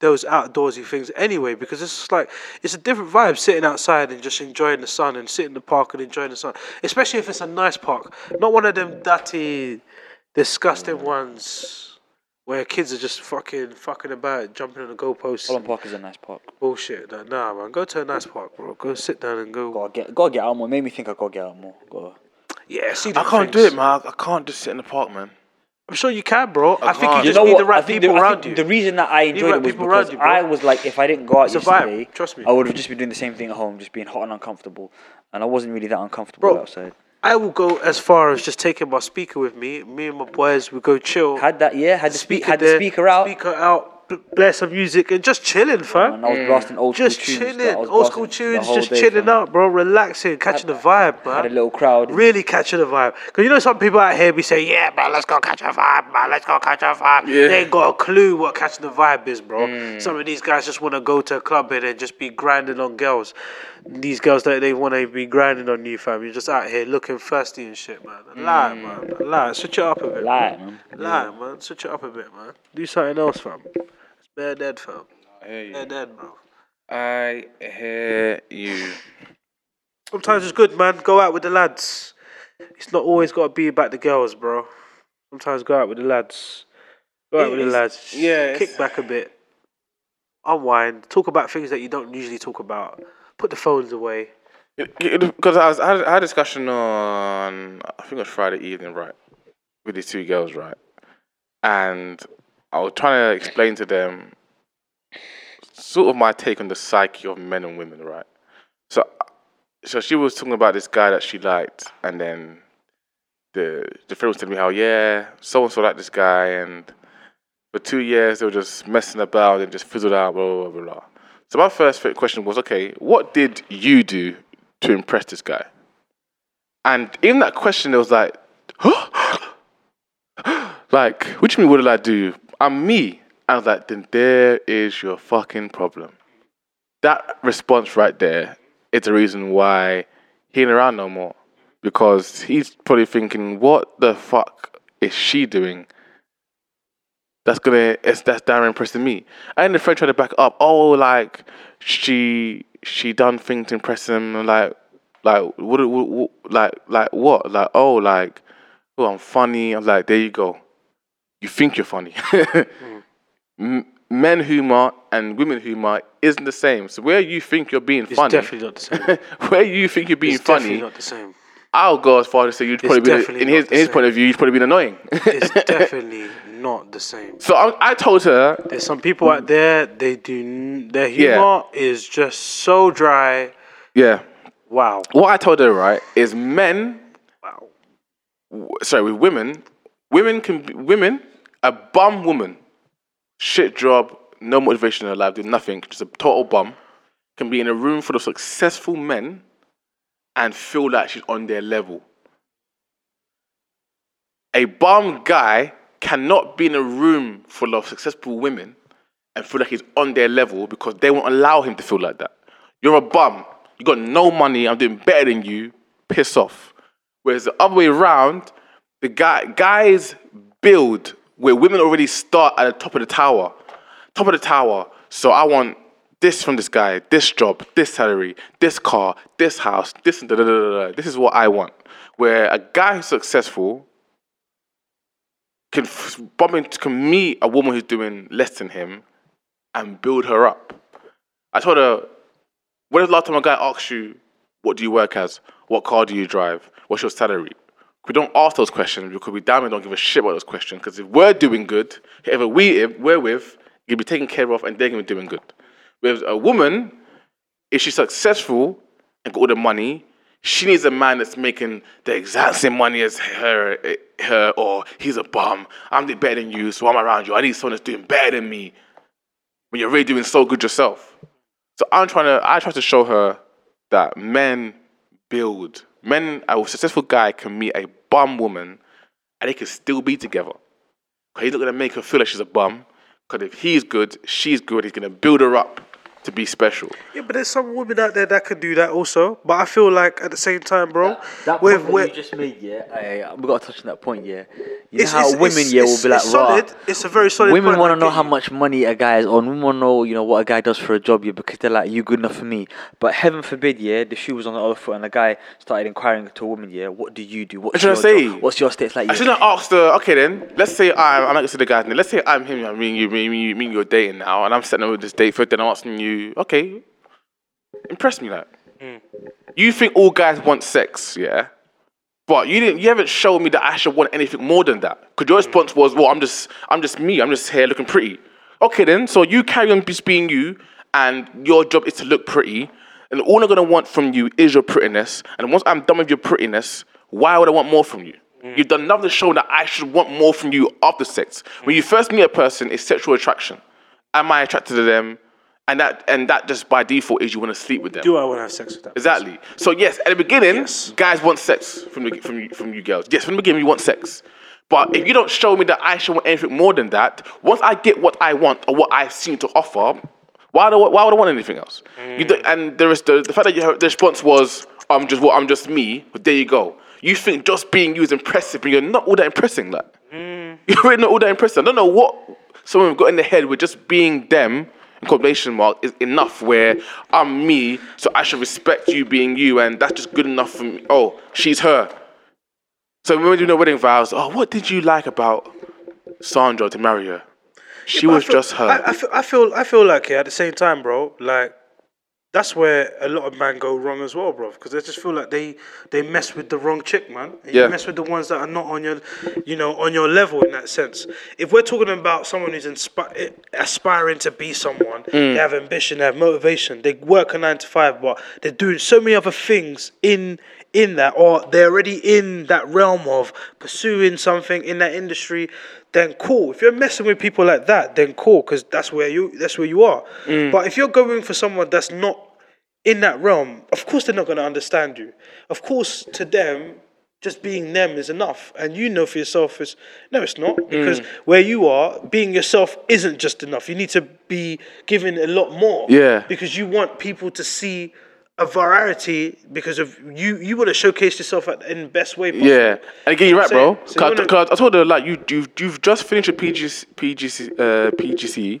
[SPEAKER 1] those outdoorsy things anyway because it's just like it's a different vibe sitting outside and just enjoying the sun and sitting in the park and enjoying the sun, especially if it's a nice park, not one of them dirty, disgusting ones where kids are just fucking fucking about, jumping on the goalposts,
[SPEAKER 4] Holland Park is a nice park.
[SPEAKER 1] bullshit. Like, nah, man, go to a nice park, bro. Go sit down and go.
[SPEAKER 4] Gotta get, gotta get out more. Made me think I gotta get out more. Gotta-
[SPEAKER 1] Yeah, see.
[SPEAKER 3] I
[SPEAKER 1] them
[SPEAKER 3] can't do
[SPEAKER 1] things.
[SPEAKER 3] it, man. I can't just sit in the park, man.
[SPEAKER 1] I'm sure you can, bro. I, think you just
[SPEAKER 3] can't.
[SPEAKER 4] You know
[SPEAKER 1] need
[SPEAKER 4] what?
[SPEAKER 1] the right
[SPEAKER 4] I think
[SPEAKER 1] people
[SPEAKER 4] the, I
[SPEAKER 1] around
[SPEAKER 4] think
[SPEAKER 1] you.
[SPEAKER 4] The reason that I enjoyed
[SPEAKER 1] right
[SPEAKER 4] it was
[SPEAKER 1] people around
[SPEAKER 4] because
[SPEAKER 1] you, bro.
[SPEAKER 4] I was like, if I didn't go
[SPEAKER 1] It's
[SPEAKER 4] out
[SPEAKER 1] a vibe,
[SPEAKER 4] yesterday,
[SPEAKER 1] trust me.
[SPEAKER 4] I would have just been doing the same thing at home, just being hot and uncomfortable. And I wasn't really that uncomfortable
[SPEAKER 1] Bro.
[SPEAKER 4] outside.
[SPEAKER 1] I will go as far as just taking my speaker with me. Me and my boys will go chill.
[SPEAKER 4] Had that, yeah, had the, speak, had the
[SPEAKER 1] there,
[SPEAKER 4] speaker out,
[SPEAKER 1] Speaker out, b- play some music and just chilling, fam.
[SPEAKER 4] and I was blasting old
[SPEAKER 1] Just
[SPEAKER 4] school tunes.
[SPEAKER 1] chilling,
[SPEAKER 4] I was
[SPEAKER 1] old school
[SPEAKER 4] blasting the
[SPEAKER 1] tunes,
[SPEAKER 4] whole
[SPEAKER 1] just
[SPEAKER 4] day,
[SPEAKER 1] chilling
[SPEAKER 4] fam.
[SPEAKER 1] out, bro, relaxing, catching the vibe,
[SPEAKER 4] Had a
[SPEAKER 1] man.
[SPEAKER 4] little crowd.
[SPEAKER 1] Really catching the vibe. Because you know, some people out here be saying, Yeah, man, let's go catch a vibe, man, let's go catch a vibe. They ain't got a clue what catching the vibe is, bro. Some of these guys just want to go to a club and then just be grinding on girls. These girls don't, they want to be grinding on you, fam. You're just out here looking thirsty and shit, man. Lie, man. Lie. Switch it up a bit.
[SPEAKER 4] Lie, man.
[SPEAKER 1] Lie, man. Switch it up a bit, man. Do something else, fam. It's bare dead, fam. Bare dead, bro.
[SPEAKER 3] I hear you.
[SPEAKER 1] Sometimes it's good, man. Go out with the lads. It's not always got to be about the girls, bro. Sometimes go out with the lads. Go out with the lads. Yeah. Kick back a bit. Unwind. Talk about things that you don't usually talk about. Put the phones away.
[SPEAKER 3] Because I, was- I, had- I had a discussion on, I think it was Friday evening, right, with these two girls, right, and I was trying to explain to them sort of my take on the psyche of men and women, right. So, so she was talking about this guy that she liked, and then the the friend was telling me how yeah, so and so like this guy, and for two years they were just messing about and just fizzled out, blah blah blah. blah. So my first fit- question was, okay, what did you do to impress this guy? And in that question, it was like, huh? like, what do you mean? What did I do? I'm me. I was like, then there is your fucking problem that response right there is the reason why he ain't around no more. Because he's probably thinking, what the fuck is she doing? That's gonna it's, that's damn impressing me. And the friend tried to back it up. Oh, like she she done things to impress him. Like like what, what, what like like what like oh like oh I'm funny. I'm like there you go. You think you're funny.
[SPEAKER 1] Mm.
[SPEAKER 3] M- Men humor and women humor isn't the same. So where you think you're being
[SPEAKER 1] It's
[SPEAKER 3] funny,
[SPEAKER 1] definitely not the same. It's
[SPEAKER 3] where you think you're being
[SPEAKER 1] definitely
[SPEAKER 3] funny,
[SPEAKER 1] not the same.
[SPEAKER 3] I'll go as far as to say you'd probably been,
[SPEAKER 1] definitely
[SPEAKER 3] in his,
[SPEAKER 1] not the
[SPEAKER 3] in his
[SPEAKER 1] same.
[SPEAKER 3] point of view, you'd probably been annoying.
[SPEAKER 1] It's definitely not the same.
[SPEAKER 3] so I, I told her,
[SPEAKER 1] There's some people out there. They do. n- Their
[SPEAKER 3] Yeah.
[SPEAKER 1] humor is just so dry.
[SPEAKER 3] yeah,
[SPEAKER 1] Wow.
[SPEAKER 3] what I told her, right, is men,
[SPEAKER 1] Wow.
[SPEAKER 3] w- sorry, with women, women can, be, women, a bum woman, shit job, no motivation in her life, did nothing, just a total bum, can be in a room full of successful men and feel like she's on their level. A bum guy cannot be in a room full of successful women and feel like he's on their level because they won't allow him to feel like that. You're a bum. You got no money. I'm doing better than you. Piss off. Whereas the other way around, the guy guys build where women already start at the top of the tower. Top of the tower. So I want this from this guy, this job, this salary, this car, this house, this and da da da da. da. This is what I want. Where a guy who's successful can f- bump into, can meet a woman who's doing less than him and build her up. I told her, when was the last time a guy asked you, what do you work as? What car do you drive? What's your salary? We don't ask those questions because we damn it don't give a shit about those questions. Because if we're doing good, whoever we, if we're with, you'll be taken care of and they're going to be doing good. Whereas a woman, if she's successful and got all the money, she needs a man that's making the exact same money as her, eh, her or he's a bum. I'm doing better than you, so I'm around you. I need someone that's doing better than me when you're already doing so good yourself. So I'm trying to, I try to show her that men build, men, a successful guy can meet a bum woman and they can still be together. Because he's not going to make her feel like she's a bum. Because if he's good, she's good. He's going to build her up to be special.
[SPEAKER 1] Yeah, but there's some women out there that could do that also. But I feel like at the same time, bro,
[SPEAKER 4] That
[SPEAKER 1] with-
[SPEAKER 4] point that
[SPEAKER 1] with-
[SPEAKER 4] you just made, yeah, I, we got to touch on that point, yeah. You know
[SPEAKER 1] it's-
[SPEAKER 4] how
[SPEAKER 1] it's-
[SPEAKER 4] women,
[SPEAKER 1] it's-
[SPEAKER 4] yeah, will
[SPEAKER 1] it's-
[SPEAKER 4] be like,
[SPEAKER 1] it's
[SPEAKER 4] "Rah."
[SPEAKER 1] solid. It's a very solid.
[SPEAKER 4] Women
[SPEAKER 1] point,
[SPEAKER 4] want
[SPEAKER 1] I
[SPEAKER 4] to know
[SPEAKER 1] get
[SPEAKER 4] how
[SPEAKER 1] you.
[SPEAKER 4] much money a guy is on. Women want to know, you know, what a guy does for a job, yeah, because they're like, you good enough for me. But heaven forbid, yeah, the shoe was on the other foot and a guy started inquiring to a woman, yeah, what do you do? What's
[SPEAKER 3] should I
[SPEAKER 4] your
[SPEAKER 3] say?
[SPEAKER 4] job? What's your status like?
[SPEAKER 3] I
[SPEAKER 4] Yeah.
[SPEAKER 3] shouldn't ask the okay then. Let's say I'm I'm not gonna say the guy's name. Let's say I'm him. I mean you mean you mean you're dating now, and I'm setting up with this date for. Then I'm asking you, okay, impress me like. You think all guys want sex, yeah? But you didn't. You haven't shown me that I should want anything more than that. Because your response was, well, I'm just I'm just me. I'm just here looking pretty. Okay then. So you carry on just being you, and your job is to look pretty. And all I'm gonna want from you is your prettiness. And once I'm done with your prettiness, why would I want more from you? You've done nothing to show that I should want more from you after sex. When you first meet a person, it's sexual attraction. Am I attracted to them? And that and that just by default is you want to sleep with them.
[SPEAKER 1] Do I want to have sex with that?
[SPEAKER 3] Exactly. So yes, at the beginning,
[SPEAKER 1] Yes.
[SPEAKER 3] guys want sex from the, from you, from you girls. Yes, from the beginning, you want sex. But if you don't show me that I should want anything more than that, once I get what I want or what I seem to offer, why do I, why would I want anything else? You don't, and there is the, the fact that your the response was I'm just well, I'm just me. But there you go. You think just being you is impressive, but you're not all that impressing. Like you're really not all that impressive. I don't know what someone got in their head with just being them in quotation mark is enough where I'm me, so I should respect you being you and that's just good enough for me. Oh, she's her. So when we do the wedding vows, oh what did you like about Sandra to marry her? She
[SPEAKER 1] But I
[SPEAKER 3] was
[SPEAKER 1] feel-
[SPEAKER 3] just her.
[SPEAKER 1] I, I, feel, I feel I feel like yeah, at the same time, bro, like that's where a lot of men go wrong as well, bro, because they just feel like they they mess with the wrong chick, man. And
[SPEAKER 3] Yeah.
[SPEAKER 1] You mess with the ones that are not on your, you know, on your level in that sense. If we're talking about someone who's inspi- aspiring to be someone, they have ambition, they have motivation, they work a nine to five, but they're doing so many other things in in that or they're already in that realm of pursuing something in that industry, then cool. If you're messing with people like that, then cool, because that's where you that's where you are. But if you're going for someone that's not in that realm, of course they're not gonna understand you. Of course, to them, just being them is enough. And you know for yourself is no, it's not.
[SPEAKER 3] Mm.
[SPEAKER 1] Because where you are, being yourself isn't just enough. You need to be given a lot more.
[SPEAKER 3] Yeah.
[SPEAKER 1] Because you want people to see a variety because of you you want to showcase yourself at, in the best way possible.
[SPEAKER 3] Yeah, and again, you're right,
[SPEAKER 1] So-
[SPEAKER 3] bro.
[SPEAKER 1] so you
[SPEAKER 3] 'Cause I-
[SPEAKER 1] wanna-
[SPEAKER 3] 'cause I told her like you, you've you've just finished your PGC, PGC, uh, PGC.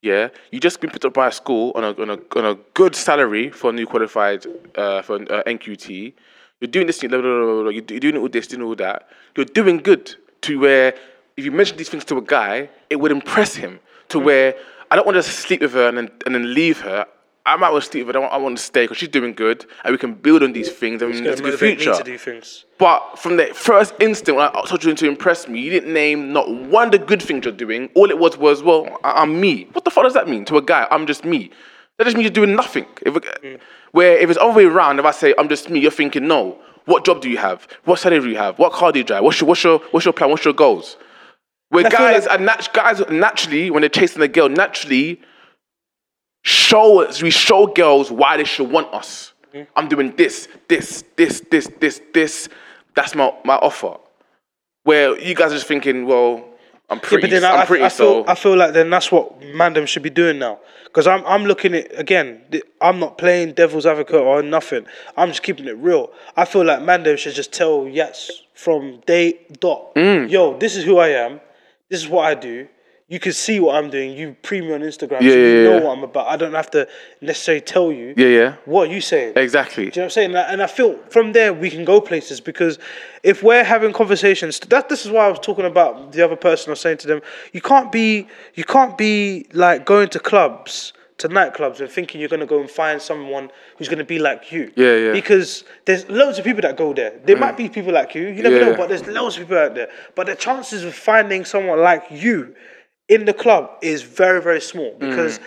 [SPEAKER 3] Yeah, you just been picked up by a school on a on a, on a good salary for a new qualified uh, for uh, NQT. You're doing this, blah, blah, blah, blah, blah. You're, do- you're doing all this, doing all that. You're doing good to where if you mention these things to a guy, it would impress him. To
[SPEAKER 1] Mm-hmm.
[SPEAKER 3] where I don't want to sleep with her and then, and then leave her. I might want to sleep with her. I want, I want to stay because she's doing good, and we can build on these things and it's a good
[SPEAKER 1] Motivate me
[SPEAKER 3] future.
[SPEAKER 1] to do things.
[SPEAKER 3] But from the first instant when I told you to impress me, you didn't name not one of the good things you're doing. All it was was, well, I- I'm me. What the fuck does that mean to a guy? I'm just me. That just means you're doing nothing. If,
[SPEAKER 1] Mm.
[SPEAKER 3] Where if it's other way around, if I say I'm just me, you're thinking, no. What job do you have? What salary do you have? What car do you drive? What's your what's your what's your plan? What's your goals? Where
[SPEAKER 1] I feel
[SPEAKER 3] guys
[SPEAKER 1] like-
[SPEAKER 3] are nat- guys naturally when they're chasing a girl naturally show us, we show girls why they should want us.
[SPEAKER 1] Mm-hmm.
[SPEAKER 3] I'm doing this, this, this, this, this, this. That's my, my offer. Where you guys are just thinking, well, I'm pretty,
[SPEAKER 1] Yeah, but then
[SPEAKER 3] I'm
[SPEAKER 1] I,
[SPEAKER 3] pretty,
[SPEAKER 1] I feel,
[SPEAKER 3] so
[SPEAKER 1] I feel like then that's what Mandem should be doing now. Because I'm, I'm looking at, again, th- I'm not playing devil's advocate or nothing. I'm just keeping it real. I feel like Mandem should just tell Yats from day dot,
[SPEAKER 3] Mm.
[SPEAKER 1] yo, this is who I am. This is what I do. You can see what I'm doing. You pre me on Instagram. so you
[SPEAKER 3] yeah, yeah,
[SPEAKER 1] know
[SPEAKER 3] yeah.
[SPEAKER 1] what I'm about. I don't have to necessarily tell you.
[SPEAKER 3] yeah, yeah,
[SPEAKER 1] What are you saying?
[SPEAKER 3] exactly.
[SPEAKER 1] Do you know what I'm saying? And I- And I feel from there we can go places because if we're having conversations, that this is why I was talking about the other person. I was saying to them, you can't be, you can't be like going to clubs, to nightclubs, and thinking you're gonna go and find someone who's gonna be like you.
[SPEAKER 3] Yeah, yeah.
[SPEAKER 1] Because there's loads of people that go there. There might be people like you. You never
[SPEAKER 3] Yeah.
[SPEAKER 1] know, but there's loads of people out there. But the chances of finding someone like you in the club is very, very small because.
[SPEAKER 3] Mm.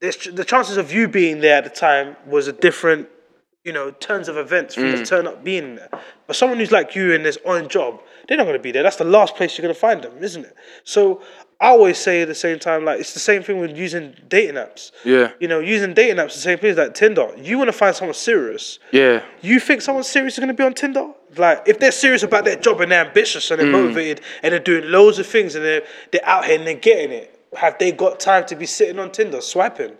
[SPEAKER 1] there's The chances of you being there at the time was a different you know, turns of events for you to turn up being there. But someone who's like you and is on a job, they're not going to be there. That's the last place you're going to find them, isn't it? So I always say at the same time, like, it's the same thing with using dating apps.
[SPEAKER 3] Yeah.
[SPEAKER 1] You know, using dating apps, the same thing as like Tinder. You want to find someone serious.
[SPEAKER 3] Yeah.
[SPEAKER 1] You think someone serious is going to be on Tinder? Like, if they're serious about their job and they're ambitious and they're motivated and they're doing loads of things and they're, they're out here and they're getting it, have they got time to be sitting on Tinder swiping?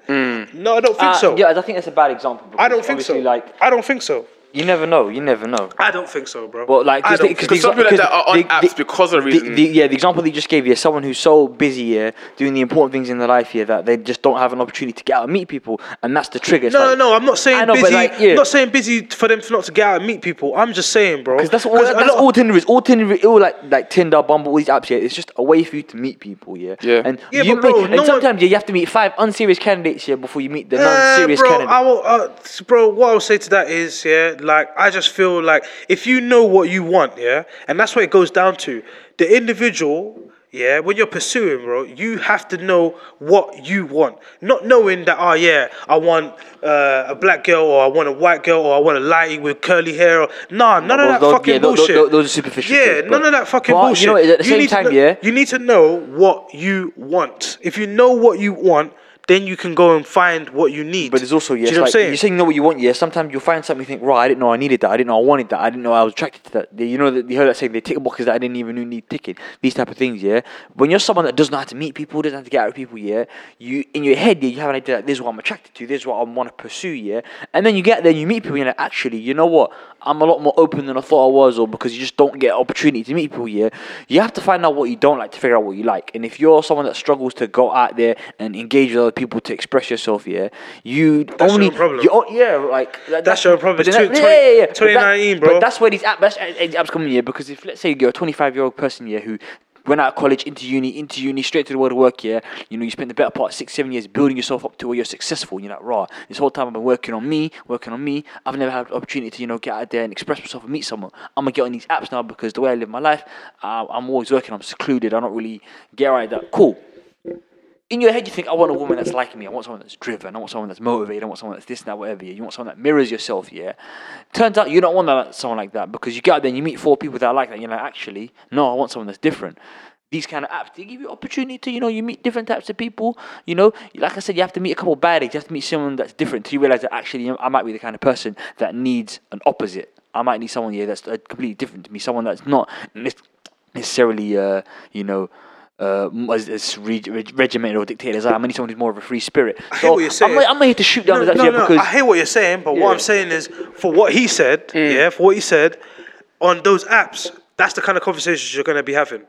[SPEAKER 1] No, I don't think
[SPEAKER 4] Uh,
[SPEAKER 1] so.
[SPEAKER 4] Yeah, I think that's a bad example.
[SPEAKER 1] I don't
[SPEAKER 4] because
[SPEAKER 1] think so.
[SPEAKER 4] obviously, Like
[SPEAKER 1] I don't think so.
[SPEAKER 4] you never know. You never know.
[SPEAKER 1] I don't think so, bro.
[SPEAKER 4] But like,
[SPEAKER 1] I
[SPEAKER 4] because
[SPEAKER 1] don't think-
[SPEAKER 3] Because some people like that are on apps because of reason.
[SPEAKER 4] yeah, the example that you just gave here, someone who's so busy here, doing the important things in their life here, that they just don't have an opportunity to get out and meet people, and that's the trigger. It's
[SPEAKER 1] no, no,
[SPEAKER 4] like-
[SPEAKER 1] no. I'm not saying
[SPEAKER 4] I know, but
[SPEAKER 1] busy.
[SPEAKER 4] like, yeah.
[SPEAKER 1] I'm not saying busy for them to not to get out and meet people. I'm just saying, bro.
[SPEAKER 4] Because that's all.
[SPEAKER 1] 'Cause a
[SPEAKER 4] that's
[SPEAKER 1] lot-
[SPEAKER 4] all Tinder is. All Tinder, is- all like like Tinder, Bumble, all these apps. Yeah, it's just a way for you to meet people. Yeah.
[SPEAKER 3] Yeah.
[SPEAKER 4] And
[SPEAKER 1] Yeah,
[SPEAKER 4] you
[SPEAKER 1] but bro,
[SPEAKER 4] meet-
[SPEAKER 1] no
[SPEAKER 4] and
[SPEAKER 1] one-
[SPEAKER 4] sometimes yeah, you have to meet five unserious candidates here before you meet the non-serious
[SPEAKER 1] bro,
[SPEAKER 4] candidate.
[SPEAKER 1] I will, uh, bro, what I'll say to that is, yeah, like, I just feel like if you know what you want, yeah, and that's what it goes down to. The individual, yeah, when you're pursuing, bro, you have to know what you want. Not knowing that, oh, yeah, I want uh, a black girl or I want a white girl or I want a lighty with curly hair. Or, nah, none of
[SPEAKER 4] those-
[SPEAKER 1] that
[SPEAKER 4] those-
[SPEAKER 1] fucking
[SPEAKER 4] yeah, those-
[SPEAKER 1] bullshit.
[SPEAKER 4] those- those are superficial
[SPEAKER 1] Yeah,
[SPEAKER 4] things,
[SPEAKER 1] none
[SPEAKER 4] but-
[SPEAKER 1] of that fucking
[SPEAKER 4] but, you
[SPEAKER 1] bullshit.
[SPEAKER 4] know, at the same
[SPEAKER 1] need to
[SPEAKER 4] time,
[SPEAKER 1] know-
[SPEAKER 4] yeah,
[SPEAKER 1] you need to know what you want. If you know what you want, then you can go and find what you need.
[SPEAKER 4] But it's also
[SPEAKER 1] Do
[SPEAKER 4] yes,
[SPEAKER 1] you know
[SPEAKER 4] like
[SPEAKER 1] what I'm saying?
[SPEAKER 4] you're saying you know what you want. Yeah, sometimes you'll find something you think, right? I didn't know I needed that. I didn't know I wanted that. I didn't know I was attracted to that. You know that you heard that saying they tick boxes that I didn't even know need ticking. These type of things. Yeah, when you're someone that doesn't know how to meet people, doesn't have to get out with people. Yeah, you in your head, yeah, you have an idea that this is what I'm attracted to. This is what I want to pursue. Yeah, and then you get there, you meet people, and you're like, actually, you know what? I'm a lot more open than I thought I was, or because you just don't get opportunity to meet people. Yeah, you have to find out what you don't like to figure out what you like. And if you're someone that struggles to go out there and engage with other people to express yourself, yeah, you
[SPEAKER 1] That's
[SPEAKER 4] only
[SPEAKER 1] your problem.
[SPEAKER 4] you on- yeah, like that-
[SPEAKER 1] That's your problem.
[SPEAKER 4] but
[SPEAKER 1] It's
[SPEAKER 4] then
[SPEAKER 1] tw-
[SPEAKER 4] yeah, yeah,
[SPEAKER 1] twenty-
[SPEAKER 4] yeah. But that-
[SPEAKER 1] 2019, bro.
[SPEAKER 4] But that's where these app, that's, uh, these apps come in here because if let's say you're a 25 year old person here who went out of college into uni, into uni, straight to the world of work here, you know, you spent the better part of six, seven years building yourself up to where you're successful. And you're like, raw. This whole time I've been working on me, working on me. I've never had the opportunity to you know get out there and express myself and meet someone. I'm gonna get on these apps now because the way I live my life, uh, I'm always working. I'm secluded. I don't really get out of that. Cool in your head you think, I want a woman that's like me. I want someone that's driven. I want someone that's motivated. I want someone that's this and that, whatever. Yeah. You want someone that mirrors yourself. Yeah. Turns out you don't want that, someone like that because you get out there and you meet four people that are like that. And you're like, actually, no, I want someone that's different. These kind of apps they give you opportunity to, you know, you meet different types of people. You know, like I said, you have to meet a couple of bad eggs. You have to meet someone that's different to realize that actually you know, I might be the kind of person that needs an opposite. I might need someone here that's uh, completely different to me. Someone that's not ne- necessarily, uh, you know, uh, m- as, as reg- reg- regimented or dictated as I am. I need someone who's more of a free spirit. I
[SPEAKER 1] hear what you're saying.
[SPEAKER 4] I'm, not- I'm not here to shoot down
[SPEAKER 1] No,
[SPEAKER 4] his action
[SPEAKER 1] no, no,
[SPEAKER 4] because
[SPEAKER 1] I hear what you're saying, but what I'm saying is, for what he said,
[SPEAKER 4] Mm.
[SPEAKER 1] yeah, for what he said, on those apps, that's the kind of conversations you're going to be having,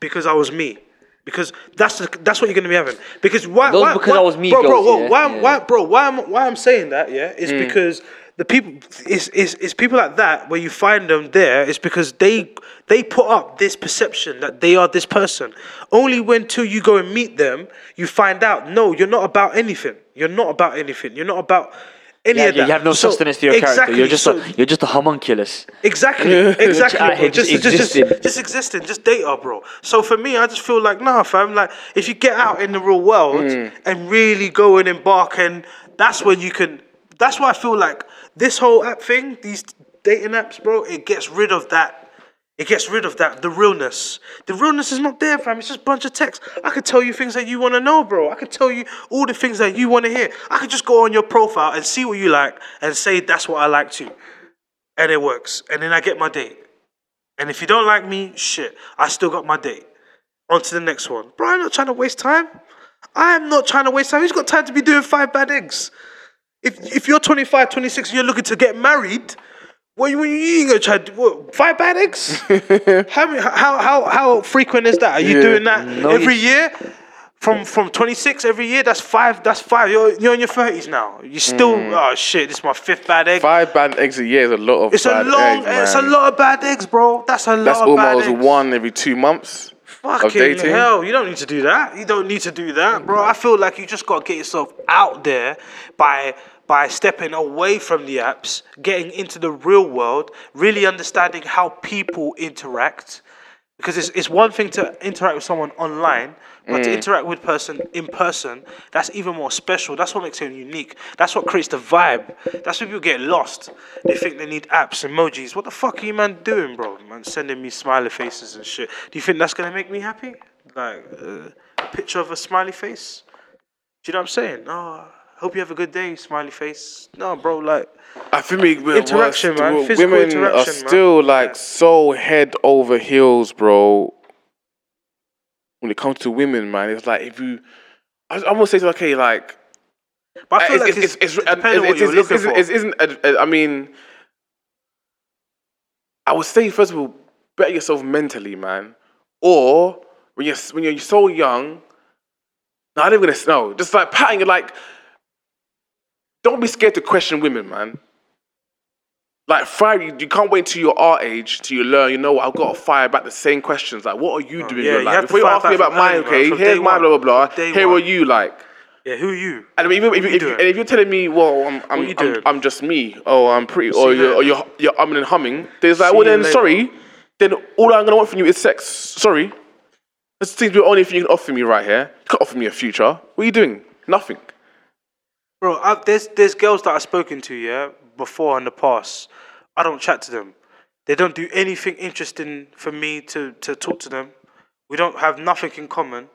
[SPEAKER 1] because I was me, because that's the, that's what you're going to be having. Because why?
[SPEAKER 4] Those
[SPEAKER 1] why,
[SPEAKER 4] because
[SPEAKER 1] why-
[SPEAKER 4] I was me
[SPEAKER 1] bro, bro,
[SPEAKER 4] girls,
[SPEAKER 1] whoa,
[SPEAKER 4] yeah,
[SPEAKER 1] why,
[SPEAKER 4] yeah. Hmm.
[SPEAKER 1] why, bro, why I'm why I'm saying that, yeah, is because the people, it's, it's it's people like that where you find them there. It's because they they put up this perception that they are this person. Only when till you go and meet them, you find out no, you're not about anything. You're not about anything. You're not about any
[SPEAKER 4] yeah,
[SPEAKER 1] of that.
[SPEAKER 4] you have no
[SPEAKER 1] So-
[SPEAKER 4] sustenance to your character.
[SPEAKER 1] exactly,
[SPEAKER 4] You're just
[SPEAKER 1] so-
[SPEAKER 4] a, you're just a homunculus.
[SPEAKER 1] Exactly, exactly.
[SPEAKER 4] I
[SPEAKER 1] bro.
[SPEAKER 4] had just
[SPEAKER 1] Just, just, just,
[SPEAKER 4] existed.
[SPEAKER 1] just existing, just data, bro. So for me, I just feel like nah, fam. Like if you get out in the real world
[SPEAKER 4] Hmm.
[SPEAKER 1] and really go and embark, and that's when you can. That's why I feel like this whole app thing, these dating apps, bro, it gets rid of that. It gets rid of that, the realness. The realness is not there, fam. It's just a bunch of text. I could tell you things that you want to know, bro. I could tell you all the things that you want to hear. I could just go on your profile and see what you like and say, that's what I like too and it works. And then I get my date. And if you don't like me, shit, I still got my date. On to the next one. Bro, I'm not trying to waste time. I am not trying to waste time. Who's got time to be doing five bad eggs? If, if you're 25, 26, and you're looking to get married, what you, what you, you ain't gonna try to do? What, five bad eggs? how, many- how, how, how frequent is that? Are you
[SPEAKER 3] Yeah.
[SPEAKER 1] doing that every
[SPEAKER 4] you-
[SPEAKER 1] year? From from 26 every year, that's five. That's five. You're, you're in your 30s now. You still, oh shit, this is my fifth bad egg.
[SPEAKER 3] Five bad eggs a year is a lot of.
[SPEAKER 1] It's a
[SPEAKER 3] bad
[SPEAKER 1] long.
[SPEAKER 3] eggs,
[SPEAKER 1] it's
[SPEAKER 3] man.
[SPEAKER 1] a lot of bad eggs, bro. That's a lot
[SPEAKER 3] That's
[SPEAKER 1] of
[SPEAKER 3] almost
[SPEAKER 1] bad eggs.
[SPEAKER 3] one every two months. of
[SPEAKER 1] Fucking
[SPEAKER 3] dating.
[SPEAKER 1] hell! You don't need to do that. You don't need to do that, bro. I feel like you just gotta get yourself out there by by stepping away from the apps, getting into the real world, really understanding how people interact. Because it's it's one thing to interact with someone online, but to interact with person in person, that's even more special. That's what makes it unique. That's what creates the vibe. That's where people get lost. They think they need apps, emojis. What the fuck are you man doing, bro? Man, sending me smiley faces and shit. Do you think that's gonna make me happy? Like uh, a picture of a smiley face? Do you know what I'm saying? Oh, hope you have a good day, smiley face. No, bro, like
[SPEAKER 3] I think we, we-
[SPEAKER 1] Interaction,
[SPEAKER 3] we're
[SPEAKER 1] man.
[SPEAKER 3] still-
[SPEAKER 1] Physical
[SPEAKER 3] women are
[SPEAKER 1] interaction, man.
[SPEAKER 3] still like so head over heels, bro. When it comes to women, man, it's like if you, I, I won't say it's okay, like
[SPEAKER 1] but I feel
[SPEAKER 3] Uh, it's-
[SPEAKER 1] like it's,
[SPEAKER 3] it's- it's- it's-
[SPEAKER 1] depending on what
[SPEAKER 3] it's-
[SPEAKER 1] you're
[SPEAKER 3] it's-
[SPEAKER 1] looking
[SPEAKER 3] it's-
[SPEAKER 1] for.
[SPEAKER 3] it's- isn't. a- a- I mean, I would say first of all, better yourself mentally, man. Or when you're when you're so young, no, I don't even gonna no, just like patting you like. Don't be scared to question women, man. Like fire, you, you can't wait till you're our age till you learn. You know, what, I've got to fire back the same questions. Like, what are you
[SPEAKER 1] Oh,
[SPEAKER 3] doing? in
[SPEAKER 1] yeah,
[SPEAKER 3] your
[SPEAKER 1] you
[SPEAKER 3] life?
[SPEAKER 1] have to
[SPEAKER 3] Before you
[SPEAKER 1] fire
[SPEAKER 3] ask me
[SPEAKER 1] back
[SPEAKER 3] about
[SPEAKER 1] from early,
[SPEAKER 3] mine,
[SPEAKER 1] man,
[SPEAKER 3] okay,
[SPEAKER 1] from
[SPEAKER 3] here's
[SPEAKER 1] day
[SPEAKER 3] mine, blah
[SPEAKER 1] one.
[SPEAKER 3] blah
[SPEAKER 1] From
[SPEAKER 3] blah.
[SPEAKER 1] day
[SPEAKER 3] Here are
[SPEAKER 1] one.
[SPEAKER 3] you, like.
[SPEAKER 1] yeah, who are you?
[SPEAKER 3] And even if,
[SPEAKER 1] you
[SPEAKER 3] if, if,
[SPEAKER 1] doing?
[SPEAKER 3] and if you're telling me, well, I'm, I'm,
[SPEAKER 1] you
[SPEAKER 3] I'm,
[SPEAKER 1] doing?
[SPEAKER 3] I'm just me, or I'm pretty, or
[SPEAKER 1] See
[SPEAKER 3] you're,
[SPEAKER 1] that?
[SPEAKER 3] or you're, you're umming and humming, then it's like, well,
[SPEAKER 1] you
[SPEAKER 3] then,
[SPEAKER 1] later.
[SPEAKER 3] sorry, then all I'm going to want from you is sex. Sorry. This seems to be the only thing you can offer me right here. You can't offer me a future. What are you doing? Nothing.
[SPEAKER 1] Bro, I, there's there's girls that I've spoken to, yeah, before in the past. I don't chat to them. They don't do anything interesting for me to to talk to them. We don't have nothing in common.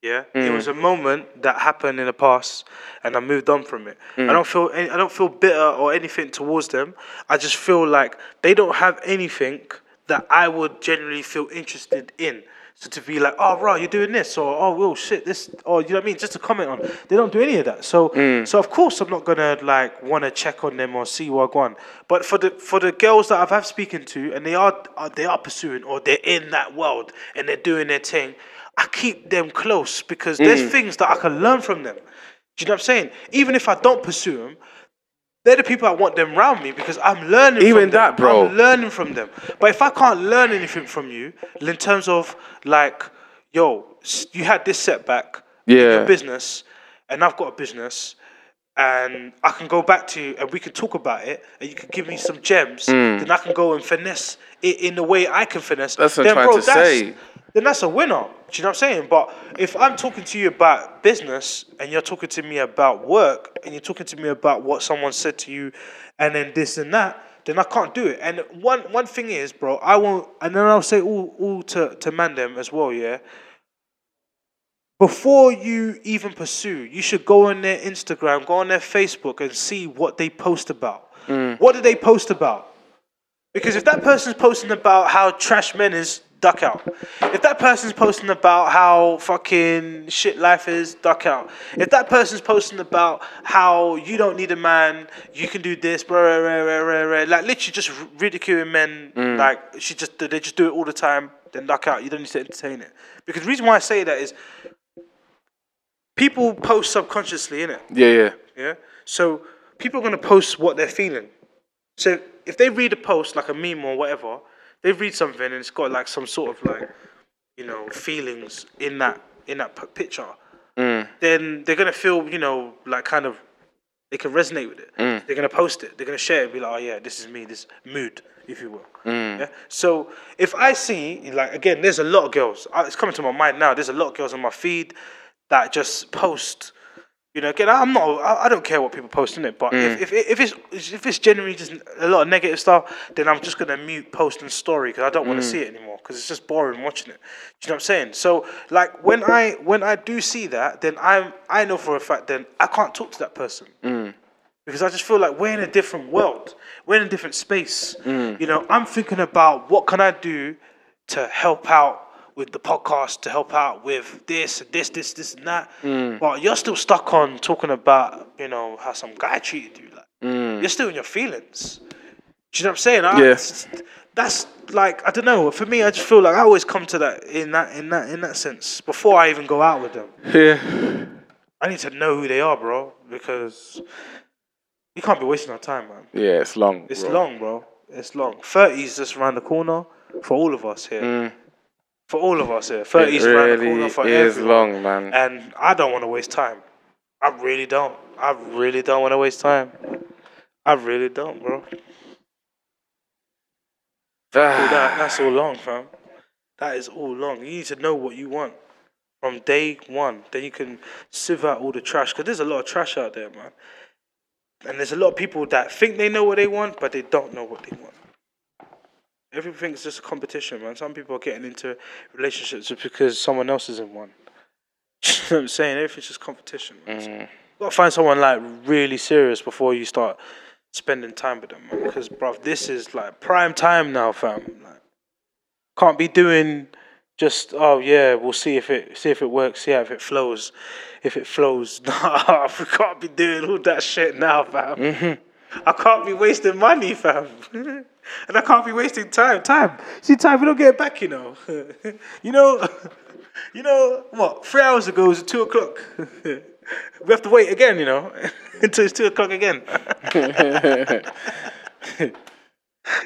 [SPEAKER 1] Yeah, it was a moment that happened in the past, and I moved on from it. I don't feel any, I don't feel bitter or anything towards them. I just feel like they don't have anything that I would generally feel interested in. So to be like, oh, right, you're doing this, or oh, well, shit, this, or you know what I mean, just to comment on. They don't do any of that. So,
[SPEAKER 3] Hmm.
[SPEAKER 1] so of course, I'm not gonna like want to check on them or see what one. But for the for the girls that I've had speaking to, and they are, are they are pursuing or they're in that world and they're doing their thing. I keep them close because
[SPEAKER 3] Hmm.
[SPEAKER 1] there's things that I can learn from them. Do you know what I'm saying? Even if I don't pursue them, they're the people I want them round me because I'm learning. from them.
[SPEAKER 3] Even that, bro.
[SPEAKER 1] I'm learning from them. But if I can't learn anything from you in terms of like, yo, s- you had this setback in
[SPEAKER 3] Yeah.
[SPEAKER 1] your business, and I've got a business, and I can go back to you and we can talk about it, and you can give me some gems, then I can go and finesse it in the way I can finesse.
[SPEAKER 3] Hmm. That's what I'm
[SPEAKER 1] then,
[SPEAKER 3] trying
[SPEAKER 1] bro,
[SPEAKER 3] to
[SPEAKER 1] that's,
[SPEAKER 3] say.
[SPEAKER 1] then that's a winner. Do you know what I'm saying? But if I'm talking to you about business and you're talking to me about work and you're talking to me about what someone said to you and then this and that, then I can't do it. And one one thing is, bro, I won't and then I'll say all all to, to man them as well, yeah. Before you even pursue, you should go on their Instagram, go on their Facebook and see what they post about. What do they post about? Because if that person's posting about how trash men is, duck out. If that person's posting about how fucking shit life is, duck out. If that person's posting about how you don't need a man, you can do this, blah, blah, blah, blah, blah, blah, like literally just ridiculing men, like she just they just do it all the time, then duck out. You don't need to entertain it. Because the reason why I say that is people post subconsciously, innit?
[SPEAKER 3] Yeah, yeah.
[SPEAKER 1] Yeah. So people are gonna post what they're feeling. So if they read a post like a meme or whatever, they read something and it's got like some sort of like, you know, feelings in that in that p- picture. Then they're gonna feel you know like kind of they can resonate with it. They're gonna post it. They're gonna share it. And be like, oh yeah, this is me. This mood, if you will. Yeah? So if I see like again, there's a lot of girls. uh, It's coming to my mind now. There's a lot of girls on my feed that just post. You know, again, I'm not. I, I don't care what people post in it, but if, if if it's if it's generally just a lot of negative stuff, then I'm just gonna mute post and story because I don't want to see it anymore because it's just boring watching it. Do you know what I'm saying? So like when I when I do see that, then I'm I know for a fact then I can't talk to that person because I just feel like we're in a different world. We're in a different space. You know, I'm thinking about what can I do to help out with the podcast, to help out with this, this, this, this, and that. But you're still stuck on talking about, you know, how some guy treated you. Like you're still in your feelings. Do you know what I'm saying? I,
[SPEAKER 3] Yeah.
[SPEAKER 1] That's like I don't know. For me, I just feel like I always come to that in that in that in that sense before I even go out with them.
[SPEAKER 3] Yeah.
[SPEAKER 1] I need to know who they are, bro, because we can't be wasting our time, man.
[SPEAKER 3] Yeah, it's long.
[SPEAKER 1] It's
[SPEAKER 3] bro.
[SPEAKER 1] long, bro. It's long. Thirties just around the corner for all of us here. For all of us here,
[SPEAKER 3] Mm. It
[SPEAKER 1] thirties around the corner for
[SPEAKER 3] really is
[SPEAKER 1] everyone.
[SPEAKER 3] long, man.
[SPEAKER 1] And I don't want to waste time. I really don't. I really don't want to waste time. I really don't, bro. All that- that's all long, fam. That is all long. You need to know what you want from day one. Then you can sieve out all the trash. Because there's a lot of trash out there, man. And there's a lot of people that think they know what they want, but they don't know what they want. Everything's just a competition, man. Some people are getting into relationships just because someone else is in one. you know what I'm saying? Everything's just competition, man. So you gotta find someone like really serious before you start spending time with them, man. Because, bruv, this is like prime time now, fam. Like, can't be doing just oh yeah, we'll see if it see if it works, yeah, if it flows, if it flows. Nah, we can't be doing all that shit now, fam. I can't be wasting money, fam. and I can't be wasting time. Time, see, time. We don't get it back, you know. you know, you know what? Three hours ago it was two o'clock. we have to wait again, you know, until it's two o'clock again.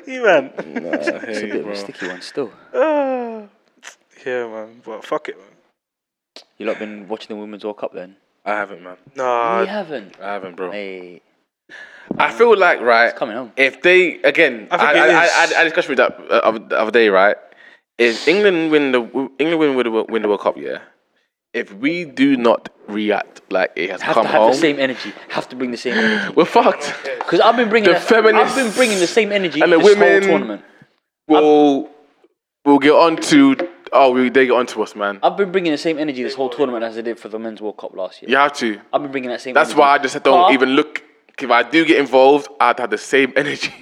[SPEAKER 1] you man.
[SPEAKER 3] Nah, I hear
[SPEAKER 4] It's a
[SPEAKER 3] you,
[SPEAKER 4] bit of a
[SPEAKER 3] bro.
[SPEAKER 4] sticky one still.
[SPEAKER 1] Ah. yeah, man. But fuck it, man.
[SPEAKER 4] You lot been watching the Women's World Cup then?
[SPEAKER 3] I haven't, man.
[SPEAKER 4] we
[SPEAKER 1] Nah,
[SPEAKER 4] haven't.
[SPEAKER 3] I haven't, bro.
[SPEAKER 4] Hey,
[SPEAKER 3] I feel like right.
[SPEAKER 4] coming on.
[SPEAKER 3] If they again, I
[SPEAKER 1] I think
[SPEAKER 3] I,
[SPEAKER 1] it
[SPEAKER 3] I,
[SPEAKER 1] is.
[SPEAKER 3] I, I discussed with that uh, other- the other day, right? If England win the England win with the Wo- win the World Cup, yeah. If we do not react like it has
[SPEAKER 4] have
[SPEAKER 3] come
[SPEAKER 4] to have
[SPEAKER 3] home,
[SPEAKER 4] the same energy. Have to bring the same energy.
[SPEAKER 3] we're fucked.
[SPEAKER 4] Because I've been bringing
[SPEAKER 3] The
[SPEAKER 4] that-
[SPEAKER 3] feminists
[SPEAKER 4] I've been bringing the same energy
[SPEAKER 3] and the
[SPEAKER 4] this whole
[SPEAKER 3] women-
[SPEAKER 4] tournament.
[SPEAKER 3] We'll we'll get on to oh we they get on to us, man.
[SPEAKER 4] I've been bringing the same energy this whole tournament as I did for the Men's World Cup last year.
[SPEAKER 3] You have to.
[SPEAKER 4] I've been bringing that same.
[SPEAKER 3] That's
[SPEAKER 4] energy.
[SPEAKER 3] why I just don't
[SPEAKER 4] But-
[SPEAKER 3] even look. If I do get involved, I'd have the same energy,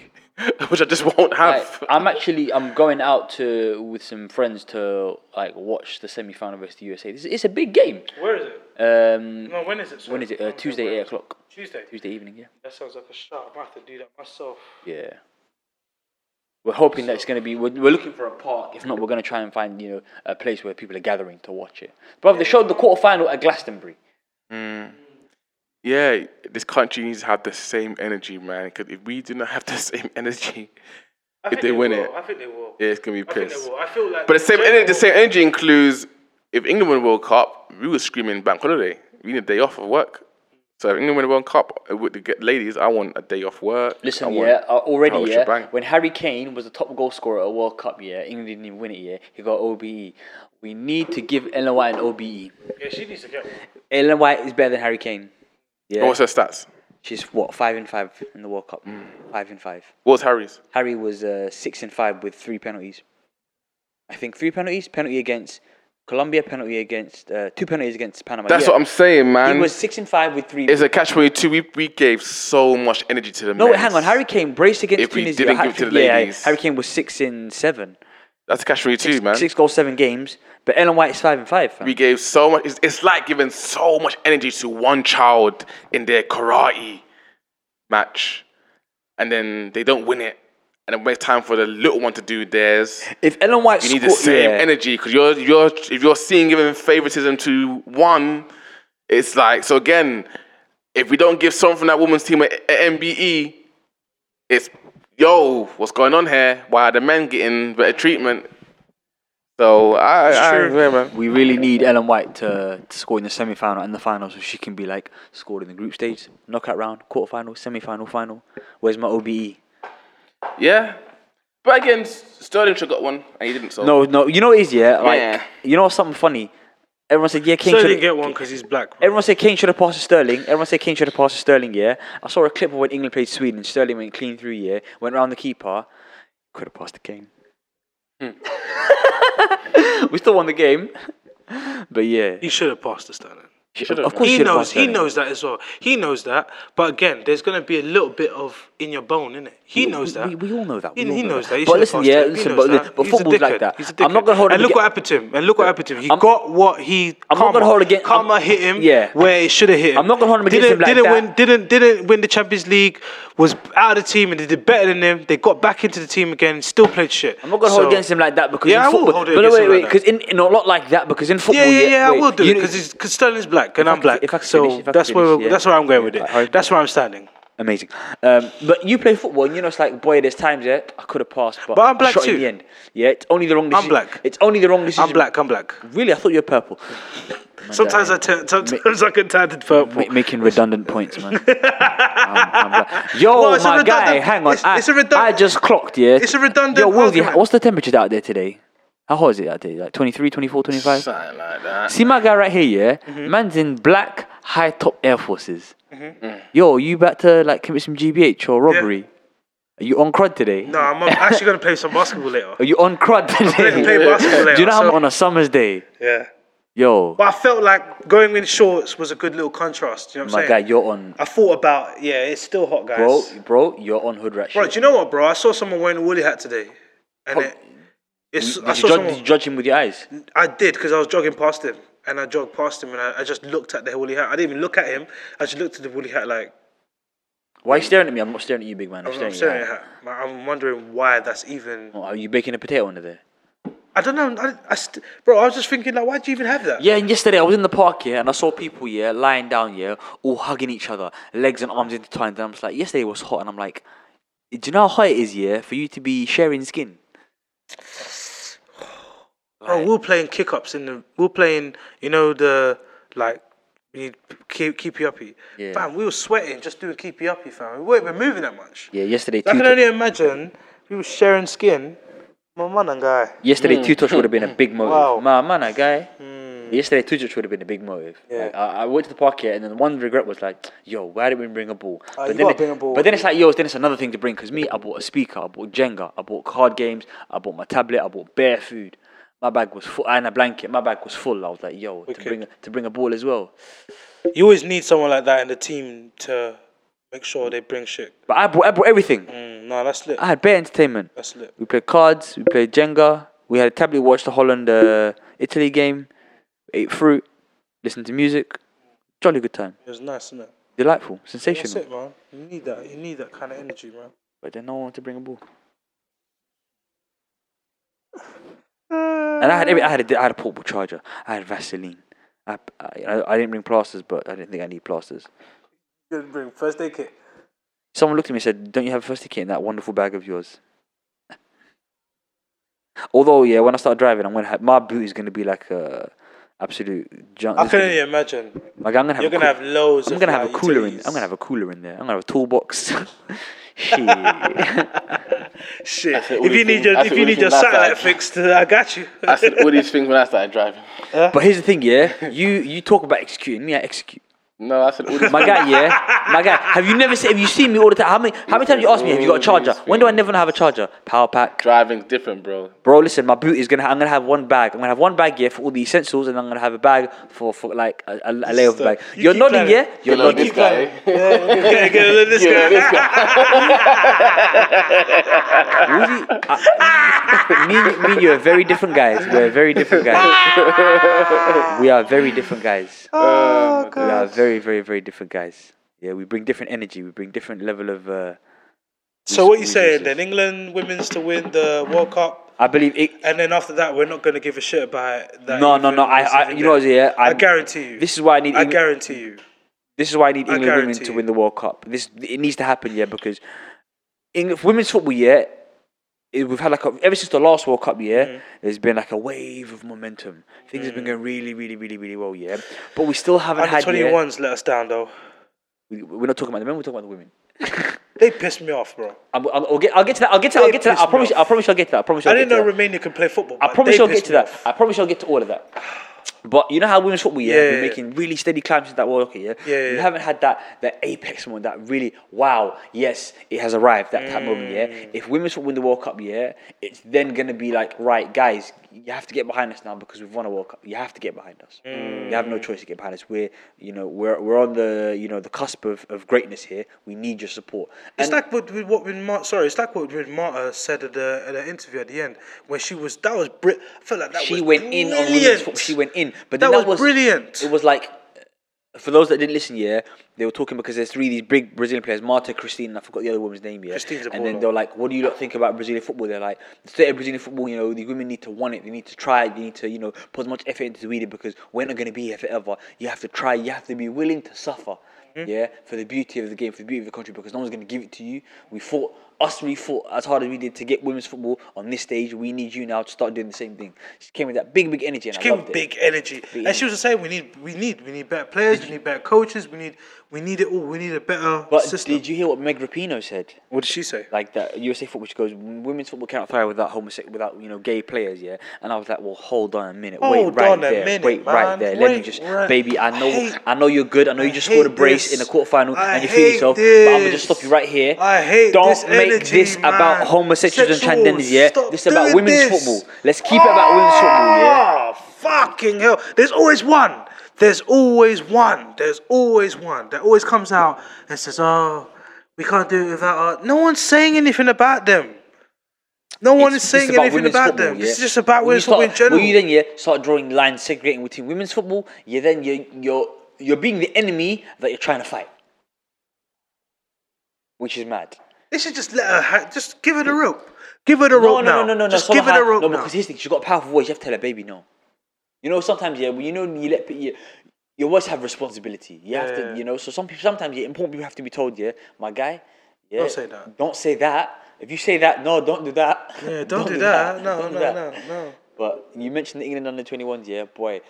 [SPEAKER 3] which I just won't have.
[SPEAKER 4] Like, I'm actually I'm going out to with some friends to like watch the semi final versus the USA. This, it's a big game.
[SPEAKER 1] where is it?
[SPEAKER 4] Um,
[SPEAKER 1] No, when is it?
[SPEAKER 4] when is it? Uh, Tuesday eight o'clock.
[SPEAKER 1] Tuesday.
[SPEAKER 4] Tuesday evening. Yeah.
[SPEAKER 1] That sounds like a shot. I might have to do that myself.
[SPEAKER 4] Yeah. We're hoping that it's going to be. We're, we're looking for a park. If not, we're going to try and find you know a place where people are gathering to watch it. Bro, they showed the quarterfinal at Glastonbury.
[SPEAKER 3] yeah, this country needs to have the same energy, man. Because if we do not have the same energy,
[SPEAKER 1] I
[SPEAKER 3] If they win
[SPEAKER 1] will.
[SPEAKER 3] it.
[SPEAKER 1] I think they will.
[SPEAKER 3] yeah, it's gonna be
[SPEAKER 1] I think they
[SPEAKER 3] pissed.
[SPEAKER 1] will. I feel like.
[SPEAKER 3] But the same
[SPEAKER 1] in
[SPEAKER 3] energy, the same energy includes if England win the World Cup, we were screaming bank holiday. We need a day off of work. So if England win the World Cup uh, with the g- ladies, I want a day off work. I
[SPEAKER 4] Listen,
[SPEAKER 3] want-
[SPEAKER 4] yeah, uh, already,
[SPEAKER 3] Oh,
[SPEAKER 4] yeah.
[SPEAKER 3] shebang.
[SPEAKER 4] When Harry Kane was the top goal scorer at World Cup, yeah, England didn't even win it, yeah. He got OBE. E. We need to give Ellen White an OBE.
[SPEAKER 1] Yeah, she needs to get one.
[SPEAKER 4] Ellen White is better than Harry Kane. Yeah.
[SPEAKER 3] What's Mm. her stats?
[SPEAKER 4] She's what five and five in the World Cup. Five and five.
[SPEAKER 3] What's Harry's?
[SPEAKER 4] Harry was uh, six and five with three penalties. I think three penalties. Penalty against Colombia. Penalty against uh, two penalties against Panama.
[SPEAKER 3] That's
[SPEAKER 4] Yeah.
[SPEAKER 3] what I'm saying, man.
[SPEAKER 4] He was six and five with three.
[SPEAKER 3] it's a catch for you too. We, we gave so much energy to the
[SPEAKER 4] no, wait,
[SPEAKER 3] men.
[SPEAKER 4] hang on. Harry Kane braced against
[SPEAKER 3] If we
[SPEAKER 4] Tunisia.
[SPEAKER 3] didn't give
[SPEAKER 4] hat-trick-
[SPEAKER 3] it to the
[SPEAKER 4] yeah,
[SPEAKER 3] ladies.
[SPEAKER 4] Harry Kane was six and seven.
[SPEAKER 3] That's a catch for you too, man.
[SPEAKER 4] Six goals, seven games. But Ellen White is five and five. Fam.
[SPEAKER 3] We gave so much. It's, it's like giving so much energy to one child in their karate match, and then they don't win it, and then when it's time for the little one to do theirs,
[SPEAKER 4] if Ellen White,
[SPEAKER 3] you need the
[SPEAKER 4] scored-
[SPEAKER 3] same
[SPEAKER 4] yeah.
[SPEAKER 3] energy because you're you're if you're seeing giving favoritism to one, it's like so again. If we don't give something from that women's team at at MBE, it's yo, what's going on here? Why are the men getting better treatment? So I, I
[SPEAKER 4] true.
[SPEAKER 3] yeah, man.
[SPEAKER 4] We really need Ellen White to, to score in the semi final and the final so she can be like scored in the group stage, knockout round, quarter final, semi final, final. Where's my E? OBE?
[SPEAKER 3] Yeah. But again, S- Sterling should have got one and he didn't, so.
[SPEAKER 4] No, no, you know what it is, yeah? Like,
[SPEAKER 3] Yeah.
[SPEAKER 4] you know something funny? Everyone said, yeah, Kane
[SPEAKER 1] So
[SPEAKER 4] should
[SPEAKER 1] didn't get
[SPEAKER 4] have.
[SPEAKER 1] one because he's black. bro.
[SPEAKER 4] Everyone said Kane should have passed to Sterling. Everyone said Kane should have passed to Sterling, yeah? I saw a clip of when England played Sweden. Sterling went clean through, yeah? Went round the keeper. Could have passed to Kane. we still won the game. But yeah.
[SPEAKER 1] He should have passed the Sterling.
[SPEAKER 4] Of course
[SPEAKER 1] he
[SPEAKER 4] should
[SPEAKER 1] knows
[SPEAKER 4] have passed
[SPEAKER 1] he
[SPEAKER 4] Sterling.
[SPEAKER 1] knows that as well. He knows that. But again, there's gonna be a little bit of in your bone, innit? He knows
[SPEAKER 4] we-
[SPEAKER 1] that.
[SPEAKER 4] we all know that.
[SPEAKER 1] He,
[SPEAKER 4] We all
[SPEAKER 1] he
[SPEAKER 4] know
[SPEAKER 1] knows
[SPEAKER 4] that.
[SPEAKER 1] that. He
[SPEAKER 4] But
[SPEAKER 1] should have
[SPEAKER 4] listen,
[SPEAKER 1] passed
[SPEAKER 4] yeah,
[SPEAKER 1] it. He
[SPEAKER 4] listen,
[SPEAKER 1] knows
[SPEAKER 4] but
[SPEAKER 1] that.
[SPEAKER 4] the- but
[SPEAKER 1] He's a
[SPEAKER 4] football's like
[SPEAKER 1] dickhead.
[SPEAKER 4] that.
[SPEAKER 1] He's a
[SPEAKER 4] I'm not
[SPEAKER 1] dickhead.
[SPEAKER 4] gonna hold him
[SPEAKER 1] And look
[SPEAKER 4] aga-
[SPEAKER 1] what happened to him. And look what happened to him. He
[SPEAKER 4] I'm-
[SPEAKER 1] got what he.
[SPEAKER 4] I'm not gonna hold against-
[SPEAKER 1] Karma
[SPEAKER 4] I'm-
[SPEAKER 1] hit him.
[SPEAKER 4] yeah.
[SPEAKER 1] Where it should have hit him.
[SPEAKER 4] I'm not gonna hold him against
[SPEAKER 1] didn't,
[SPEAKER 4] him like
[SPEAKER 1] didn't
[SPEAKER 4] that.
[SPEAKER 1] Win, didn't didn't win the Champions League. Was out of the team and they did better than him. They got back into the team again. and Still played shit.
[SPEAKER 4] I'm not gonna
[SPEAKER 1] So-
[SPEAKER 4] hold against him like that because
[SPEAKER 1] Yeah, I
[SPEAKER 4] in
[SPEAKER 1] will
[SPEAKER 4] football,
[SPEAKER 1] hold it
[SPEAKER 4] but
[SPEAKER 1] against
[SPEAKER 4] wait,
[SPEAKER 1] him
[SPEAKER 4] wait,
[SPEAKER 1] like
[SPEAKER 4] because in, in a lot like that because in football,
[SPEAKER 1] Yeah, yeah, yeah. I
[SPEAKER 4] wait,
[SPEAKER 1] will do
[SPEAKER 4] you
[SPEAKER 1] it
[SPEAKER 4] know-
[SPEAKER 1] because because Sterling's black and
[SPEAKER 4] I
[SPEAKER 1] I'm
[SPEAKER 4] could-
[SPEAKER 1] black.
[SPEAKER 4] if I could
[SPEAKER 1] so
[SPEAKER 4] finish- if I could
[SPEAKER 1] that's where
[SPEAKER 4] finish,
[SPEAKER 1] we're-
[SPEAKER 4] yeah.
[SPEAKER 1] that's where I'm going with
[SPEAKER 4] Yeah,
[SPEAKER 1] it.
[SPEAKER 4] I-
[SPEAKER 1] That's where I'm standing.
[SPEAKER 4] amazing. Um, but you play football, and you know it's like, boy, there's times yeah, I could have passed, but,
[SPEAKER 1] But I'm
[SPEAKER 4] I
[SPEAKER 1] black
[SPEAKER 4] shot
[SPEAKER 1] too.
[SPEAKER 4] In the end, yeah, it's only the wrong decision.
[SPEAKER 1] black.
[SPEAKER 4] It's only the wrong decision.
[SPEAKER 1] I'm black. I'm black.
[SPEAKER 4] Really, I thought you were purple.
[SPEAKER 1] Sometimes I turn. Sometimes I can turn it purple.
[SPEAKER 4] Ma- making redundant points, man. I'm, I'm black. Yo,
[SPEAKER 1] Well, it's a
[SPEAKER 4] my guy,
[SPEAKER 1] redundant-
[SPEAKER 4] hang on.
[SPEAKER 1] it's-
[SPEAKER 4] I,
[SPEAKER 1] it's a redund-
[SPEAKER 4] I just clocked, yeah.
[SPEAKER 1] It's a redundant
[SPEAKER 4] Yo, Wilsey,
[SPEAKER 1] argument.
[SPEAKER 4] what's the temperature out there today? How hot is it out there? Like 23, 24, 25?
[SPEAKER 3] Something like that.
[SPEAKER 4] See my guy right here, yeah?
[SPEAKER 1] Mm-hmm.
[SPEAKER 4] Man's in black high top Air Forces.
[SPEAKER 1] Mm-hmm.
[SPEAKER 4] Yo, you about to like commit some GBH or robbery? Are you on crud today?
[SPEAKER 1] No, I'm actually gonna play some basketball later.
[SPEAKER 4] Are you on crud
[SPEAKER 1] Play,
[SPEAKER 4] today?
[SPEAKER 1] play basketball later.
[SPEAKER 4] Do you know how
[SPEAKER 1] so-
[SPEAKER 4] I'm on a summer's day?
[SPEAKER 1] yeah.
[SPEAKER 4] Yo,
[SPEAKER 1] But I felt like going in shorts was a good little contrast. You know what I'm
[SPEAKER 4] my
[SPEAKER 1] saying?
[SPEAKER 4] guy, you're on.
[SPEAKER 1] I thought about yeah, it's still hot, guys.
[SPEAKER 4] Bro, bro, you're on hood rat
[SPEAKER 1] Bro,
[SPEAKER 4] shit.
[SPEAKER 1] do you know what, bro? I saw someone wearing a woolly hat today, and it, it's. I
[SPEAKER 4] Did
[SPEAKER 1] saw
[SPEAKER 4] you, judge,
[SPEAKER 1] someone.
[SPEAKER 4] did you judge him with your eyes?
[SPEAKER 1] I did because I was jogging past him and I jogged past him and I, I just looked at the woolly hat. I didn't even look at him. I just looked at the woolly hat like
[SPEAKER 4] Why are you staring at me? I'm not staring at you, big man. I'm,
[SPEAKER 1] I'm
[SPEAKER 4] staring,
[SPEAKER 1] staring
[SPEAKER 4] at
[SPEAKER 1] at
[SPEAKER 4] you.
[SPEAKER 1] hat. Like, I'm wondering why that's even.
[SPEAKER 4] Are you baking a potato under there?
[SPEAKER 1] I don't know. I, I st- bro, I was just thinking like, why do you even have that?
[SPEAKER 4] Yeah, and yesterday I was in the park here and I saw people here lying down here, all hugging each other, legs and arms intertwined. And I'm just like, yesterday was hot, and I'm like, do you know how hot it is here for you to be sharing skin?
[SPEAKER 1] Bro, we were playing kick ups in the. We were playing, you know, the like. We need keep keepy uppy.
[SPEAKER 4] Yeah.
[SPEAKER 1] Fam, we were sweating just doing keepy uppy, fam. We weren't even moving that much.
[SPEAKER 4] Yeah, yesterday.
[SPEAKER 1] I
[SPEAKER 4] two
[SPEAKER 1] can
[SPEAKER 4] to-
[SPEAKER 1] only imagine we were sharing skin. My man and guy.
[SPEAKER 4] yesterday, two touch would have been a big motive.
[SPEAKER 1] Hmm. Wow. Hmm.
[SPEAKER 4] My man, a guy. Yesterday, two touch would have been a big motive.
[SPEAKER 1] Yeah.
[SPEAKER 4] Like, I, I went to the park here, and then one regret was like, yo, why didn't we bring a ball?
[SPEAKER 1] Ah, you
[SPEAKER 4] then
[SPEAKER 1] gotta
[SPEAKER 4] it-
[SPEAKER 1] bring a ball.
[SPEAKER 4] But then it's like, yo, then it's another thing to bring because me, I bought a speaker, I bought Jenga, I bought card games, I bought my tablet, I bought bare food. My bag was full, and a blanket. My bag was full. I was like, yo, to bring, to bring a ball as well.
[SPEAKER 1] You always need someone like that in the team to make sure they bring shit.
[SPEAKER 4] But I bought, I bought everything.
[SPEAKER 1] Mm, no, that's lit.
[SPEAKER 4] I had bare entertainment.
[SPEAKER 1] That's lit.
[SPEAKER 4] We played cards, we played Jenga, we had a tablet, watched the Holland uh, Italy game, ate fruit, listened to music. Jolly good time.
[SPEAKER 1] It was nice, isn't it?
[SPEAKER 4] Delightful,
[SPEAKER 1] That's
[SPEAKER 4] sensational.
[SPEAKER 1] it, man. You need that. You need that kind of energy, man.
[SPEAKER 4] But then no one wanted to bring a ball. And I had, every- I had, a, I had a portable charger. I had Vaseline. I, I, I didn't bring plasters, but I didn't think I need plasters.
[SPEAKER 1] You gotta bring first aid kit.
[SPEAKER 4] Someone looked at me and said, "Don't you have a first aid kit in that wonderful bag of yours?" Although, yeah, when I start driving, I'm gonna have my boot is gonna be like a absolute junk.
[SPEAKER 1] I
[SPEAKER 4] it's
[SPEAKER 1] can
[SPEAKER 4] gonna-
[SPEAKER 1] only imagine.
[SPEAKER 4] Like I'm gonna have.
[SPEAKER 1] You're
[SPEAKER 4] a
[SPEAKER 1] gonna
[SPEAKER 4] cool-
[SPEAKER 1] have loads.
[SPEAKER 4] I'm
[SPEAKER 1] of,
[SPEAKER 4] gonna have
[SPEAKER 1] like,
[SPEAKER 4] a cooler in.
[SPEAKER 1] utilities.
[SPEAKER 4] I'm gonna have a cooler in there. I'm gonna have a toolbox. Shit.
[SPEAKER 1] Shit.
[SPEAKER 3] That's the
[SPEAKER 1] If
[SPEAKER 3] only
[SPEAKER 1] you need
[SPEAKER 3] thing-
[SPEAKER 1] your
[SPEAKER 3] that's
[SPEAKER 1] if
[SPEAKER 3] the
[SPEAKER 1] you
[SPEAKER 3] only
[SPEAKER 1] need your
[SPEAKER 3] thing that's
[SPEAKER 1] satellite
[SPEAKER 3] like-
[SPEAKER 1] fixed, I got you.
[SPEAKER 3] I said all these things when I started driving.
[SPEAKER 4] But here's the thing, yeah. You you talk about executing me, I execute.
[SPEAKER 3] No, I said all these
[SPEAKER 4] My guy, yeah. My guy, have you never seen? Have you seen me all the time? How many how many times you ask me? Have you got a charger? When do I never have a charger? Power pack,
[SPEAKER 3] driving's different, bro.
[SPEAKER 4] bro. Listen, my boot is gonna. I'm gonna have one bag. I'm gonna have one bag here for all the essentials, and I'm gonna have a bag for for like a, a, a layer of bag.
[SPEAKER 1] You
[SPEAKER 4] You're
[SPEAKER 1] keep
[SPEAKER 4] nodding,
[SPEAKER 1] climbing.
[SPEAKER 4] yeah. You're
[SPEAKER 3] You know
[SPEAKER 4] nodding.
[SPEAKER 3] this guy. eh?
[SPEAKER 1] Get- get a load of this
[SPEAKER 3] You know
[SPEAKER 1] guy.
[SPEAKER 3] this guy.
[SPEAKER 4] Uzi, I- me, and- me and you are very different guys. We're very different guys. we are very different guys.
[SPEAKER 1] Oh,
[SPEAKER 3] Um,
[SPEAKER 4] we are very, very, very different guys. Yeah, we bring different energy. We bring different level of. Uh,
[SPEAKER 1] So what you
[SPEAKER 4] We
[SPEAKER 1] saying
[SPEAKER 4] just-
[SPEAKER 1] then? England women's to win the World Cup,
[SPEAKER 4] I believe it.
[SPEAKER 1] and then after that, we're not going to give a shit about that.
[SPEAKER 4] No, no, no. I, I you know, what, yeah.
[SPEAKER 1] I
[SPEAKER 4] I'm-
[SPEAKER 1] guarantee you.
[SPEAKER 4] This is why I need.
[SPEAKER 1] I
[SPEAKER 4] England-
[SPEAKER 1] guarantee you.
[SPEAKER 4] This is why I need
[SPEAKER 1] I
[SPEAKER 4] England women
[SPEAKER 1] guarantee
[SPEAKER 4] to
[SPEAKER 1] you.
[SPEAKER 4] win the World Cup. This it needs to happen, yeah, because England women's football, yeah, it- we've had like a, ever since the last World Cup, yeah,
[SPEAKER 1] Mm.
[SPEAKER 4] there's been like a wave of momentum. Things have been going really, really, really, really well, yeah, but we still haven't
[SPEAKER 1] Under
[SPEAKER 4] had.
[SPEAKER 1] twenty
[SPEAKER 4] Yeah,
[SPEAKER 1] ones let us down though.
[SPEAKER 4] we, we're not talking about the men. We're talking about the women.
[SPEAKER 1] They pissed me off, bro.
[SPEAKER 4] I'm, I'm, I'll, get, I'll get to that. I'll get to that. I'll
[SPEAKER 1] They
[SPEAKER 4] get to that.
[SPEAKER 1] pissed
[SPEAKER 4] I
[SPEAKER 1] me
[SPEAKER 4] promise. you-
[SPEAKER 1] off.
[SPEAKER 4] I promise. you I'll get to that. I promise. you
[SPEAKER 1] I
[SPEAKER 4] I'll
[SPEAKER 1] didn't
[SPEAKER 4] get
[SPEAKER 1] know
[SPEAKER 4] to that.
[SPEAKER 1] Romania can play football.
[SPEAKER 4] I
[SPEAKER 1] but
[SPEAKER 4] promise
[SPEAKER 1] they
[SPEAKER 4] I'll get
[SPEAKER 1] pissed
[SPEAKER 4] to
[SPEAKER 1] me
[SPEAKER 4] that.
[SPEAKER 1] off.
[SPEAKER 4] I promise I'll get to all of that. But you know how women's football, yeah,
[SPEAKER 1] Yeah,
[SPEAKER 4] have been
[SPEAKER 1] yeah, yeah.
[SPEAKER 4] making really steady climbs into that World Cup, yeah?
[SPEAKER 1] Yeah, yeah,
[SPEAKER 4] We
[SPEAKER 1] yeah.
[SPEAKER 4] haven't had that that apex moment, that really, wow, yes, it has arrived, that type moment, yeah?
[SPEAKER 1] Mm.
[SPEAKER 4] If women's football win the World Cup, yeah, it's then going to be like, right, guys, you have to get behind us now because we've won a World Cup. You have to get behind us.
[SPEAKER 1] Mm.
[SPEAKER 4] You have no choice to get behind us. We're, you know, we're, we're on the, you know, the cusp of, of greatness here. We need your support.
[SPEAKER 1] It's
[SPEAKER 4] And-
[SPEAKER 1] like what with what with Mar- sorry, it's like what with Marta said at the at the interview at the end when she was that was Brit. I felt like that
[SPEAKER 4] she
[SPEAKER 1] was
[SPEAKER 4] went
[SPEAKER 1] brilliant.
[SPEAKER 4] in on women's football. She went in, but then
[SPEAKER 1] That
[SPEAKER 4] that,
[SPEAKER 1] was brilliant.
[SPEAKER 4] It was like, uh, for those that didn't listen, yeah, they were talking because there's three of these big Brazilian players, Marta, Christine, and I forgot the other woman's name, yeah.
[SPEAKER 1] Christine's a
[SPEAKER 4] and then
[SPEAKER 1] baller.
[SPEAKER 4] they were like, "What do you lot think about Brazilian football?" They're like, "The state of Brazilian football, you know, the women need to want it. They need to try. it. They need to, you know, put as much effort into doing it because we're not going to be here forever. You have to try. You have to be willing to suffer."
[SPEAKER 1] Mm-hmm.
[SPEAKER 4] Yeah, for the beauty of the game, for the beauty of the country, because no one's going to give it to you. We fought, us, we fought as hard as we did to get women's football on this stage. We need you now to start doing the same thing. She came with that big, big energy, and I
[SPEAKER 1] Came
[SPEAKER 4] loved
[SPEAKER 1] with
[SPEAKER 4] it.
[SPEAKER 1] big energy, and she was just saying we need, we need, we need better players, we need better coaches, we need, we need it all, we need a better
[SPEAKER 4] But
[SPEAKER 1] system.
[SPEAKER 4] did you hear what Meg Rapinoe said?
[SPEAKER 1] what did she say?
[SPEAKER 4] like that USA football, she goes, women's football cannot thrive without homose- without you know gay players, yeah. And I was like, well, hold on a minute,
[SPEAKER 1] Hold
[SPEAKER 4] wait right
[SPEAKER 1] on a
[SPEAKER 4] there,
[SPEAKER 1] minute,
[SPEAKER 4] wait
[SPEAKER 1] man.
[SPEAKER 4] right there. Let me
[SPEAKER 1] Wait
[SPEAKER 4] just,
[SPEAKER 1] right-
[SPEAKER 4] baby, I
[SPEAKER 1] I
[SPEAKER 4] know, I,
[SPEAKER 1] hate-
[SPEAKER 4] know you're good. I know you
[SPEAKER 1] I
[SPEAKER 4] just scored a
[SPEAKER 1] hate
[SPEAKER 4] brace
[SPEAKER 1] this.
[SPEAKER 4] in the quarterfinal
[SPEAKER 1] I
[SPEAKER 4] and you feel
[SPEAKER 1] hate
[SPEAKER 4] yourself, but I'm gonna just stop you right here.
[SPEAKER 1] I hate
[SPEAKER 4] Don't
[SPEAKER 1] this
[SPEAKER 4] make
[SPEAKER 1] energy,
[SPEAKER 4] this about
[SPEAKER 1] man.
[SPEAKER 4] homosexuals and
[SPEAKER 1] Sexuals,
[SPEAKER 4] transgenders, yeah.
[SPEAKER 1] stop
[SPEAKER 4] This is about
[SPEAKER 1] doing
[SPEAKER 4] women's
[SPEAKER 1] this.
[SPEAKER 4] football. Let's keep it about women's football,
[SPEAKER 1] Oh,
[SPEAKER 4] yeah.
[SPEAKER 1] fucking hell. There's always one. There's always one. There's always one that always comes out and says, oh, we can't do it without our. No one's saying anything about them. No one is
[SPEAKER 4] It's-
[SPEAKER 1] saying
[SPEAKER 4] it's about
[SPEAKER 1] anything
[SPEAKER 4] women's
[SPEAKER 1] about
[SPEAKER 4] football,
[SPEAKER 1] them.
[SPEAKER 4] yeah.
[SPEAKER 1] This is just about
[SPEAKER 4] When you
[SPEAKER 1] women's football in
[SPEAKER 4] start-
[SPEAKER 1] general.
[SPEAKER 4] When you then yeah, start drawing lines, segregating between women's football, you then you you're you're being the enemy that you're trying to fight, which is mad.
[SPEAKER 1] they should just let her, ha- just give her the rope. Give her the
[SPEAKER 4] No,
[SPEAKER 1] rope
[SPEAKER 4] no,
[SPEAKER 1] now.
[SPEAKER 4] no, no, no,
[SPEAKER 1] Just
[SPEAKER 4] no.
[SPEAKER 1] give her the
[SPEAKER 4] somehow-
[SPEAKER 1] rope
[SPEAKER 4] No,
[SPEAKER 1] now.
[SPEAKER 4] because here's the thing: she's got a powerful voice. You have to tell her, baby, no. You know, sometimes yeah, when you know you let pe- you, your words have responsibility. You have to, you know. So some people sometimes yeah, important people have to be told, yeah, my guy, yeah,
[SPEAKER 1] Don't say that.
[SPEAKER 4] Don't say that. If you say that, no, don't do that.
[SPEAKER 1] Yeah, don't, do that. No,
[SPEAKER 4] Don't do
[SPEAKER 1] no,
[SPEAKER 4] that.
[SPEAKER 1] no, no.
[SPEAKER 4] But you mentioned the England under 21s, yeah, boy.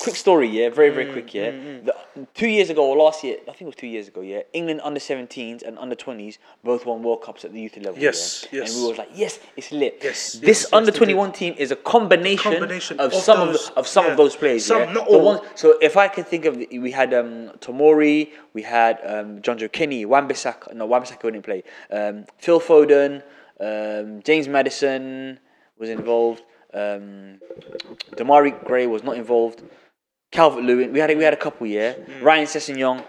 [SPEAKER 4] Quick story, yeah, very,
[SPEAKER 1] Mm,
[SPEAKER 4] very quick, yeah. The- two years ago, or last year, I think it was two years ago, yeah, England under 17s and under 20s both won World Cups at the youth level.
[SPEAKER 1] Yes,
[SPEAKER 4] yeah?
[SPEAKER 1] yes.
[SPEAKER 4] And we was like, yes, it's lit.
[SPEAKER 1] Yes, yes,
[SPEAKER 4] This
[SPEAKER 1] yes,
[SPEAKER 4] under
[SPEAKER 1] they
[SPEAKER 4] 21 team is a combination,
[SPEAKER 1] Combination
[SPEAKER 4] of,
[SPEAKER 1] of
[SPEAKER 4] some
[SPEAKER 1] those,
[SPEAKER 4] of, the- of some
[SPEAKER 1] yeah.
[SPEAKER 4] of those players.
[SPEAKER 1] Some,
[SPEAKER 4] yeah?
[SPEAKER 1] not
[SPEAKER 4] The
[SPEAKER 1] all.
[SPEAKER 4] ones- so if I can think of, the, we had um, Tomori, we had um, John Joe Kenny, Wan Bissaka, no, Wan Bissaka didn't play, um, Phil Foden, um, James Madison was involved, um, Damari Gray was not involved, Calvert Lewin, we had, we had a couple, yeah,
[SPEAKER 1] Mm.
[SPEAKER 4] Ryan Sessegnon,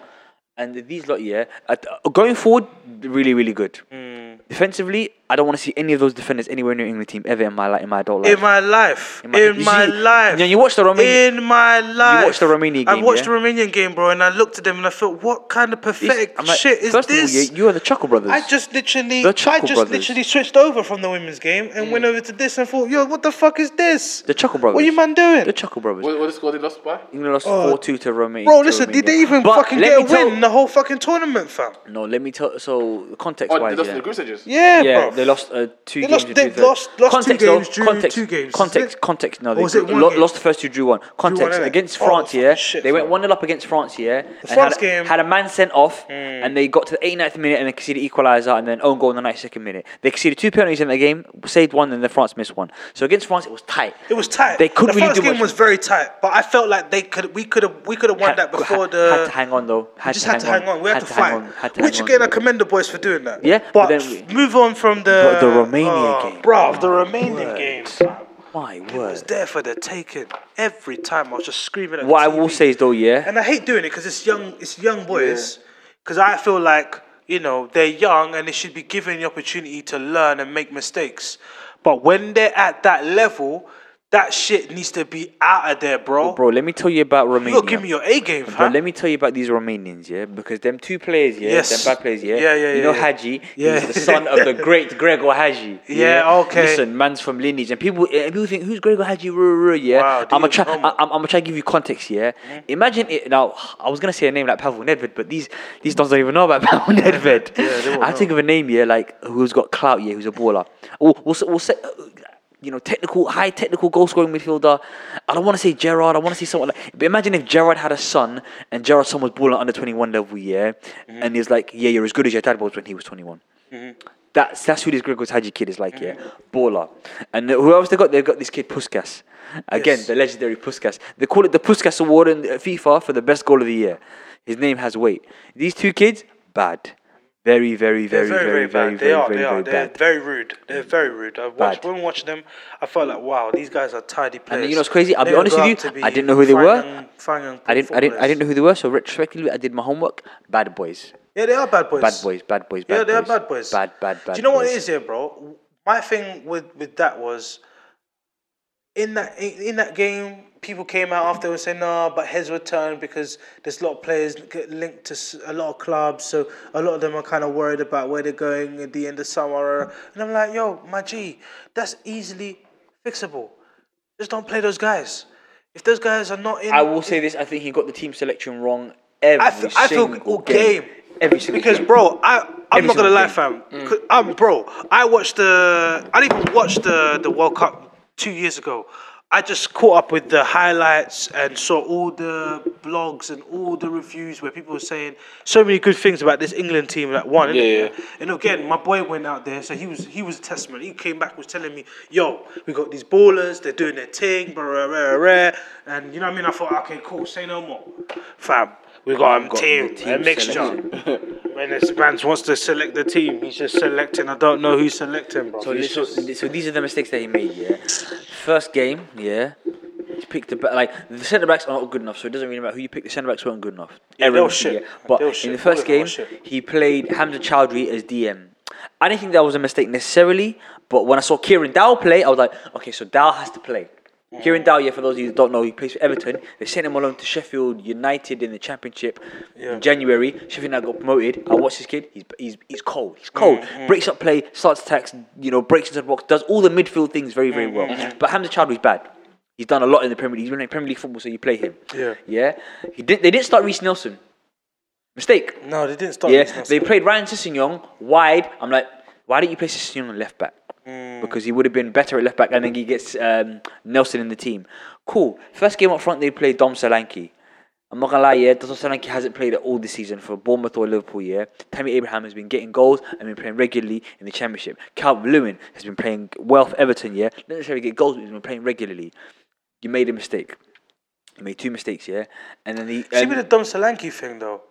[SPEAKER 4] and these lot, yeah, at, going forward, really, really good.
[SPEAKER 1] Mm.
[SPEAKER 4] Defensively, I don't want to see any of those defenders anywhere near England team ever in my life, in my adult life.
[SPEAKER 1] In my life. In
[SPEAKER 4] my-
[SPEAKER 1] my,
[SPEAKER 4] You see-
[SPEAKER 1] life.
[SPEAKER 4] Yeah, you watch the Romanian-
[SPEAKER 1] In my life.
[SPEAKER 4] watched the Romania
[SPEAKER 1] I
[SPEAKER 4] game,
[SPEAKER 1] watched
[SPEAKER 4] yeah?
[SPEAKER 1] the Romanian game, bro, and I looked at them and I thought, what kind of pathetic
[SPEAKER 4] I'm like,
[SPEAKER 1] shit is
[SPEAKER 4] first
[SPEAKER 1] this?
[SPEAKER 4] Of all, you, you are the Chuckle Brothers.
[SPEAKER 1] I just literally,
[SPEAKER 4] The
[SPEAKER 1] I
[SPEAKER 4] Chuckle
[SPEAKER 1] just
[SPEAKER 4] Brothers. Mm.
[SPEAKER 1] literally switched over from the women's game and went over to this and thought, yo, what the fuck is this?
[SPEAKER 4] the Chuckle Brothers.
[SPEAKER 1] What you man doing?
[SPEAKER 4] The Chuckle Brothers.
[SPEAKER 3] What, what score they lost by?
[SPEAKER 4] England lost
[SPEAKER 1] Oh.
[SPEAKER 4] four two to Romania.
[SPEAKER 1] bro,
[SPEAKER 4] to
[SPEAKER 1] listen, did
[SPEAKER 4] Romania.
[SPEAKER 1] they even
[SPEAKER 4] But
[SPEAKER 1] fucking
[SPEAKER 4] let
[SPEAKER 1] get a
[SPEAKER 4] me
[SPEAKER 1] win
[SPEAKER 4] tell-
[SPEAKER 1] the whole fucking tournament, fam?
[SPEAKER 4] No, let me tell. So context
[SPEAKER 3] Oh, they
[SPEAKER 4] wise,
[SPEAKER 3] lost
[SPEAKER 4] yeah.
[SPEAKER 3] in the group stages.
[SPEAKER 1] Yeah,
[SPEAKER 4] yeah,
[SPEAKER 1] bro.
[SPEAKER 4] They lost uh, two
[SPEAKER 1] They
[SPEAKER 4] games.
[SPEAKER 1] lost-
[SPEAKER 4] to
[SPEAKER 1] they
[SPEAKER 4] drew three.
[SPEAKER 1] lost- lost two
[SPEAKER 4] context,
[SPEAKER 1] games,
[SPEAKER 4] though,
[SPEAKER 1] drew
[SPEAKER 4] context,
[SPEAKER 1] two games,
[SPEAKER 4] Context,
[SPEAKER 1] isn't it?
[SPEAKER 4] context. No,
[SPEAKER 1] Or
[SPEAKER 4] they
[SPEAKER 1] was it one
[SPEAKER 4] lo-
[SPEAKER 1] game?
[SPEAKER 4] lost the first two, drew one. Context
[SPEAKER 1] innit?
[SPEAKER 4] against
[SPEAKER 1] Oh,
[SPEAKER 4] France.
[SPEAKER 1] fucking
[SPEAKER 4] yeah,
[SPEAKER 1] shit,
[SPEAKER 4] they went
[SPEAKER 1] fam.
[SPEAKER 4] one 0 up against France. Yeah, and
[SPEAKER 1] France
[SPEAKER 4] had, a-
[SPEAKER 1] game- Mm.
[SPEAKER 4] had a man sent off, and they got to the 89th minute and they conceded equaliser, and then own goal in the 92nd minute. They conceded two penalties in the game, saved one, and then France missed one. So against France, it was tight.
[SPEAKER 1] It was tight.
[SPEAKER 4] They couldn't
[SPEAKER 1] the
[SPEAKER 4] really
[SPEAKER 1] first
[SPEAKER 4] do
[SPEAKER 1] game
[SPEAKER 4] much.
[SPEAKER 1] was very tight, but I felt like they could. We could have. We could have won that before
[SPEAKER 4] had,
[SPEAKER 1] the.
[SPEAKER 4] had to hang on though. Had
[SPEAKER 1] we just had to hang on. We had, to,
[SPEAKER 4] hang
[SPEAKER 1] fight.
[SPEAKER 4] on, had to
[SPEAKER 1] Which
[SPEAKER 4] hang on.
[SPEAKER 1] again, I commend the boys for doing that.
[SPEAKER 4] Yeah, but
[SPEAKER 1] but,
[SPEAKER 4] then we-
[SPEAKER 1] move on from the
[SPEAKER 4] But the Romania game.
[SPEAKER 1] bro. The Romania game fam,
[SPEAKER 4] My
[SPEAKER 1] was
[SPEAKER 4] word.
[SPEAKER 1] there for the taking every time. I was just screaming. At
[SPEAKER 4] What
[SPEAKER 1] the
[SPEAKER 4] I
[SPEAKER 1] TV.
[SPEAKER 4] will say is though, yeah,
[SPEAKER 1] and I hate doing it because it's young. It's young boys. Because I feel like you know they're young and they should be given the opportunity to learn and make mistakes. But when they're at that level, that shit needs to be out of there, bro.
[SPEAKER 4] bro. Let me tell you about
[SPEAKER 1] you
[SPEAKER 4] Romania.
[SPEAKER 1] gotta give me your A game,
[SPEAKER 4] But
[SPEAKER 1] fam.
[SPEAKER 4] let me tell you about these Romanians, yeah, because them two players, yeah,
[SPEAKER 1] Yes.
[SPEAKER 4] them bad players, yeah.
[SPEAKER 1] Yeah, yeah,
[SPEAKER 4] You
[SPEAKER 1] yeah,
[SPEAKER 4] know
[SPEAKER 1] yeah.
[SPEAKER 4] Haji,
[SPEAKER 1] Yeah.
[SPEAKER 4] he's the son of the great Gregor Haji.
[SPEAKER 1] Yeah, okay.
[SPEAKER 4] Listen, man's from lineage, and people, and people think who's Gregor Haji? Ruh, ruh, ruh, Yeah,
[SPEAKER 1] Wow,
[SPEAKER 4] I'm gonna
[SPEAKER 1] dude,
[SPEAKER 4] try.
[SPEAKER 1] come on. Mm-hmm.
[SPEAKER 4] I, am gonna try to give you context. Yeah, imagine it. Now, I was gonna say a name like Pavel Nedved, but these these dons don't even know about Pavel Nedved.
[SPEAKER 1] they won't
[SPEAKER 4] I think of a name, yeah, like who's got clout, yeah, who's a baller. We'll, we'll, s- we'll set, uh, you know, technical, high technical goal scoring midfielder. I don't want to say Gerard. I want to say someone like. But imagine if Gerard had a son and Gerard's son was balling at under twenty one level, yeah,
[SPEAKER 1] Mm-hmm.
[SPEAKER 4] and he's like, yeah, you're as good as your dad was when he was twenty one. That's that's who this Gregor's Haji kid is like, yeah,
[SPEAKER 1] Mm-hmm.
[SPEAKER 4] baller. And uh, who else they got? They got this kid Puskas, again
[SPEAKER 1] Yes.
[SPEAKER 4] the legendary Puskas. They call it the Puskas Award in uh, FIFA for the best goal of the year. His name has weight. These two kids, bad, very, very,
[SPEAKER 1] They're
[SPEAKER 4] very, very, very, very,
[SPEAKER 1] bad. They are.
[SPEAKER 4] very,
[SPEAKER 1] They are.
[SPEAKER 4] very
[SPEAKER 1] They're
[SPEAKER 4] bad.
[SPEAKER 1] very rude. They're very rude. I watched,
[SPEAKER 4] Bad.
[SPEAKER 1] when watching them, I felt like, wow, these guys are tidy players.
[SPEAKER 4] you know what's crazy? I'll be
[SPEAKER 1] They would
[SPEAKER 4] honest
[SPEAKER 1] grow
[SPEAKER 4] with
[SPEAKER 1] up
[SPEAKER 4] you,
[SPEAKER 1] to be
[SPEAKER 4] I didn't know who they
[SPEAKER 1] fine
[SPEAKER 4] were.
[SPEAKER 1] young- fine young
[SPEAKER 4] I didn't, I didn't, I
[SPEAKER 1] footballers.
[SPEAKER 4] didn't know who they were. So retrospectively, I did my homework. Bad boys,
[SPEAKER 1] Yeah, they are bad boys.
[SPEAKER 4] bad boys, bad boys, bad
[SPEAKER 1] yeah,
[SPEAKER 4] boys.
[SPEAKER 1] they are bad boys.
[SPEAKER 4] Bad, bad, bad.
[SPEAKER 1] Do you know what
[SPEAKER 4] boys.
[SPEAKER 1] it is here, bro? My thing with with that was in that in, in that game, people came out after and said, "Nah, but heads were turned because there's a lot of players get linked to s- a lot of clubs, so a lot of them are kind of worried about where they're going at the end of summer." And I'm like, "Yo, my G, that's easily fixable. Just don't play those guys. If those guys are not in,
[SPEAKER 4] I will say this: I think he got the team selection wrong every
[SPEAKER 1] I feel, I feel
[SPEAKER 4] single
[SPEAKER 1] all game.
[SPEAKER 4] Every single
[SPEAKER 1] because
[SPEAKER 4] game.
[SPEAKER 1] bro, I I'm
[SPEAKER 4] Every
[SPEAKER 1] not gonna
[SPEAKER 4] single
[SPEAKER 1] lie,
[SPEAKER 4] game.
[SPEAKER 1] fam.
[SPEAKER 4] Mm.
[SPEAKER 1] 'Cause I'm bro. I watched the I didn't even watch the the World Cup two years ago. I just caught up with the highlights and saw all the blogs and all the reviews where people were saying so many good things about this England team that won. innit? And again, my boy went out there, so he was he was a testament. He came back was telling me, "Yo, we got these ballers. They're doing their thing, blah, blah, blah, blah, blah." And you know what I mean? I thought, okay, cool. Say no more, fam. We got a team, a mixture. When this man wants to select the team, he's just selecting. I don't know who's selecting, bro.
[SPEAKER 4] So,
[SPEAKER 1] He's
[SPEAKER 4] li- so,
[SPEAKER 1] just-
[SPEAKER 4] so these are the mistakes that he made. Yeah, first game, yeah, he picked the ba- like the centre backs are not good enough, so it doesn't really matter who you pick. The centre backs weren't good enough.
[SPEAKER 1] they were
[SPEAKER 4] was
[SPEAKER 1] shit.
[SPEAKER 4] yeah. But
[SPEAKER 1] They were
[SPEAKER 4] in
[SPEAKER 1] shit.
[SPEAKER 4] the
[SPEAKER 1] All
[SPEAKER 4] first
[SPEAKER 1] of them
[SPEAKER 4] game,
[SPEAKER 1] were shit.
[SPEAKER 4] he played Hamza Chowdhury as DM. I didn't think that was a mistake necessarily, but when I saw Kieran Dow play, I was like, okay, so Dow has to play. Kieran Dow, yeah, for those of you who don't know, he plays for Everton. They sent him along to Sheffield United in the Championship in January. Sheffield United got promoted. I watched this kid. He's he's, he's cold. He's cold. Breaks up play, starts attacks, you know, breaks into the box, does all the midfield things very, very well. But Hamza Chowdhury's bad. He's done a lot in the Premier League. He's been in Premier League football, so you play him.
[SPEAKER 1] Yeah.
[SPEAKER 4] Yeah. He did, they didn't start Reece Nelson. Mistake.
[SPEAKER 1] no, they didn't start.
[SPEAKER 4] Yeah,
[SPEAKER 1] this
[SPEAKER 4] they played Ryan Sissignon wide. I'm like, why didn't you play Sissignon on left back?
[SPEAKER 1] Hmm.
[SPEAKER 4] Because he would have been better at left back, and then he gets um, Nelson in the team. Cool. First game up front, they played Dom Solanke. I'm not gonna lie, yeah, Dom Solanke hasn't played at all this season for Bournemouth or Liverpool. Yeah, Tammy Abraham has been getting goals and been playing regularly in the Championship. Calvin Lewin has been playing well for Everton. Yeah, not necessarily get goals, but he's been playing regularly. You made a mistake. You made two mistakes, yeah, and then the
[SPEAKER 1] See
[SPEAKER 4] um,
[SPEAKER 1] with the Dom Solanke thing though.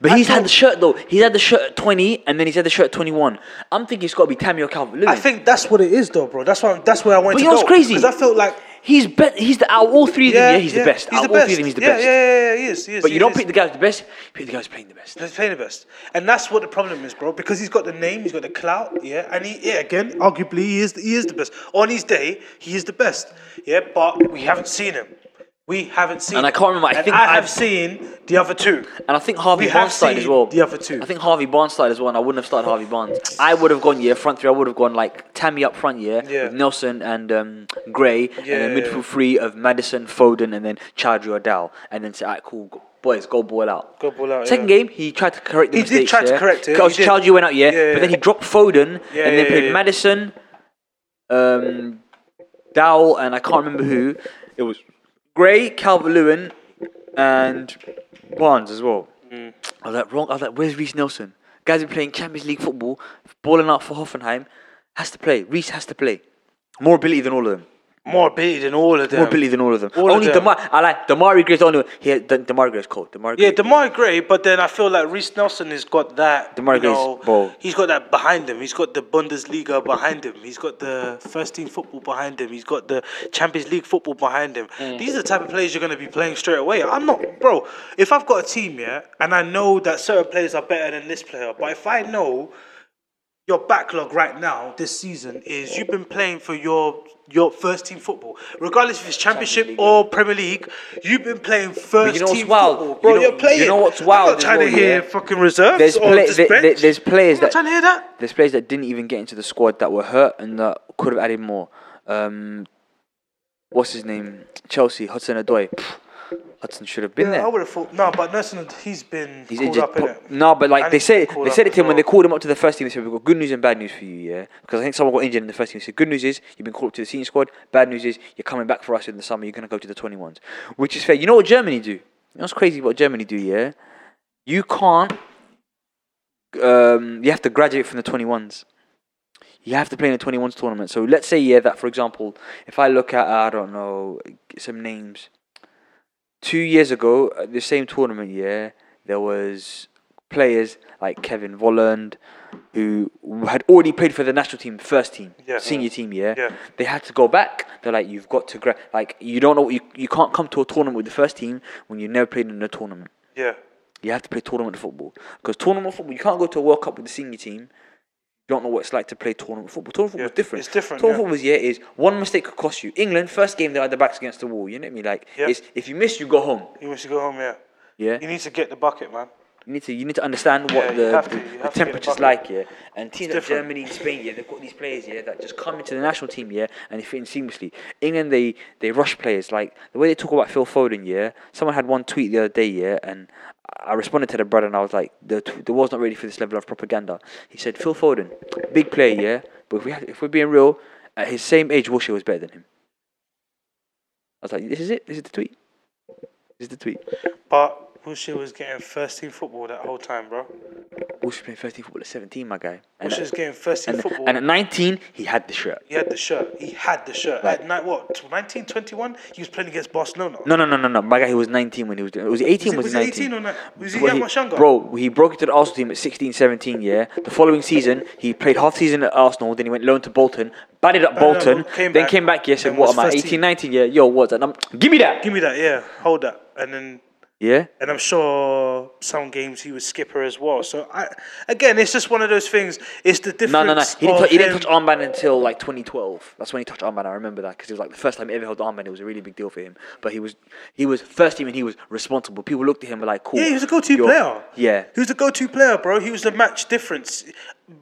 [SPEAKER 4] but he's
[SPEAKER 1] I
[SPEAKER 4] had
[SPEAKER 1] think-
[SPEAKER 4] the shirt though. He's had the shirt at 20, and then he's had the shirt at 21. I'm thinking it's got to be Tammy or Calvin Lewin.
[SPEAKER 1] I think that's what it is though, bro. That's why that's where I went
[SPEAKER 4] But
[SPEAKER 1] to
[SPEAKER 4] you know what's
[SPEAKER 1] go.
[SPEAKER 4] crazy?
[SPEAKER 1] Because I felt like
[SPEAKER 4] he's bet. He's the out of all three of
[SPEAKER 1] yeah,
[SPEAKER 4] them. Yeah, he's the best.
[SPEAKER 1] He's
[SPEAKER 4] out
[SPEAKER 1] the
[SPEAKER 4] of all
[SPEAKER 1] best.
[SPEAKER 4] three of them, he's the
[SPEAKER 1] yeah,
[SPEAKER 4] best.
[SPEAKER 1] Yeah, yeah, yeah, he is. He is
[SPEAKER 4] But
[SPEAKER 1] he
[SPEAKER 4] you
[SPEAKER 1] is,
[SPEAKER 4] don't
[SPEAKER 1] he
[SPEAKER 4] pick
[SPEAKER 1] is.
[SPEAKER 4] the guy who's the best. You pick the guy who's playing the best.
[SPEAKER 1] He's playing the best, and that's what the problem is, bro. Because he's got the name, he's got the clout, yeah. And he, yeah, again, arguably, he is he is the best on his day. He is the best, yeah. But we haven't seen him. We haven't seen.
[SPEAKER 4] And I
[SPEAKER 1] him.
[SPEAKER 4] can't remember, I
[SPEAKER 1] And
[SPEAKER 4] think
[SPEAKER 1] I have
[SPEAKER 4] I've-
[SPEAKER 1] seen the other two.
[SPEAKER 4] And I think Harvey
[SPEAKER 1] We have
[SPEAKER 4] Barnes side as
[SPEAKER 1] seen
[SPEAKER 4] well.
[SPEAKER 1] the other two.
[SPEAKER 4] I think Harvey Barnes side as well. And I wouldn't have started Harvey Barnes. I would have gone yeah front three. I would have gone like Tammy up front yeah,
[SPEAKER 1] Yeah.
[SPEAKER 4] with Nelson and um, Gray, and then
[SPEAKER 1] Yeah.
[SPEAKER 4] midfield three of Madison, Foden, and then Chadri or Dow, and then say, alright, cool, go- boys, go ball out.
[SPEAKER 1] Go ball out,
[SPEAKER 4] Second
[SPEAKER 1] yeah.
[SPEAKER 4] game, he tried to correct the
[SPEAKER 1] He did
[SPEAKER 4] mistakes.
[SPEAKER 1] try to
[SPEAKER 4] yeah?
[SPEAKER 1] correct it, he
[SPEAKER 4] Because
[SPEAKER 1] did.
[SPEAKER 4] Childs went out, yeah,
[SPEAKER 1] Yeah, yeah.
[SPEAKER 4] but then he dropped Foden,
[SPEAKER 1] Yeah,
[SPEAKER 4] and
[SPEAKER 1] yeah,
[SPEAKER 4] they played
[SPEAKER 1] yeah, yeah.
[SPEAKER 4] Madison, um, Dowell, and I can't remember who. It was Gray, Calvert Lewin, and Barnes as well.
[SPEAKER 1] Mm.
[SPEAKER 4] I was like, wrong. I was like, where's Reese Nelson? Guys been playing Champions League football, balling out for Hoffenheim. Has to play. Reese has to play. More ability than all of them.
[SPEAKER 1] More ability than all of them.
[SPEAKER 4] More ability than all of them.
[SPEAKER 1] All of
[SPEAKER 4] only
[SPEAKER 1] them.
[SPEAKER 4] Demar. I like Damari Gray's the only. He had the, Damari Gray's cold. Damari.
[SPEAKER 1] Yeah,
[SPEAKER 4] Gray-
[SPEAKER 1] Demar Gray, but then I feel like Reese Nelson has got that.
[SPEAKER 4] Demar
[SPEAKER 1] you
[SPEAKER 4] Gray's
[SPEAKER 1] know,
[SPEAKER 4] ball.
[SPEAKER 1] He's got that behind him. He's got the Bundesliga behind him. He's got the first team football behind him. He's got the Champions League football behind him.
[SPEAKER 4] Mm.
[SPEAKER 1] These are the type of players you're going to be playing straight away. I'm not, bro. If I've got a team, yeah, and I know that certain players are better than this player, but if I know your backlog right now this season is you've been playing for your your first team football, regardless if it's Championship or Premier League. You've been playing first
[SPEAKER 4] know what's
[SPEAKER 1] team
[SPEAKER 4] wild?
[SPEAKER 1] football, bro.
[SPEAKER 4] You know-
[SPEAKER 1] You are playing.
[SPEAKER 4] you know what's
[SPEAKER 1] I'm
[SPEAKER 4] wild
[SPEAKER 1] not
[SPEAKER 4] as
[SPEAKER 1] trying
[SPEAKER 4] well,
[SPEAKER 1] to hear
[SPEAKER 4] yeah?
[SPEAKER 1] fucking reserves
[SPEAKER 4] There's,
[SPEAKER 1] or
[SPEAKER 4] play,
[SPEAKER 1] just
[SPEAKER 4] there- there-
[SPEAKER 1] bench.
[SPEAKER 4] there's players
[SPEAKER 1] I'm not
[SPEAKER 4] that
[SPEAKER 1] trying to hear that.
[SPEAKER 4] there's players that didn't even get into the squad that were hurt and that could have added more. Um, what's his name? Chelsea Hudson Odoi. Hudson should have been
[SPEAKER 1] I
[SPEAKER 4] there.
[SPEAKER 1] would have thought no, but Nelson he's been
[SPEAKER 4] He's
[SPEAKER 1] called
[SPEAKER 4] injured.
[SPEAKER 1] up in it.
[SPEAKER 4] no, but like
[SPEAKER 1] And
[SPEAKER 4] they
[SPEAKER 1] he's been
[SPEAKER 4] said,
[SPEAKER 1] called
[SPEAKER 4] they
[SPEAKER 1] up
[SPEAKER 4] said it
[SPEAKER 1] as
[SPEAKER 4] to him when they
[SPEAKER 1] well.
[SPEAKER 4] called him up to the first team. They said, "We've got good news and bad news for you, yeah." Because I think someone got injured in the first team. They said, "Good news is you've been called up to the senior squad. Bad news is you're coming back for us in the summer. You're going to go to the 21s," which is fair. You know what Germany do? You know what's crazy? What Germany do? Yeah, you can't. Um, you have to graduate from the 21s. You have to play in the 21s tournament. So let's say yeah that for example, if I look at I don't know some names two years ago at the same tournament yeah there was players like Kevin Volland who had already played for the national team first team
[SPEAKER 1] Yeah.
[SPEAKER 4] senior team yeah?
[SPEAKER 1] Yeah.
[SPEAKER 4] they had to go back they're like you've got to gra- like you don't know what you, you can't come to a tournament with the first team when you never played in a tournament
[SPEAKER 1] Yeah,
[SPEAKER 4] you have to play tournament football because tournament football you can't go to a World Cup with the senior team. You don't know what it's like to play tournament football. Tournament football
[SPEAKER 1] Yeah,
[SPEAKER 4] is different.
[SPEAKER 1] it's different,
[SPEAKER 4] Tournament
[SPEAKER 1] yeah.
[SPEAKER 4] football is yeah is one mistake could cost you. England first game they had their backs against the wall. You know what I mean? Like
[SPEAKER 1] Yeah.
[SPEAKER 4] it's, if you miss you go home.
[SPEAKER 1] he wants to go home. Yeah,
[SPEAKER 4] Yeah.
[SPEAKER 1] he needs to get the bucket, man.
[SPEAKER 4] You need to you need to understand
[SPEAKER 1] Yeah,
[SPEAKER 4] what
[SPEAKER 1] you have
[SPEAKER 4] the,
[SPEAKER 1] to- you have
[SPEAKER 4] the- the,
[SPEAKER 1] to get
[SPEAKER 4] temperature's
[SPEAKER 1] above it.
[SPEAKER 4] like, yeah. And teams like
[SPEAKER 1] different.
[SPEAKER 4] Germany and Spain, yeah, they've got these players, yeah, that just come into the national team, yeah, and they fit in seamlessly. England, they they rush players. Like the way they talk about Phil Foden, yeah. Someone had one tweet the other day, yeah, and I responded to the brother and I was like, the t- the world's not ready for this level of propaganda. He said, Phil Foden, big player, yeah, but if we had, if we're being real, at his same age, Wilshere was better than him. I was like, this is it. This is the tweet. This is the tweet.
[SPEAKER 1] But Wilshere was getting first team football that whole time, bro.
[SPEAKER 4] Wilshere playing first team football at 17, my guy. And-
[SPEAKER 1] Wilshere was getting first team
[SPEAKER 4] and,
[SPEAKER 1] football.
[SPEAKER 4] and at 19 he had the shirt
[SPEAKER 1] he had the shirt. He had the shirt.
[SPEAKER 4] Right.
[SPEAKER 1] At night, what, 19, 21? He was playing against Barcelona.
[SPEAKER 4] no no no no no my guy he was 19 when he was doing- was he 18
[SPEAKER 1] Was
[SPEAKER 4] was,
[SPEAKER 1] he- was he
[SPEAKER 4] he
[SPEAKER 1] 18 or
[SPEAKER 4] 19
[SPEAKER 1] not? Was he
[SPEAKER 4] Bro,
[SPEAKER 1] that much younger?
[SPEAKER 4] bro he broke into the Arsenal team at 16 17 yeah the following season he played half season at Arsenal then he went loan to Bolton batted up
[SPEAKER 1] Batted up,
[SPEAKER 4] Bolton
[SPEAKER 1] came
[SPEAKER 4] then
[SPEAKER 1] back,
[SPEAKER 4] came back yeah said
[SPEAKER 1] then
[SPEAKER 4] what
[SPEAKER 1] was
[SPEAKER 4] am I
[SPEAKER 1] first
[SPEAKER 4] 18
[SPEAKER 1] team.
[SPEAKER 4] 19 yeah yo what's that number give me that
[SPEAKER 1] Give me that, yeah. Hold that. And then
[SPEAKER 4] yeah
[SPEAKER 1] and I'm sure some games he was skipper as well. So I again, it's just one of those things. It's the difference.
[SPEAKER 4] no, no, no. He didn't,
[SPEAKER 1] of
[SPEAKER 4] tou- he didn't
[SPEAKER 1] him-
[SPEAKER 4] touch armband until like 2012. That's when he touched armband. I remember that because it was like the first time he ever held armband. It was a really big deal for him. But he was he was first team and he was responsible. People looked at him and were like, cool.
[SPEAKER 1] Yeah, he was a go-to
[SPEAKER 4] you're-
[SPEAKER 1] player.
[SPEAKER 4] Yeah,
[SPEAKER 1] he was a go-to player, bro. He was the match difference,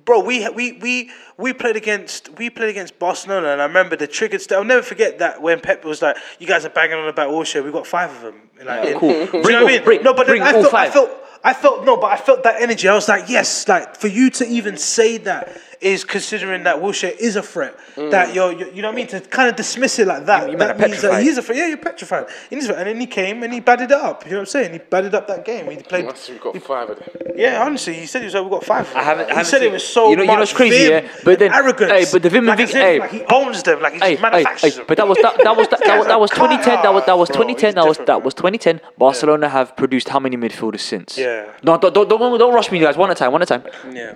[SPEAKER 1] bro. We we we we played against we played against Barcelona, and I remember the triggered. St- I'll never forget that when Pep was like, "You guys are banging on about Wilshere. We got five of them." Like, in-
[SPEAKER 4] cool.
[SPEAKER 1] Do you know
[SPEAKER 4] Bring
[SPEAKER 1] what I
[SPEAKER 4] all-
[SPEAKER 1] mean?
[SPEAKER 4] bring-
[SPEAKER 1] no, but then
[SPEAKER 4] bring
[SPEAKER 1] I
[SPEAKER 4] all
[SPEAKER 1] felt I
[SPEAKER 4] five.
[SPEAKER 1] felt I felt no, but I felt that energy. I was like, yes, like for you to even say that is considering that Wilshere is a threat. That you're, you you know what I mean? To kind of dismiss it like that,
[SPEAKER 4] Mm. You- you man
[SPEAKER 1] that
[SPEAKER 4] are
[SPEAKER 1] means that
[SPEAKER 4] petrified.
[SPEAKER 1] he's a threat. Yeah, you're petrified. He needs a threat. And then he came and he batted it up. You know what I'm saying? He batted up that game. He played.
[SPEAKER 3] Unless we've got five of them.
[SPEAKER 1] Yeah, honestly, he said he was like, we got five. of them."
[SPEAKER 4] I haven't- I
[SPEAKER 1] He
[SPEAKER 4] haven't
[SPEAKER 1] said
[SPEAKER 4] seen-
[SPEAKER 1] it was so
[SPEAKER 4] you know- you know
[SPEAKER 1] much
[SPEAKER 4] it's crazy,
[SPEAKER 1] vim
[SPEAKER 4] yeah? But then-
[SPEAKER 1] and arrogance.
[SPEAKER 4] hey, but the vim and
[SPEAKER 1] like,
[SPEAKER 4] vim-
[SPEAKER 1] as if,
[SPEAKER 4] hey.
[SPEAKER 1] like he owns them. Like he just manufactures them.
[SPEAKER 4] but that was that, that was that, that, was- that was
[SPEAKER 1] Guys are
[SPEAKER 4] 2010. That was that was
[SPEAKER 1] bro,
[SPEAKER 4] 2010.
[SPEAKER 1] he's
[SPEAKER 4] That was
[SPEAKER 1] different,
[SPEAKER 4] that
[SPEAKER 1] bro.
[SPEAKER 4] was 2010. Barcelona have produced how many midfielders since?
[SPEAKER 1] Yeah.
[SPEAKER 4] No, don't don't don't, don't rush me, guys. One at a time. One at a time.
[SPEAKER 1] yeah,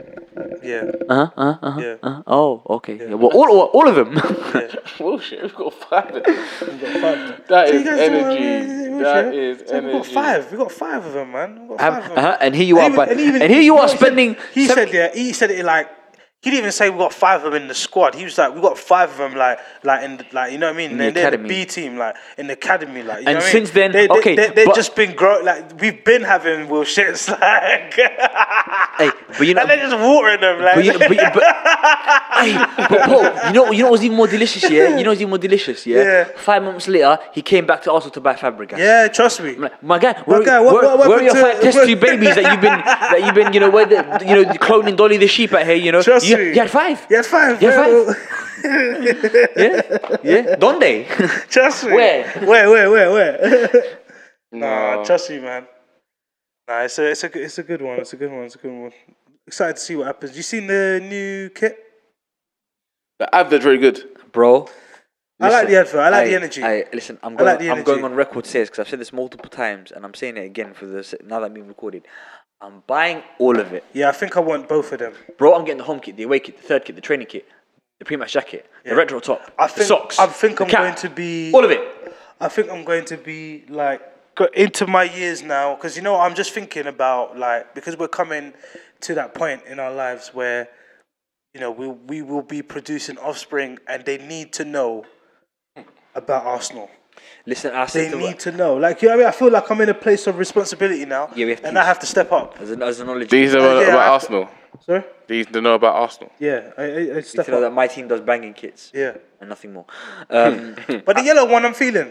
[SPEAKER 1] yeah,
[SPEAKER 4] Uh huh. Uh huh. Uh-huh.
[SPEAKER 1] Yeah.
[SPEAKER 4] uh-huh. Oh, okay. Yeah. Well, all, all all of them.
[SPEAKER 3] Wilshire, Oh, we've got five of them. That
[SPEAKER 1] You
[SPEAKER 3] is
[SPEAKER 1] guys uh, don't-
[SPEAKER 3] energy. That is
[SPEAKER 1] So We got
[SPEAKER 3] energy.
[SPEAKER 1] five. We got five of them, man. We got
[SPEAKER 4] Um,
[SPEAKER 1] five of them.
[SPEAKER 4] uh-huh, and here you are,
[SPEAKER 1] he-
[SPEAKER 4] but-
[SPEAKER 1] he even-
[SPEAKER 4] and here you
[SPEAKER 1] no, he
[SPEAKER 4] are
[SPEAKER 1] said-
[SPEAKER 4] spending
[SPEAKER 1] He
[SPEAKER 4] seven-
[SPEAKER 1] said, yeah. He said it like He didn't even say we got five of them in the squad. He was like, we got five of them, like, like, in, the- like, you know what I mean?
[SPEAKER 4] the
[SPEAKER 1] and they're the
[SPEAKER 4] academy.
[SPEAKER 1] B team, like, in the academy, like. You know
[SPEAKER 4] And
[SPEAKER 1] what I
[SPEAKER 4] since
[SPEAKER 1] mean? they,
[SPEAKER 4] then,
[SPEAKER 1] they,
[SPEAKER 4] okay,
[SPEAKER 1] they, they've
[SPEAKER 4] but-
[SPEAKER 1] just been growing. Like, we've been having Will shits, like. hey,
[SPEAKER 4] but you know-
[SPEAKER 1] and they're just watering them, like.
[SPEAKER 4] But, you, but, you- but, Hey, but Paul, you know, you know what was even more delicious, yeah? You know what was even more delicious, yeah?
[SPEAKER 1] Yeah.
[SPEAKER 4] Five months later, he came back to Arsenal to buy Fabregas.
[SPEAKER 1] yeah, trust me.
[SPEAKER 4] Like, My guy, where,
[SPEAKER 1] guy, what-
[SPEAKER 4] where,
[SPEAKER 1] what- what
[SPEAKER 4] where are your
[SPEAKER 1] happened
[SPEAKER 4] five
[SPEAKER 1] to-
[SPEAKER 4] test tube babies that you've been that you've been you know where the, you know cloning Dolly the sheep at here? You know,
[SPEAKER 1] Trust
[SPEAKER 4] you,
[SPEAKER 1] me.
[SPEAKER 4] you had five.
[SPEAKER 1] You had five.
[SPEAKER 4] You had
[SPEAKER 1] bro.
[SPEAKER 4] Yeah, yeah. Donde?
[SPEAKER 1] Trust me.
[SPEAKER 4] Where?
[SPEAKER 1] Where? Where? Where? Where? nah,
[SPEAKER 3] No.
[SPEAKER 1] trust me, man. Nah, it's a, it's a, good- it's a good one. It's a good one. It's a good one. Excited to see what happens. You seen the new kit?
[SPEAKER 3] The advert's very good.
[SPEAKER 4] Bro,
[SPEAKER 1] I like the advert. I like the
[SPEAKER 4] I-
[SPEAKER 1] energy.
[SPEAKER 4] I, listen, I'm
[SPEAKER 1] I
[SPEAKER 4] going,
[SPEAKER 1] like the
[SPEAKER 4] I'm going
[SPEAKER 1] energy.
[SPEAKER 4] on record says because I've said this multiple times and I'm saying it again for this now that I'm being recorded. I'm buying all of it,
[SPEAKER 1] yeah, I think I want both of them.
[SPEAKER 4] bro. I'm getting the home kit, the away kit, the third kit, the training kit, the pre-match jacket, the retro top,
[SPEAKER 1] I
[SPEAKER 4] the
[SPEAKER 1] think
[SPEAKER 4] socks.
[SPEAKER 1] I think
[SPEAKER 4] the
[SPEAKER 1] I'm
[SPEAKER 4] cap,
[SPEAKER 1] going to be
[SPEAKER 4] all of it.
[SPEAKER 1] I think I'm going to be like go into my years now because you know I'm just thinking about like because we're coming to that point in our lives where you know we we will be producing offspring and they need to know about Arsenal.
[SPEAKER 4] Listen, I
[SPEAKER 1] They
[SPEAKER 4] said to-
[SPEAKER 1] need to know. Like you know what I mean? I feel like I'm in a place of responsibility now.
[SPEAKER 4] Yeah, we have to
[SPEAKER 1] and I
[SPEAKER 4] use-
[SPEAKER 1] have to step up.
[SPEAKER 4] as a, as a knowledge.
[SPEAKER 3] These are
[SPEAKER 1] yeah, I-
[SPEAKER 3] about Arsenal.
[SPEAKER 1] Sorry?
[SPEAKER 3] These to know about Arsenal.
[SPEAKER 1] Yeah, I, I, I step
[SPEAKER 4] to know
[SPEAKER 1] up.
[SPEAKER 4] that my team does banging kits
[SPEAKER 1] Yeah.
[SPEAKER 4] and nothing more. Um,
[SPEAKER 1] But the yellow one I'm feeling.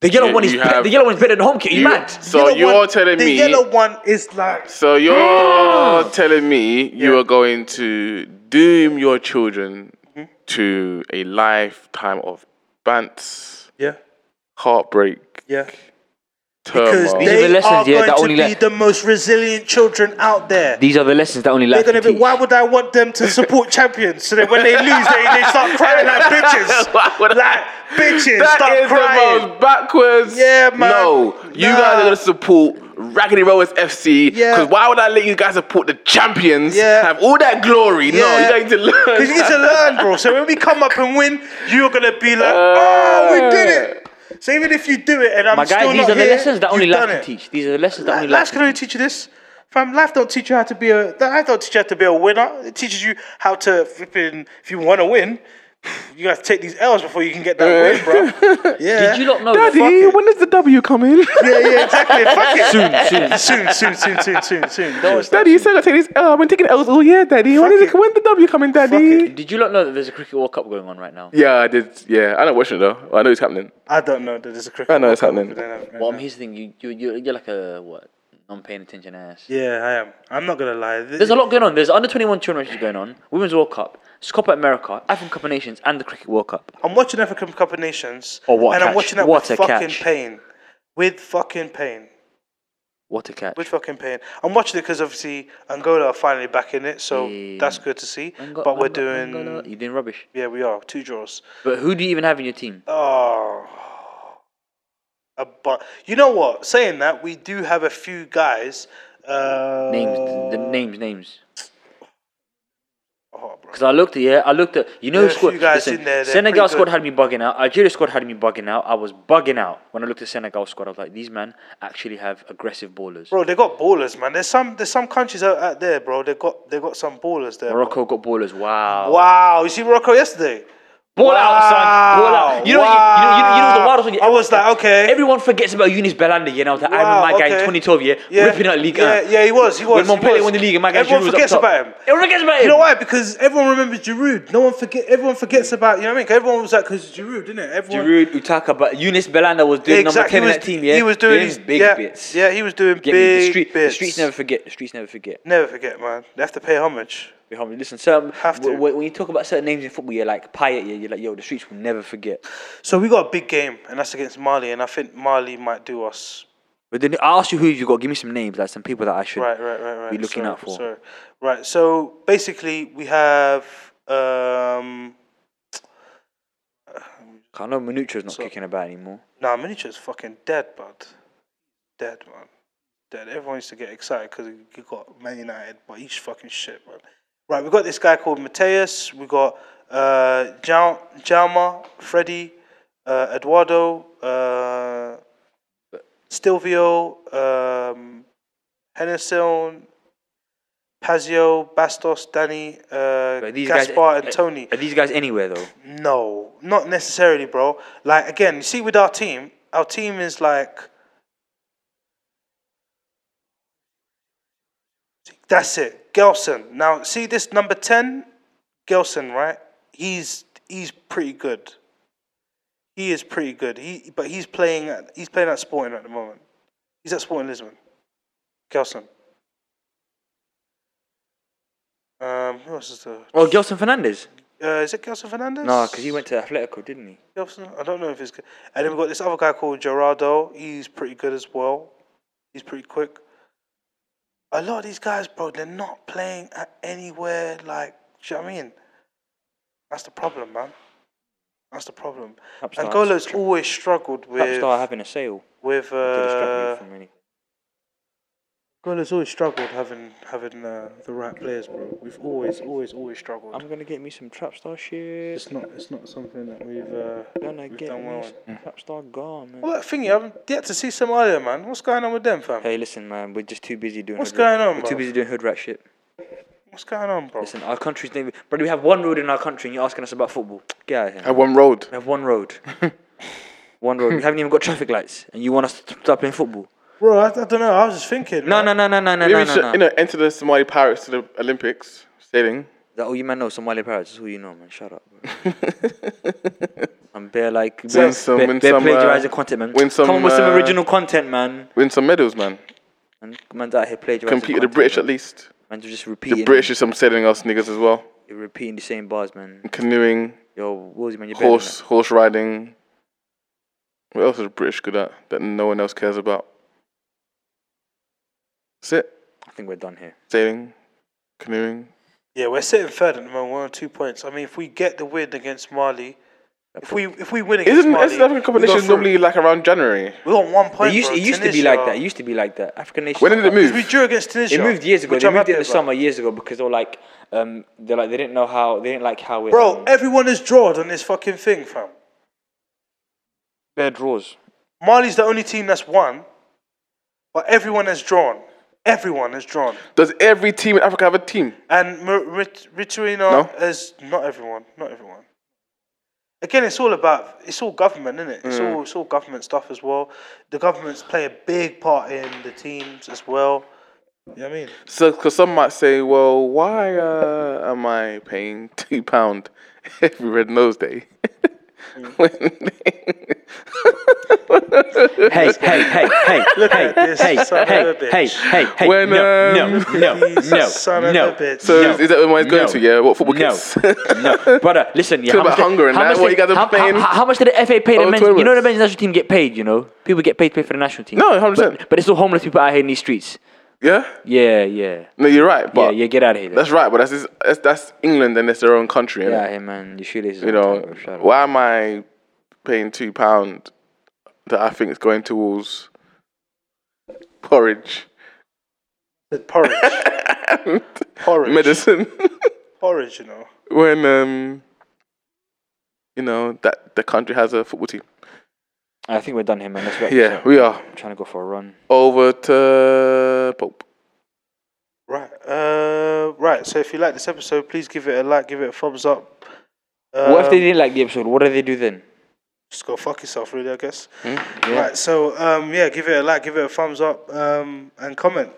[SPEAKER 4] the yellow
[SPEAKER 3] Yeah,
[SPEAKER 4] one is
[SPEAKER 3] you
[SPEAKER 4] be-
[SPEAKER 3] have-
[SPEAKER 4] the yellow one's better than home kit. You,
[SPEAKER 3] You-
[SPEAKER 4] mad?
[SPEAKER 3] So
[SPEAKER 1] Yellow
[SPEAKER 3] you're
[SPEAKER 1] one-
[SPEAKER 3] telling
[SPEAKER 1] the
[SPEAKER 3] me.
[SPEAKER 1] yellow one is like
[SPEAKER 3] So you're telling me you
[SPEAKER 1] Yeah.
[SPEAKER 3] are going to doom your children
[SPEAKER 1] Mm-hmm.
[SPEAKER 3] to a lifetime of bants,
[SPEAKER 1] Yeah.
[SPEAKER 3] heartbreak,
[SPEAKER 1] Yeah. because
[SPEAKER 3] turmoil.
[SPEAKER 4] These are
[SPEAKER 1] they
[SPEAKER 4] the lessons,
[SPEAKER 1] are
[SPEAKER 4] yeah,
[SPEAKER 1] going
[SPEAKER 4] that
[SPEAKER 1] to
[SPEAKER 4] only
[SPEAKER 1] be
[SPEAKER 4] let-
[SPEAKER 1] the most resilient children out there.
[SPEAKER 4] These are the lessons that only
[SPEAKER 1] They're
[SPEAKER 4] life
[SPEAKER 1] gonna
[SPEAKER 4] can
[SPEAKER 1] be.
[SPEAKER 4] teach.
[SPEAKER 1] Why would I want them to support champions? So that when they lose, they, they start crying like bitches,
[SPEAKER 3] Why would I-
[SPEAKER 1] like bitches,
[SPEAKER 3] That
[SPEAKER 1] start
[SPEAKER 3] is the
[SPEAKER 1] crying.
[SPEAKER 3] most backwards.
[SPEAKER 1] Yeah, man.
[SPEAKER 3] No, you
[SPEAKER 1] Nah.
[SPEAKER 3] guys are gonna support Raggedy Rowers FC. Because
[SPEAKER 1] Yeah.
[SPEAKER 3] why would I let you guys support the champions?
[SPEAKER 1] Yeah.
[SPEAKER 3] Have all that glory? No, you
[SPEAKER 1] Yeah.
[SPEAKER 3] guys need to learn.
[SPEAKER 1] Because you need to learn, bro. So when we come up and win, you're gonna be like, oh, we did it. So even if you do it, and I'm
[SPEAKER 4] Uh, My
[SPEAKER 1] still
[SPEAKER 4] guy,
[SPEAKER 1] not
[SPEAKER 4] these are the
[SPEAKER 1] here,
[SPEAKER 4] lessons that only
[SPEAKER 1] you've
[SPEAKER 4] life
[SPEAKER 1] done
[SPEAKER 4] can
[SPEAKER 1] it.
[SPEAKER 4] teach. These are the lessons that only
[SPEAKER 1] Life
[SPEAKER 4] life
[SPEAKER 1] can only
[SPEAKER 4] can teach.
[SPEAKER 1] teach you this. Fam, life don't teach you how to be a. Life don't teach you how to be a winner. It teaches you how to flipping. If you want to win, you got to take these L's before you can get that win, bro. Yeah.
[SPEAKER 4] Did you not know that?
[SPEAKER 3] Daddy, when does the W come in?
[SPEAKER 1] Yeah, yeah, exactly. Fuck it.
[SPEAKER 4] Soon, soon.
[SPEAKER 1] Soon, soon, soon, soon, soon, soon. Don't
[SPEAKER 3] Daddy, you said I take these L. I've been taking L's all year, Daddy. When
[SPEAKER 1] Fuck
[SPEAKER 3] is
[SPEAKER 1] it.
[SPEAKER 3] it? When the W coming, Daddy?
[SPEAKER 4] Did you not know that there's a cricket World Cup going on right now?
[SPEAKER 3] Yeah, I did. Yeah, I don't watch it though. I know it's happening.
[SPEAKER 1] I don't know that there's a cricket.
[SPEAKER 3] I know it's
[SPEAKER 1] World Cup
[SPEAKER 3] happening.
[SPEAKER 1] going on right
[SPEAKER 4] Well,
[SPEAKER 1] now.
[SPEAKER 4] I'm here's the thing. You you you're, you're like a what? Non-paying attention ass.
[SPEAKER 1] Yeah, I am. I'm not gonna lie. Th-
[SPEAKER 4] There's a lot going on. There's under 21 tournaments going on. Women's World Cup, Copa America, African Cup of Nations, and the Cricket World Cup.
[SPEAKER 1] I'm watching African Cup of Nations,
[SPEAKER 4] Oh, what a
[SPEAKER 1] and I'm
[SPEAKER 4] catch.
[SPEAKER 1] watching that
[SPEAKER 4] What
[SPEAKER 1] with
[SPEAKER 4] a
[SPEAKER 1] fucking
[SPEAKER 4] catch.
[SPEAKER 1] pain, with fucking pain.
[SPEAKER 4] What a catch!
[SPEAKER 1] With fucking pain. I'm watching it because obviously Angola are finally back in it, so
[SPEAKER 4] Yeah.
[SPEAKER 1] that's good to see.
[SPEAKER 4] Ango-
[SPEAKER 1] but we're
[SPEAKER 4] Ango-
[SPEAKER 1] doing,
[SPEAKER 4] Angola- You're doing rubbish.
[SPEAKER 1] yeah, we are two draws.
[SPEAKER 4] But who do you even have in your team?
[SPEAKER 1] Oh, a bu- you know what? Saying that, we do have a few guys. Uh,
[SPEAKER 4] Names, the names, names.
[SPEAKER 1] Oh, bro.
[SPEAKER 4] Because I looked at yeah, I looked at you know
[SPEAKER 1] There are
[SPEAKER 4] who
[SPEAKER 1] a
[SPEAKER 4] scored.
[SPEAKER 1] few guys
[SPEAKER 4] Listen,
[SPEAKER 1] in there, they're
[SPEAKER 4] Senegal
[SPEAKER 1] pretty
[SPEAKER 4] squad
[SPEAKER 1] good.
[SPEAKER 4] had me bugging out. Algeria squad had me bugging out. I was bugging out when I looked at Senegal squad. I was like, these men actually have aggressive ballers.
[SPEAKER 1] Bro, they got ballers, man. There's some there's some countries out, out there, bro. They got they got some ballers there. bro.
[SPEAKER 4] Morocco got ballers. Wow.
[SPEAKER 1] Wow, you see Morocco yesterday.
[SPEAKER 4] Ball out, son. Ball out. You know, you, you know, you know, you know the wildest one.
[SPEAKER 1] I was like, okay.
[SPEAKER 4] Everyone forgets about Eunice Belanda, you know. I was like,
[SPEAKER 1] Wow,
[SPEAKER 4] I remember my guy in
[SPEAKER 1] okay.
[SPEAKER 4] 2012, yeah, ripping out league.
[SPEAKER 1] Yeah,
[SPEAKER 4] uh,
[SPEAKER 1] yeah, he was. He was.
[SPEAKER 4] When
[SPEAKER 1] he
[SPEAKER 4] Montpellier
[SPEAKER 1] was.
[SPEAKER 4] won the league, and my guy
[SPEAKER 1] everyone
[SPEAKER 4] Giroud was
[SPEAKER 1] forgets
[SPEAKER 4] up top.
[SPEAKER 1] about him.
[SPEAKER 4] Everyone forgets about him.
[SPEAKER 1] You know why? Because everyone remembers Giroud. No one forget. Everyone forgets about. You know what I mean? 'Cause Everyone was like, because Giroud, didn't it? Everyone.
[SPEAKER 4] Mm. Giroud, Utaka, but Eunice Belanda was doing number 10
[SPEAKER 1] he
[SPEAKER 4] in
[SPEAKER 1] was,
[SPEAKER 4] that team, yeah.
[SPEAKER 1] He was doing his
[SPEAKER 4] his big
[SPEAKER 1] yeah,
[SPEAKER 4] bits.
[SPEAKER 1] Yeah, he was doing
[SPEAKER 4] Get me,
[SPEAKER 1] big
[SPEAKER 4] the, street,
[SPEAKER 1] bits.
[SPEAKER 4] the streets never forget. The streets never forget.
[SPEAKER 1] Never forget, man. They have to pay homage.
[SPEAKER 4] Be humble. Listen, certain,
[SPEAKER 1] Have to.
[SPEAKER 4] w- w- when you talk about certain names in football, you're like Payet, yeah, you're like, yo, the streets will never forget.
[SPEAKER 1] So we got a big game, and that's against Mali, and I think Mali might do us
[SPEAKER 4] But then I asked you who you got. Give me some names, like some people that I should.
[SPEAKER 1] Right, right, right, right.
[SPEAKER 4] be looking
[SPEAKER 1] sorry,
[SPEAKER 4] out for.
[SPEAKER 1] Sorry. Right. So basically, we have. Um,
[SPEAKER 4] I know Manutra's not kicking about anymore.
[SPEAKER 1] nah, Miniature's fucking dead, bud. Dead, man. Dead. Everyone used to get excited because you got Man United, but he's fucking shit, man. Right, we got this guy called Mateus. We got uh, Jal- Jalma, Freddy, uh, Eduardo, uh, Stilvio, um, Henderson, Pazio, Bastos, Danny, uh,
[SPEAKER 4] But these
[SPEAKER 1] Gaspar,
[SPEAKER 4] guys, eh,
[SPEAKER 1] and Tony.
[SPEAKER 4] Are these guys anywhere though?
[SPEAKER 1] No, not necessarily, bro. Like again, you see with our team, our team is like That's it. Gelson. Now see this number 10, Gelson, right? He's he's pretty good. He is pretty good. He but he's playing at he's playing at Sporting at the moment. He's at Sporting Lisbon. Gelson. Um, who else is the?
[SPEAKER 4] Well, Oh, Gelson Fernandez.
[SPEAKER 1] Uh, is it Gelson Fernandez?
[SPEAKER 4] No, because he went to Atletico, didn't he?
[SPEAKER 1] Dobson, I don't know if he's good. And then we've got this other guy called Gerardo. He's pretty good as well. He's pretty quick. A lot of these guys, bro, they're not playing at anywhere like, do you know what I mean? That's the problem, man. That's the problem.
[SPEAKER 4] Perhaps
[SPEAKER 1] and
[SPEAKER 4] not.
[SPEAKER 1] Golo's always struggled
[SPEAKER 4] Perhaps
[SPEAKER 1] with.
[SPEAKER 4] start having a sale.
[SPEAKER 1] with
[SPEAKER 4] to distract
[SPEAKER 1] uh,
[SPEAKER 4] me from anything.
[SPEAKER 1] Golo's always struggled having having uh, the right players, bro. We've always, always, always struggled.
[SPEAKER 4] I'm gonna get me some trap star shit.
[SPEAKER 1] it's not, it's not something that we've uh,
[SPEAKER 4] Gonna
[SPEAKER 1] we've
[SPEAKER 4] get
[SPEAKER 1] done
[SPEAKER 4] me
[SPEAKER 1] well. in.
[SPEAKER 4] some trap star gone, man.
[SPEAKER 1] Well, that thingy, I've yet to see Somalia, man. What's going on with them, fam?
[SPEAKER 4] Hey, listen, man. We're just too busy doing.
[SPEAKER 1] What's
[SPEAKER 4] hood rat-
[SPEAKER 1] going on,
[SPEAKER 4] We're too
[SPEAKER 1] bro?
[SPEAKER 4] busy doing hood rat shit.
[SPEAKER 1] What's going on, bro?
[SPEAKER 4] Listen, our country's name, but we have one road in our country, and you're asking us about football. Get out of here.
[SPEAKER 3] At one road.
[SPEAKER 4] We have one road. one road. We haven't even got traffic lights, and you want us to start playing football?
[SPEAKER 1] Bro, I, I don't know. I was just thinking.
[SPEAKER 4] No,
[SPEAKER 1] man.
[SPEAKER 4] no, no, no, no, no,
[SPEAKER 3] Maybe
[SPEAKER 4] no,
[SPEAKER 3] we should,
[SPEAKER 4] no.
[SPEAKER 3] you know, enter the Somali pirates to the Olympics sailing.
[SPEAKER 4] That all you man know, Somali pirates. That's all you know, man. Shut up. Bro. I'm bare like
[SPEAKER 3] Win
[SPEAKER 4] bare,
[SPEAKER 3] some,
[SPEAKER 4] bare,
[SPEAKER 3] win
[SPEAKER 4] bare
[SPEAKER 3] some, uh,
[SPEAKER 4] plagiarizing content, man.
[SPEAKER 3] win some,
[SPEAKER 4] Come on with some
[SPEAKER 3] uh,
[SPEAKER 4] original content, man.
[SPEAKER 3] Win some medals, man.
[SPEAKER 4] And man's out here plagiarizing.
[SPEAKER 3] Compete with the
[SPEAKER 4] content,
[SPEAKER 3] British
[SPEAKER 4] man.
[SPEAKER 3] at least.
[SPEAKER 4] Man's just
[SPEAKER 3] The
[SPEAKER 4] repeating.
[SPEAKER 3] British is some sailing us niggas as well.
[SPEAKER 4] You're repeating the same bars, man.
[SPEAKER 3] Canoeing,
[SPEAKER 4] Yo, Woolsey, man, you're better than
[SPEAKER 3] horse, horse riding. What else is the British good at that no one else cares about? That's it.
[SPEAKER 4] that. I think we're done here.
[SPEAKER 3] Sailing, canoeing.
[SPEAKER 1] Yeah, we're sitting third at the moment. We're on two points. I mean, if we get the win against Mali, if we if we win against
[SPEAKER 3] Isn't
[SPEAKER 1] Mali,
[SPEAKER 3] South African competition normally like around January?
[SPEAKER 1] we got one point.
[SPEAKER 4] It used,
[SPEAKER 1] bro.
[SPEAKER 4] it used to be
[SPEAKER 1] Tunisia-
[SPEAKER 4] like that. It used to be like that. African nations.
[SPEAKER 3] When did it
[SPEAKER 1] We
[SPEAKER 3] move?
[SPEAKER 1] drew against Tunisia.
[SPEAKER 4] It moved years ago.
[SPEAKER 1] which
[SPEAKER 4] They
[SPEAKER 1] I'm
[SPEAKER 4] moved it in
[SPEAKER 1] happy
[SPEAKER 4] the
[SPEAKER 1] about.
[SPEAKER 4] summer years ago because they were like, um, they like they didn't know how they didn't like how it.
[SPEAKER 1] Bro, eh.
[SPEAKER 4] um,
[SPEAKER 1] everyone is drawn on this fucking thing, fam.
[SPEAKER 4] their draws.
[SPEAKER 1] Mali's the only team that's won, but everyone is drawn. Everyone is drawn.
[SPEAKER 3] Does every team in Africa have a team?
[SPEAKER 1] And Mor- Rit- Ritorino
[SPEAKER 3] No?
[SPEAKER 1] is not everyone, not everyone. Again, it's all about it's all government, isn't it? It's
[SPEAKER 4] Mm.
[SPEAKER 1] all it's all government stuff as well. The governments play a big part in the teams as well. You know what I mean?
[SPEAKER 3] So, because some might say, well, why uh, am I paying two pound every Red Nose Day?
[SPEAKER 4] Mm. Hey, hey, hey, hey, hey,
[SPEAKER 1] this
[SPEAKER 4] hey,
[SPEAKER 1] son of a
[SPEAKER 4] hey,
[SPEAKER 1] bitch.
[SPEAKER 4] hey, hey, hey.
[SPEAKER 3] When,
[SPEAKER 4] no, no,
[SPEAKER 3] um,
[SPEAKER 4] no, no,
[SPEAKER 1] He's a son of
[SPEAKER 4] no.
[SPEAKER 1] a bitch.
[SPEAKER 3] so is, is that where it's going
[SPEAKER 4] No.
[SPEAKER 3] to? Yeah, what football
[SPEAKER 4] No,
[SPEAKER 3] kids?
[SPEAKER 4] no, brother. Listen, yeah.
[SPEAKER 3] Talk
[SPEAKER 4] how much
[SPEAKER 3] about
[SPEAKER 4] did-
[SPEAKER 3] hunger and
[SPEAKER 4] how
[SPEAKER 3] that,
[SPEAKER 4] much
[SPEAKER 3] what
[SPEAKER 4] did-
[SPEAKER 3] you guys are
[SPEAKER 4] how,
[SPEAKER 3] paying.
[SPEAKER 4] How, how much did the FA pay
[SPEAKER 3] Oh,
[SPEAKER 4] the men's? You know the
[SPEAKER 3] toilets.
[SPEAKER 4] men's national team get paid. You know, people get paid paid for the national team.
[SPEAKER 3] No, 100%.
[SPEAKER 4] But, but it's all homeless people out here in these streets.
[SPEAKER 3] yeah?
[SPEAKER 4] Yeah, yeah,
[SPEAKER 3] No, you're right,
[SPEAKER 4] yeah,
[SPEAKER 3] but
[SPEAKER 4] yeah. Get out of here.
[SPEAKER 3] that's right, but that's, is- that's that's England and it's their own country.
[SPEAKER 4] Get out
[SPEAKER 3] innit?
[SPEAKER 4] of here, man. Your shoelaces.
[SPEAKER 3] You know, why am I paying two pound that I think is going towards porridge
[SPEAKER 1] The porridge,
[SPEAKER 3] and
[SPEAKER 1] porridge,
[SPEAKER 3] medicine?
[SPEAKER 1] porridge. You know,
[SPEAKER 3] when um you know that the country has a football team.
[SPEAKER 4] I think we're done here, man. Let's wrap this
[SPEAKER 3] Yeah,
[SPEAKER 4] up.
[SPEAKER 3] we are
[SPEAKER 4] I'm trying to go for a run.
[SPEAKER 3] over to Pope.
[SPEAKER 1] right? Uh, right. So if you like this episode, please give it a like, give it a thumbs up. Um,
[SPEAKER 4] what if they didn't like the episode? What do they do then?
[SPEAKER 1] just go fuck yourself, really? I guess.
[SPEAKER 4] Hmm, Yeah.
[SPEAKER 1] Right, so um, yeah, give it a like, give it a thumbs up, um, and comment.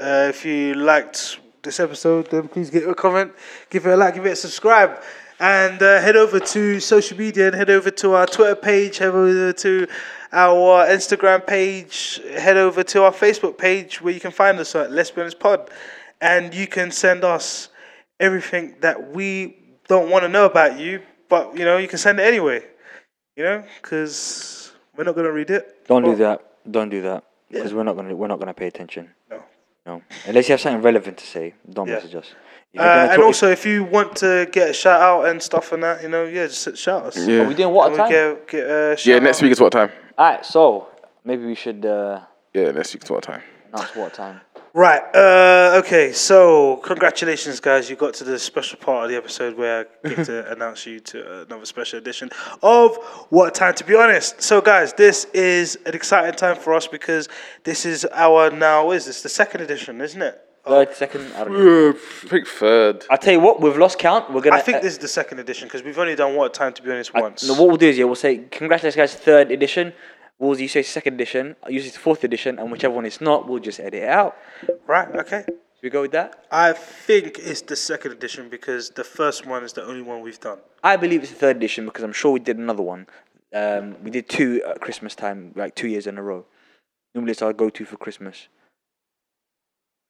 [SPEAKER 1] Uh, if you liked this episode, then please give it a comment, give it a like, give it a subscribe, and uh, head over to social media and head over to our Twitter page, head over to our Instagram page, head over to our Facebook page where you can find us at Let's Be Honest Pod, and you can send us everything that we don't want to know about you, but you know you can send it anyway, you know, because we're not gonna read it.
[SPEAKER 4] Don't do that. Don't do that. Because we're not gonna we're not gonna pay attention.
[SPEAKER 1] No.
[SPEAKER 4] No. Unless you have something relevant to say, don't
[SPEAKER 1] Yeah.
[SPEAKER 4] message us. If you're
[SPEAKER 1] Uh,
[SPEAKER 4] gonna
[SPEAKER 1] and
[SPEAKER 4] talk-
[SPEAKER 1] also, if you want to get a shout out and stuff and that, you know, yeah, just shout us.
[SPEAKER 4] are we doing what
[SPEAKER 1] And
[SPEAKER 4] a
[SPEAKER 1] we
[SPEAKER 4] time?
[SPEAKER 1] get, get a shout
[SPEAKER 3] Yeah, next week is what time?
[SPEAKER 4] Alright, so maybe we should uh,
[SPEAKER 3] Yeah, next week is what time?
[SPEAKER 4] announce what time.
[SPEAKER 1] Right. Uh, okay. So, congratulations, guys! You got to the special part of the episode where I get to announce you to another special edition of What Time to Be Honest. So, guys, this is an exciting time for us because this is our now. what Is this the second edition? Isn't it?
[SPEAKER 4] Third, second, I don't know.
[SPEAKER 3] Uh, I think third.
[SPEAKER 4] I tell you what, we've lost count. We're gonna.
[SPEAKER 1] I think
[SPEAKER 4] uh,
[SPEAKER 1] this is the second edition because we've only done what time to be honest
[SPEAKER 4] I-
[SPEAKER 1] once.
[SPEAKER 4] No, what we'll do is yeah, we'll say congratulations, guys, third edition. We'll you say second edition. I'll use it fourth edition, and whichever one it's not, we'll just edit it out.
[SPEAKER 1] Right? Okay.
[SPEAKER 4] Should we go with that?
[SPEAKER 1] I think it's the second edition because the first one is the only one we've done.
[SPEAKER 4] I believe it's the third edition because I'm sure we did another one. Um, we did two at Christmas time, like two years in a row. Normally, it's our go-to for Christmas.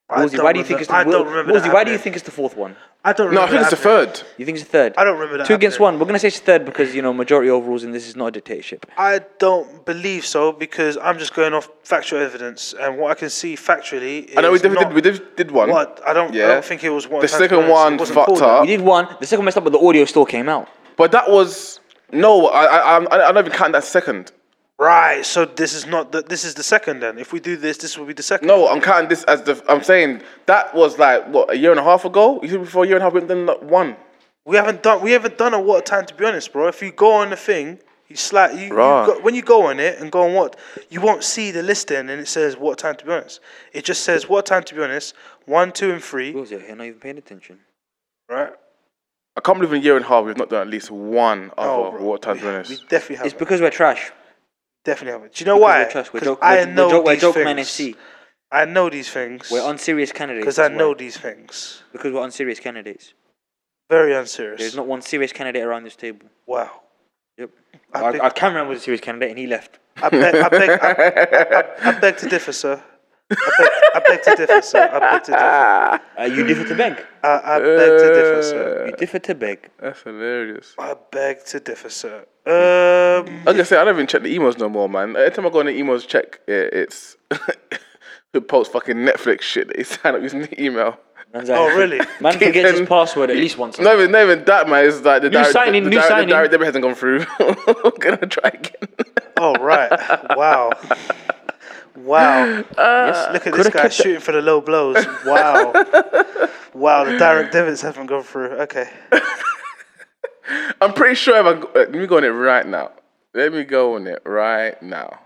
[SPEAKER 1] I
[SPEAKER 4] Woolsey,
[SPEAKER 1] don't
[SPEAKER 4] why do you
[SPEAKER 1] remember-
[SPEAKER 4] think it's? The,
[SPEAKER 1] I don't
[SPEAKER 4] Wool-
[SPEAKER 1] remember.
[SPEAKER 4] Woolsey,
[SPEAKER 1] that
[SPEAKER 4] why do you
[SPEAKER 1] happening.
[SPEAKER 4] think it's the fourth one?
[SPEAKER 1] I don't.
[SPEAKER 3] No, I
[SPEAKER 1] remember
[SPEAKER 3] think it's
[SPEAKER 1] that
[SPEAKER 3] the
[SPEAKER 1] happening.
[SPEAKER 3] third.
[SPEAKER 4] You think it's the third?
[SPEAKER 1] I don't remember that
[SPEAKER 4] Two against
[SPEAKER 1] happening.
[SPEAKER 4] one. We're gonna say it's third because you know majority overrules, and this is not a dictatorship.
[SPEAKER 1] I don't believe so because I'm just going off factual evidence and what I can see factually. Is
[SPEAKER 3] I know we
[SPEAKER 1] not
[SPEAKER 3] did, we did, did one.
[SPEAKER 1] What I don't, I
[SPEAKER 3] Yeah.
[SPEAKER 1] don't think it was one.
[SPEAKER 3] The
[SPEAKER 1] time to be
[SPEAKER 3] second
[SPEAKER 1] honest. It
[SPEAKER 3] one
[SPEAKER 1] wasn't
[SPEAKER 3] fucked
[SPEAKER 1] called
[SPEAKER 3] up.
[SPEAKER 4] We did one. The second messed up, but the audio still came out.
[SPEAKER 3] But that was no. I I I'm- I don't even count that second.
[SPEAKER 1] Right, so this is not the, this is the second then. If we do this, this will be the second.
[SPEAKER 3] No, I'm counting this as the. I'm saying that was like what a year and a half ago. You think before a year and a half we've done like one.
[SPEAKER 1] we haven't done we haven't done a what time to be honest, bro. If you go on the thing, you slack you, you
[SPEAKER 3] Right.
[SPEAKER 1] go, when you go on it and go on what you won't see the listing and it says what time to be honest. It just says what time to be honest one, two, and
[SPEAKER 4] Who
[SPEAKER 1] three.
[SPEAKER 4] was it? You're not even paying attention.
[SPEAKER 1] Right?
[SPEAKER 3] I can't believe in a year and a half we've not done at least one
[SPEAKER 1] Oh,
[SPEAKER 3] other
[SPEAKER 1] bro,
[SPEAKER 3] what time
[SPEAKER 1] we,
[SPEAKER 3] to be honest.
[SPEAKER 1] We definitely have
[SPEAKER 4] It's because we're trash.
[SPEAKER 1] definitely have it. Do you know
[SPEAKER 4] Because
[SPEAKER 1] why?
[SPEAKER 4] We're trash. We're
[SPEAKER 1] 'Cause
[SPEAKER 4] joke.
[SPEAKER 1] I
[SPEAKER 4] we're,
[SPEAKER 1] know
[SPEAKER 4] we're joke, we're
[SPEAKER 1] these
[SPEAKER 4] joke man
[SPEAKER 1] things.
[SPEAKER 4] FC.
[SPEAKER 1] I know these things.
[SPEAKER 4] We're unserious candidates.
[SPEAKER 1] because I
[SPEAKER 4] that's
[SPEAKER 1] know
[SPEAKER 4] why.
[SPEAKER 1] these things.
[SPEAKER 4] Because we're unserious candidates.
[SPEAKER 1] Very unserious.
[SPEAKER 4] There's not one serious candidate around this table.
[SPEAKER 1] wow.
[SPEAKER 4] Yep.
[SPEAKER 1] I
[SPEAKER 4] Our,
[SPEAKER 1] think-
[SPEAKER 4] our cameraman was a serious candidate and he left.
[SPEAKER 1] I beg, I beg, I, I, I beg to differ, sir. I beg, I beg to differ, sir. I beg to differ.
[SPEAKER 4] Uh, you differ to beg.
[SPEAKER 1] I, I beg to differ, sir.
[SPEAKER 4] You differ to beg.
[SPEAKER 3] That's hilarious.
[SPEAKER 1] I beg to differ, sir. Um,
[SPEAKER 3] I was gonna say I don't even check the emails no more, man. Every time I go on the emails check, it, it's who posts fucking Netflix shit. They sign up using the email.
[SPEAKER 4] Man's
[SPEAKER 1] oh,
[SPEAKER 4] like-
[SPEAKER 1] really?
[SPEAKER 4] Man forgets his
[SPEAKER 3] Then-
[SPEAKER 4] password at least once. a
[SPEAKER 3] No, even, not even that, man. It's like the direct,
[SPEAKER 4] signing,
[SPEAKER 3] the,
[SPEAKER 4] new
[SPEAKER 3] direct,
[SPEAKER 4] signing.
[SPEAKER 3] the direct debit hasn't gone through. I'm gonna try again.
[SPEAKER 1] Oh, right. Wow. Wow.
[SPEAKER 4] Yes.
[SPEAKER 1] Look at
[SPEAKER 4] Uh, Coulda
[SPEAKER 1] this guy
[SPEAKER 4] kept it-
[SPEAKER 1] shooting for the low blows. Wow. Wow, the direct debits haven't gone through. Okay.
[SPEAKER 3] I'm pretty sure if I go, let me go on it right now. Let me go on it right now.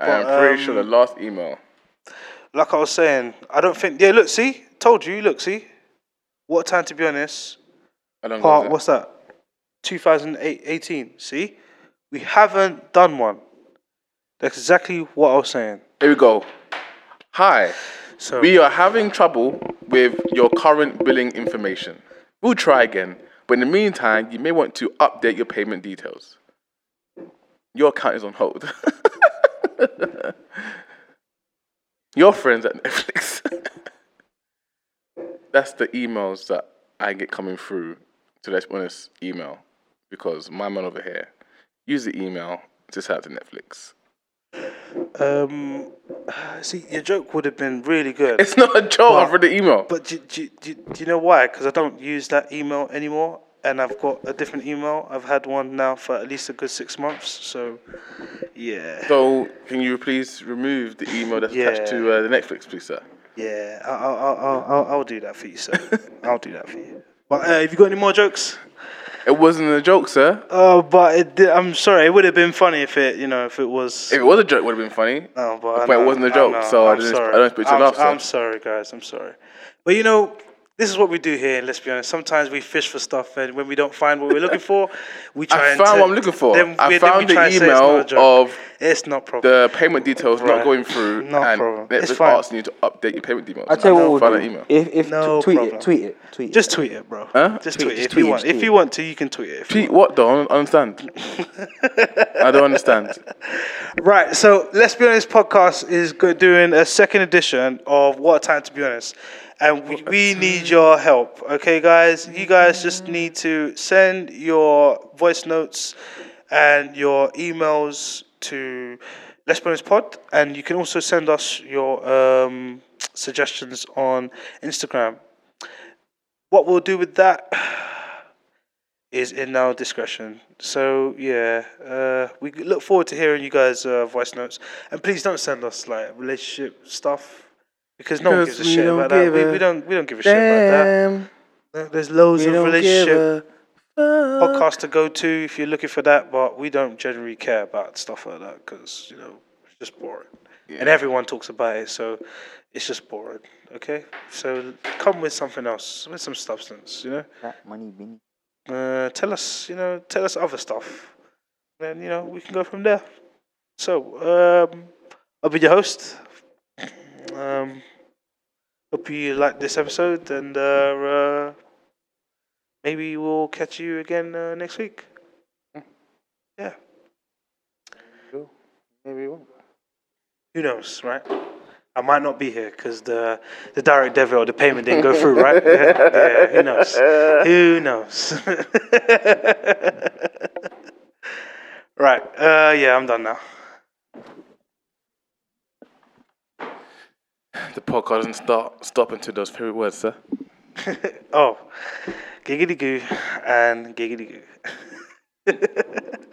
[SPEAKER 3] I'm pretty sure
[SPEAKER 1] um,
[SPEAKER 3] the last email.
[SPEAKER 1] Like I was saying, I don't think. Yeah, look, see? Told you. Look, see? What time to be honest?
[SPEAKER 3] I don't
[SPEAKER 1] part,
[SPEAKER 3] know.
[SPEAKER 1] what's that? 2018. See? We haven't done one. That's exactly what I was saying.
[SPEAKER 3] Here we go. Hi.
[SPEAKER 1] So
[SPEAKER 3] We are having trouble with your current billing information. We'll try again, but in the meantime, you may want to update your payment details. Your account is on hold. your friends at Netflix. That's the emails that I get coming through to this honest email because my man over here use the email to sign up to Netflix.
[SPEAKER 1] um see your joke would have been really good.
[SPEAKER 3] It's not a joke. I've read the email.
[SPEAKER 1] But do, do, do, do you know why? Because I don't use that email anymore and I've got a different email. I've had one now for at least a good 6 months. So yeah.
[SPEAKER 3] So, can you please remove the email that's attached to uh, the Netflix, please, sir?
[SPEAKER 1] Yeah. I I I I'll, I'll do that for you, sir. I'll do that for you. But uh, have you got any more jokes?
[SPEAKER 3] It wasn't a joke, sir.
[SPEAKER 1] Oh, but it did, I'm sorry. It would have been funny if it, you know, if it was.
[SPEAKER 3] If it was a joke, it would have been funny.
[SPEAKER 1] No, but, I
[SPEAKER 3] But it
[SPEAKER 1] know-
[SPEAKER 3] wasn't a
[SPEAKER 1] I
[SPEAKER 3] joke,
[SPEAKER 1] know,
[SPEAKER 3] so I
[SPEAKER 1] I'm
[SPEAKER 3] didn't-
[SPEAKER 1] sorry.
[SPEAKER 3] I don't expect you to
[SPEAKER 1] I'm,
[SPEAKER 3] laugh, sir.
[SPEAKER 1] I'm sorry, guys. I'm sorry. But you know, this is what we do here. Let's be honest. Sometimes we fish for stuff, and when we don't find what we're looking for, we try.
[SPEAKER 3] I
[SPEAKER 1] and
[SPEAKER 3] found
[SPEAKER 1] t-
[SPEAKER 3] what I'm looking for.
[SPEAKER 1] Then,
[SPEAKER 3] I
[SPEAKER 1] we- then
[SPEAKER 3] found
[SPEAKER 1] we
[SPEAKER 3] the
[SPEAKER 1] try and say it's not a
[SPEAKER 3] email
[SPEAKER 1] joke.
[SPEAKER 3] of
[SPEAKER 1] It's not problem.
[SPEAKER 3] the payment details
[SPEAKER 1] Right.
[SPEAKER 3] not going through,
[SPEAKER 1] No
[SPEAKER 3] and
[SPEAKER 1] problem.
[SPEAKER 3] Netflix
[SPEAKER 1] It's fine.
[SPEAKER 3] asking you to update your payment details.
[SPEAKER 4] I tell you what
[SPEAKER 3] found
[SPEAKER 4] we'll
[SPEAKER 3] that
[SPEAKER 4] do.
[SPEAKER 3] email.
[SPEAKER 4] If, if
[SPEAKER 1] No
[SPEAKER 4] t- tweet
[SPEAKER 1] problem.
[SPEAKER 4] it, tweet it, tweet it.
[SPEAKER 1] Just tweet it, bro.
[SPEAKER 3] Huh?
[SPEAKER 1] Just
[SPEAKER 4] Tweet
[SPEAKER 1] tweet
[SPEAKER 4] it,
[SPEAKER 1] it if
[SPEAKER 4] tweet
[SPEAKER 1] you
[SPEAKER 4] it,
[SPEAKER 1] want.
[SPEAKER 4] tweet
[SPEAKER 1] If
[SPEAKER 4] it.
[SPEAKER 1] you want to, you can tweet it. If
[SPEAKER 3] Pete, what though? I don't understand. I don't understand.
[SPEAKER 1] Right, so Let's Be Honest podcast is go- doing a second edition of What a Time to Be Honest. And we, we need your help, okay, guys? You guys just need to send your voice notes and your emails to Let's Be Honest Pod. And you can also send us your um, suggestions on Instagram. What we'll do with that is in our discretion. So yeah, uh, we look forward to hearing you guys' uh, voice notes, and please don't send us like relationship stuff because no one
[SPEAKER 3] Because
[SPEAKER 1] gives a
[SPEAKER 3] we
[SPEAKER 1] shit
[SPEAKER 3] don't
[SPEAKER 1] about that.
[SPEAKER 3] give
[SPEAKER 1] We,
[SPEAKER 3] a
[SPEAKER 1] we don't we don't give a shit about that. There's loads of relationship podcasts to go to if you're looking for that, but we don't generally care about stuff like that because you know it's just boring. and everyone talks about it. So it's just boring. Okay, so come with something else, with some substance. You know,
[SPEAKER 4] That money, Vinny.
[SPEAKER 1] uh, tell us. You know, tell us other stuff. Then you know we can go from there. So um, I'll be your host. Um, hope you liked this episode, and uh, uh, maybe we'll catch you again uh, next week. Yeah.
[SPEAKER 3] Maybe won't.
[SPEAKER 1] who knows, right? I might not be here because the the direct debit or the payment didn't go through, right? yeah, yeah, who knows? Who knows? right. Uh, yeah, I'm done now.
[SPEAKER 3] The podcast doesn't start stop until those favorite words, sir.
[SPEAKER 1] Oh, giggity goo and giggity goo.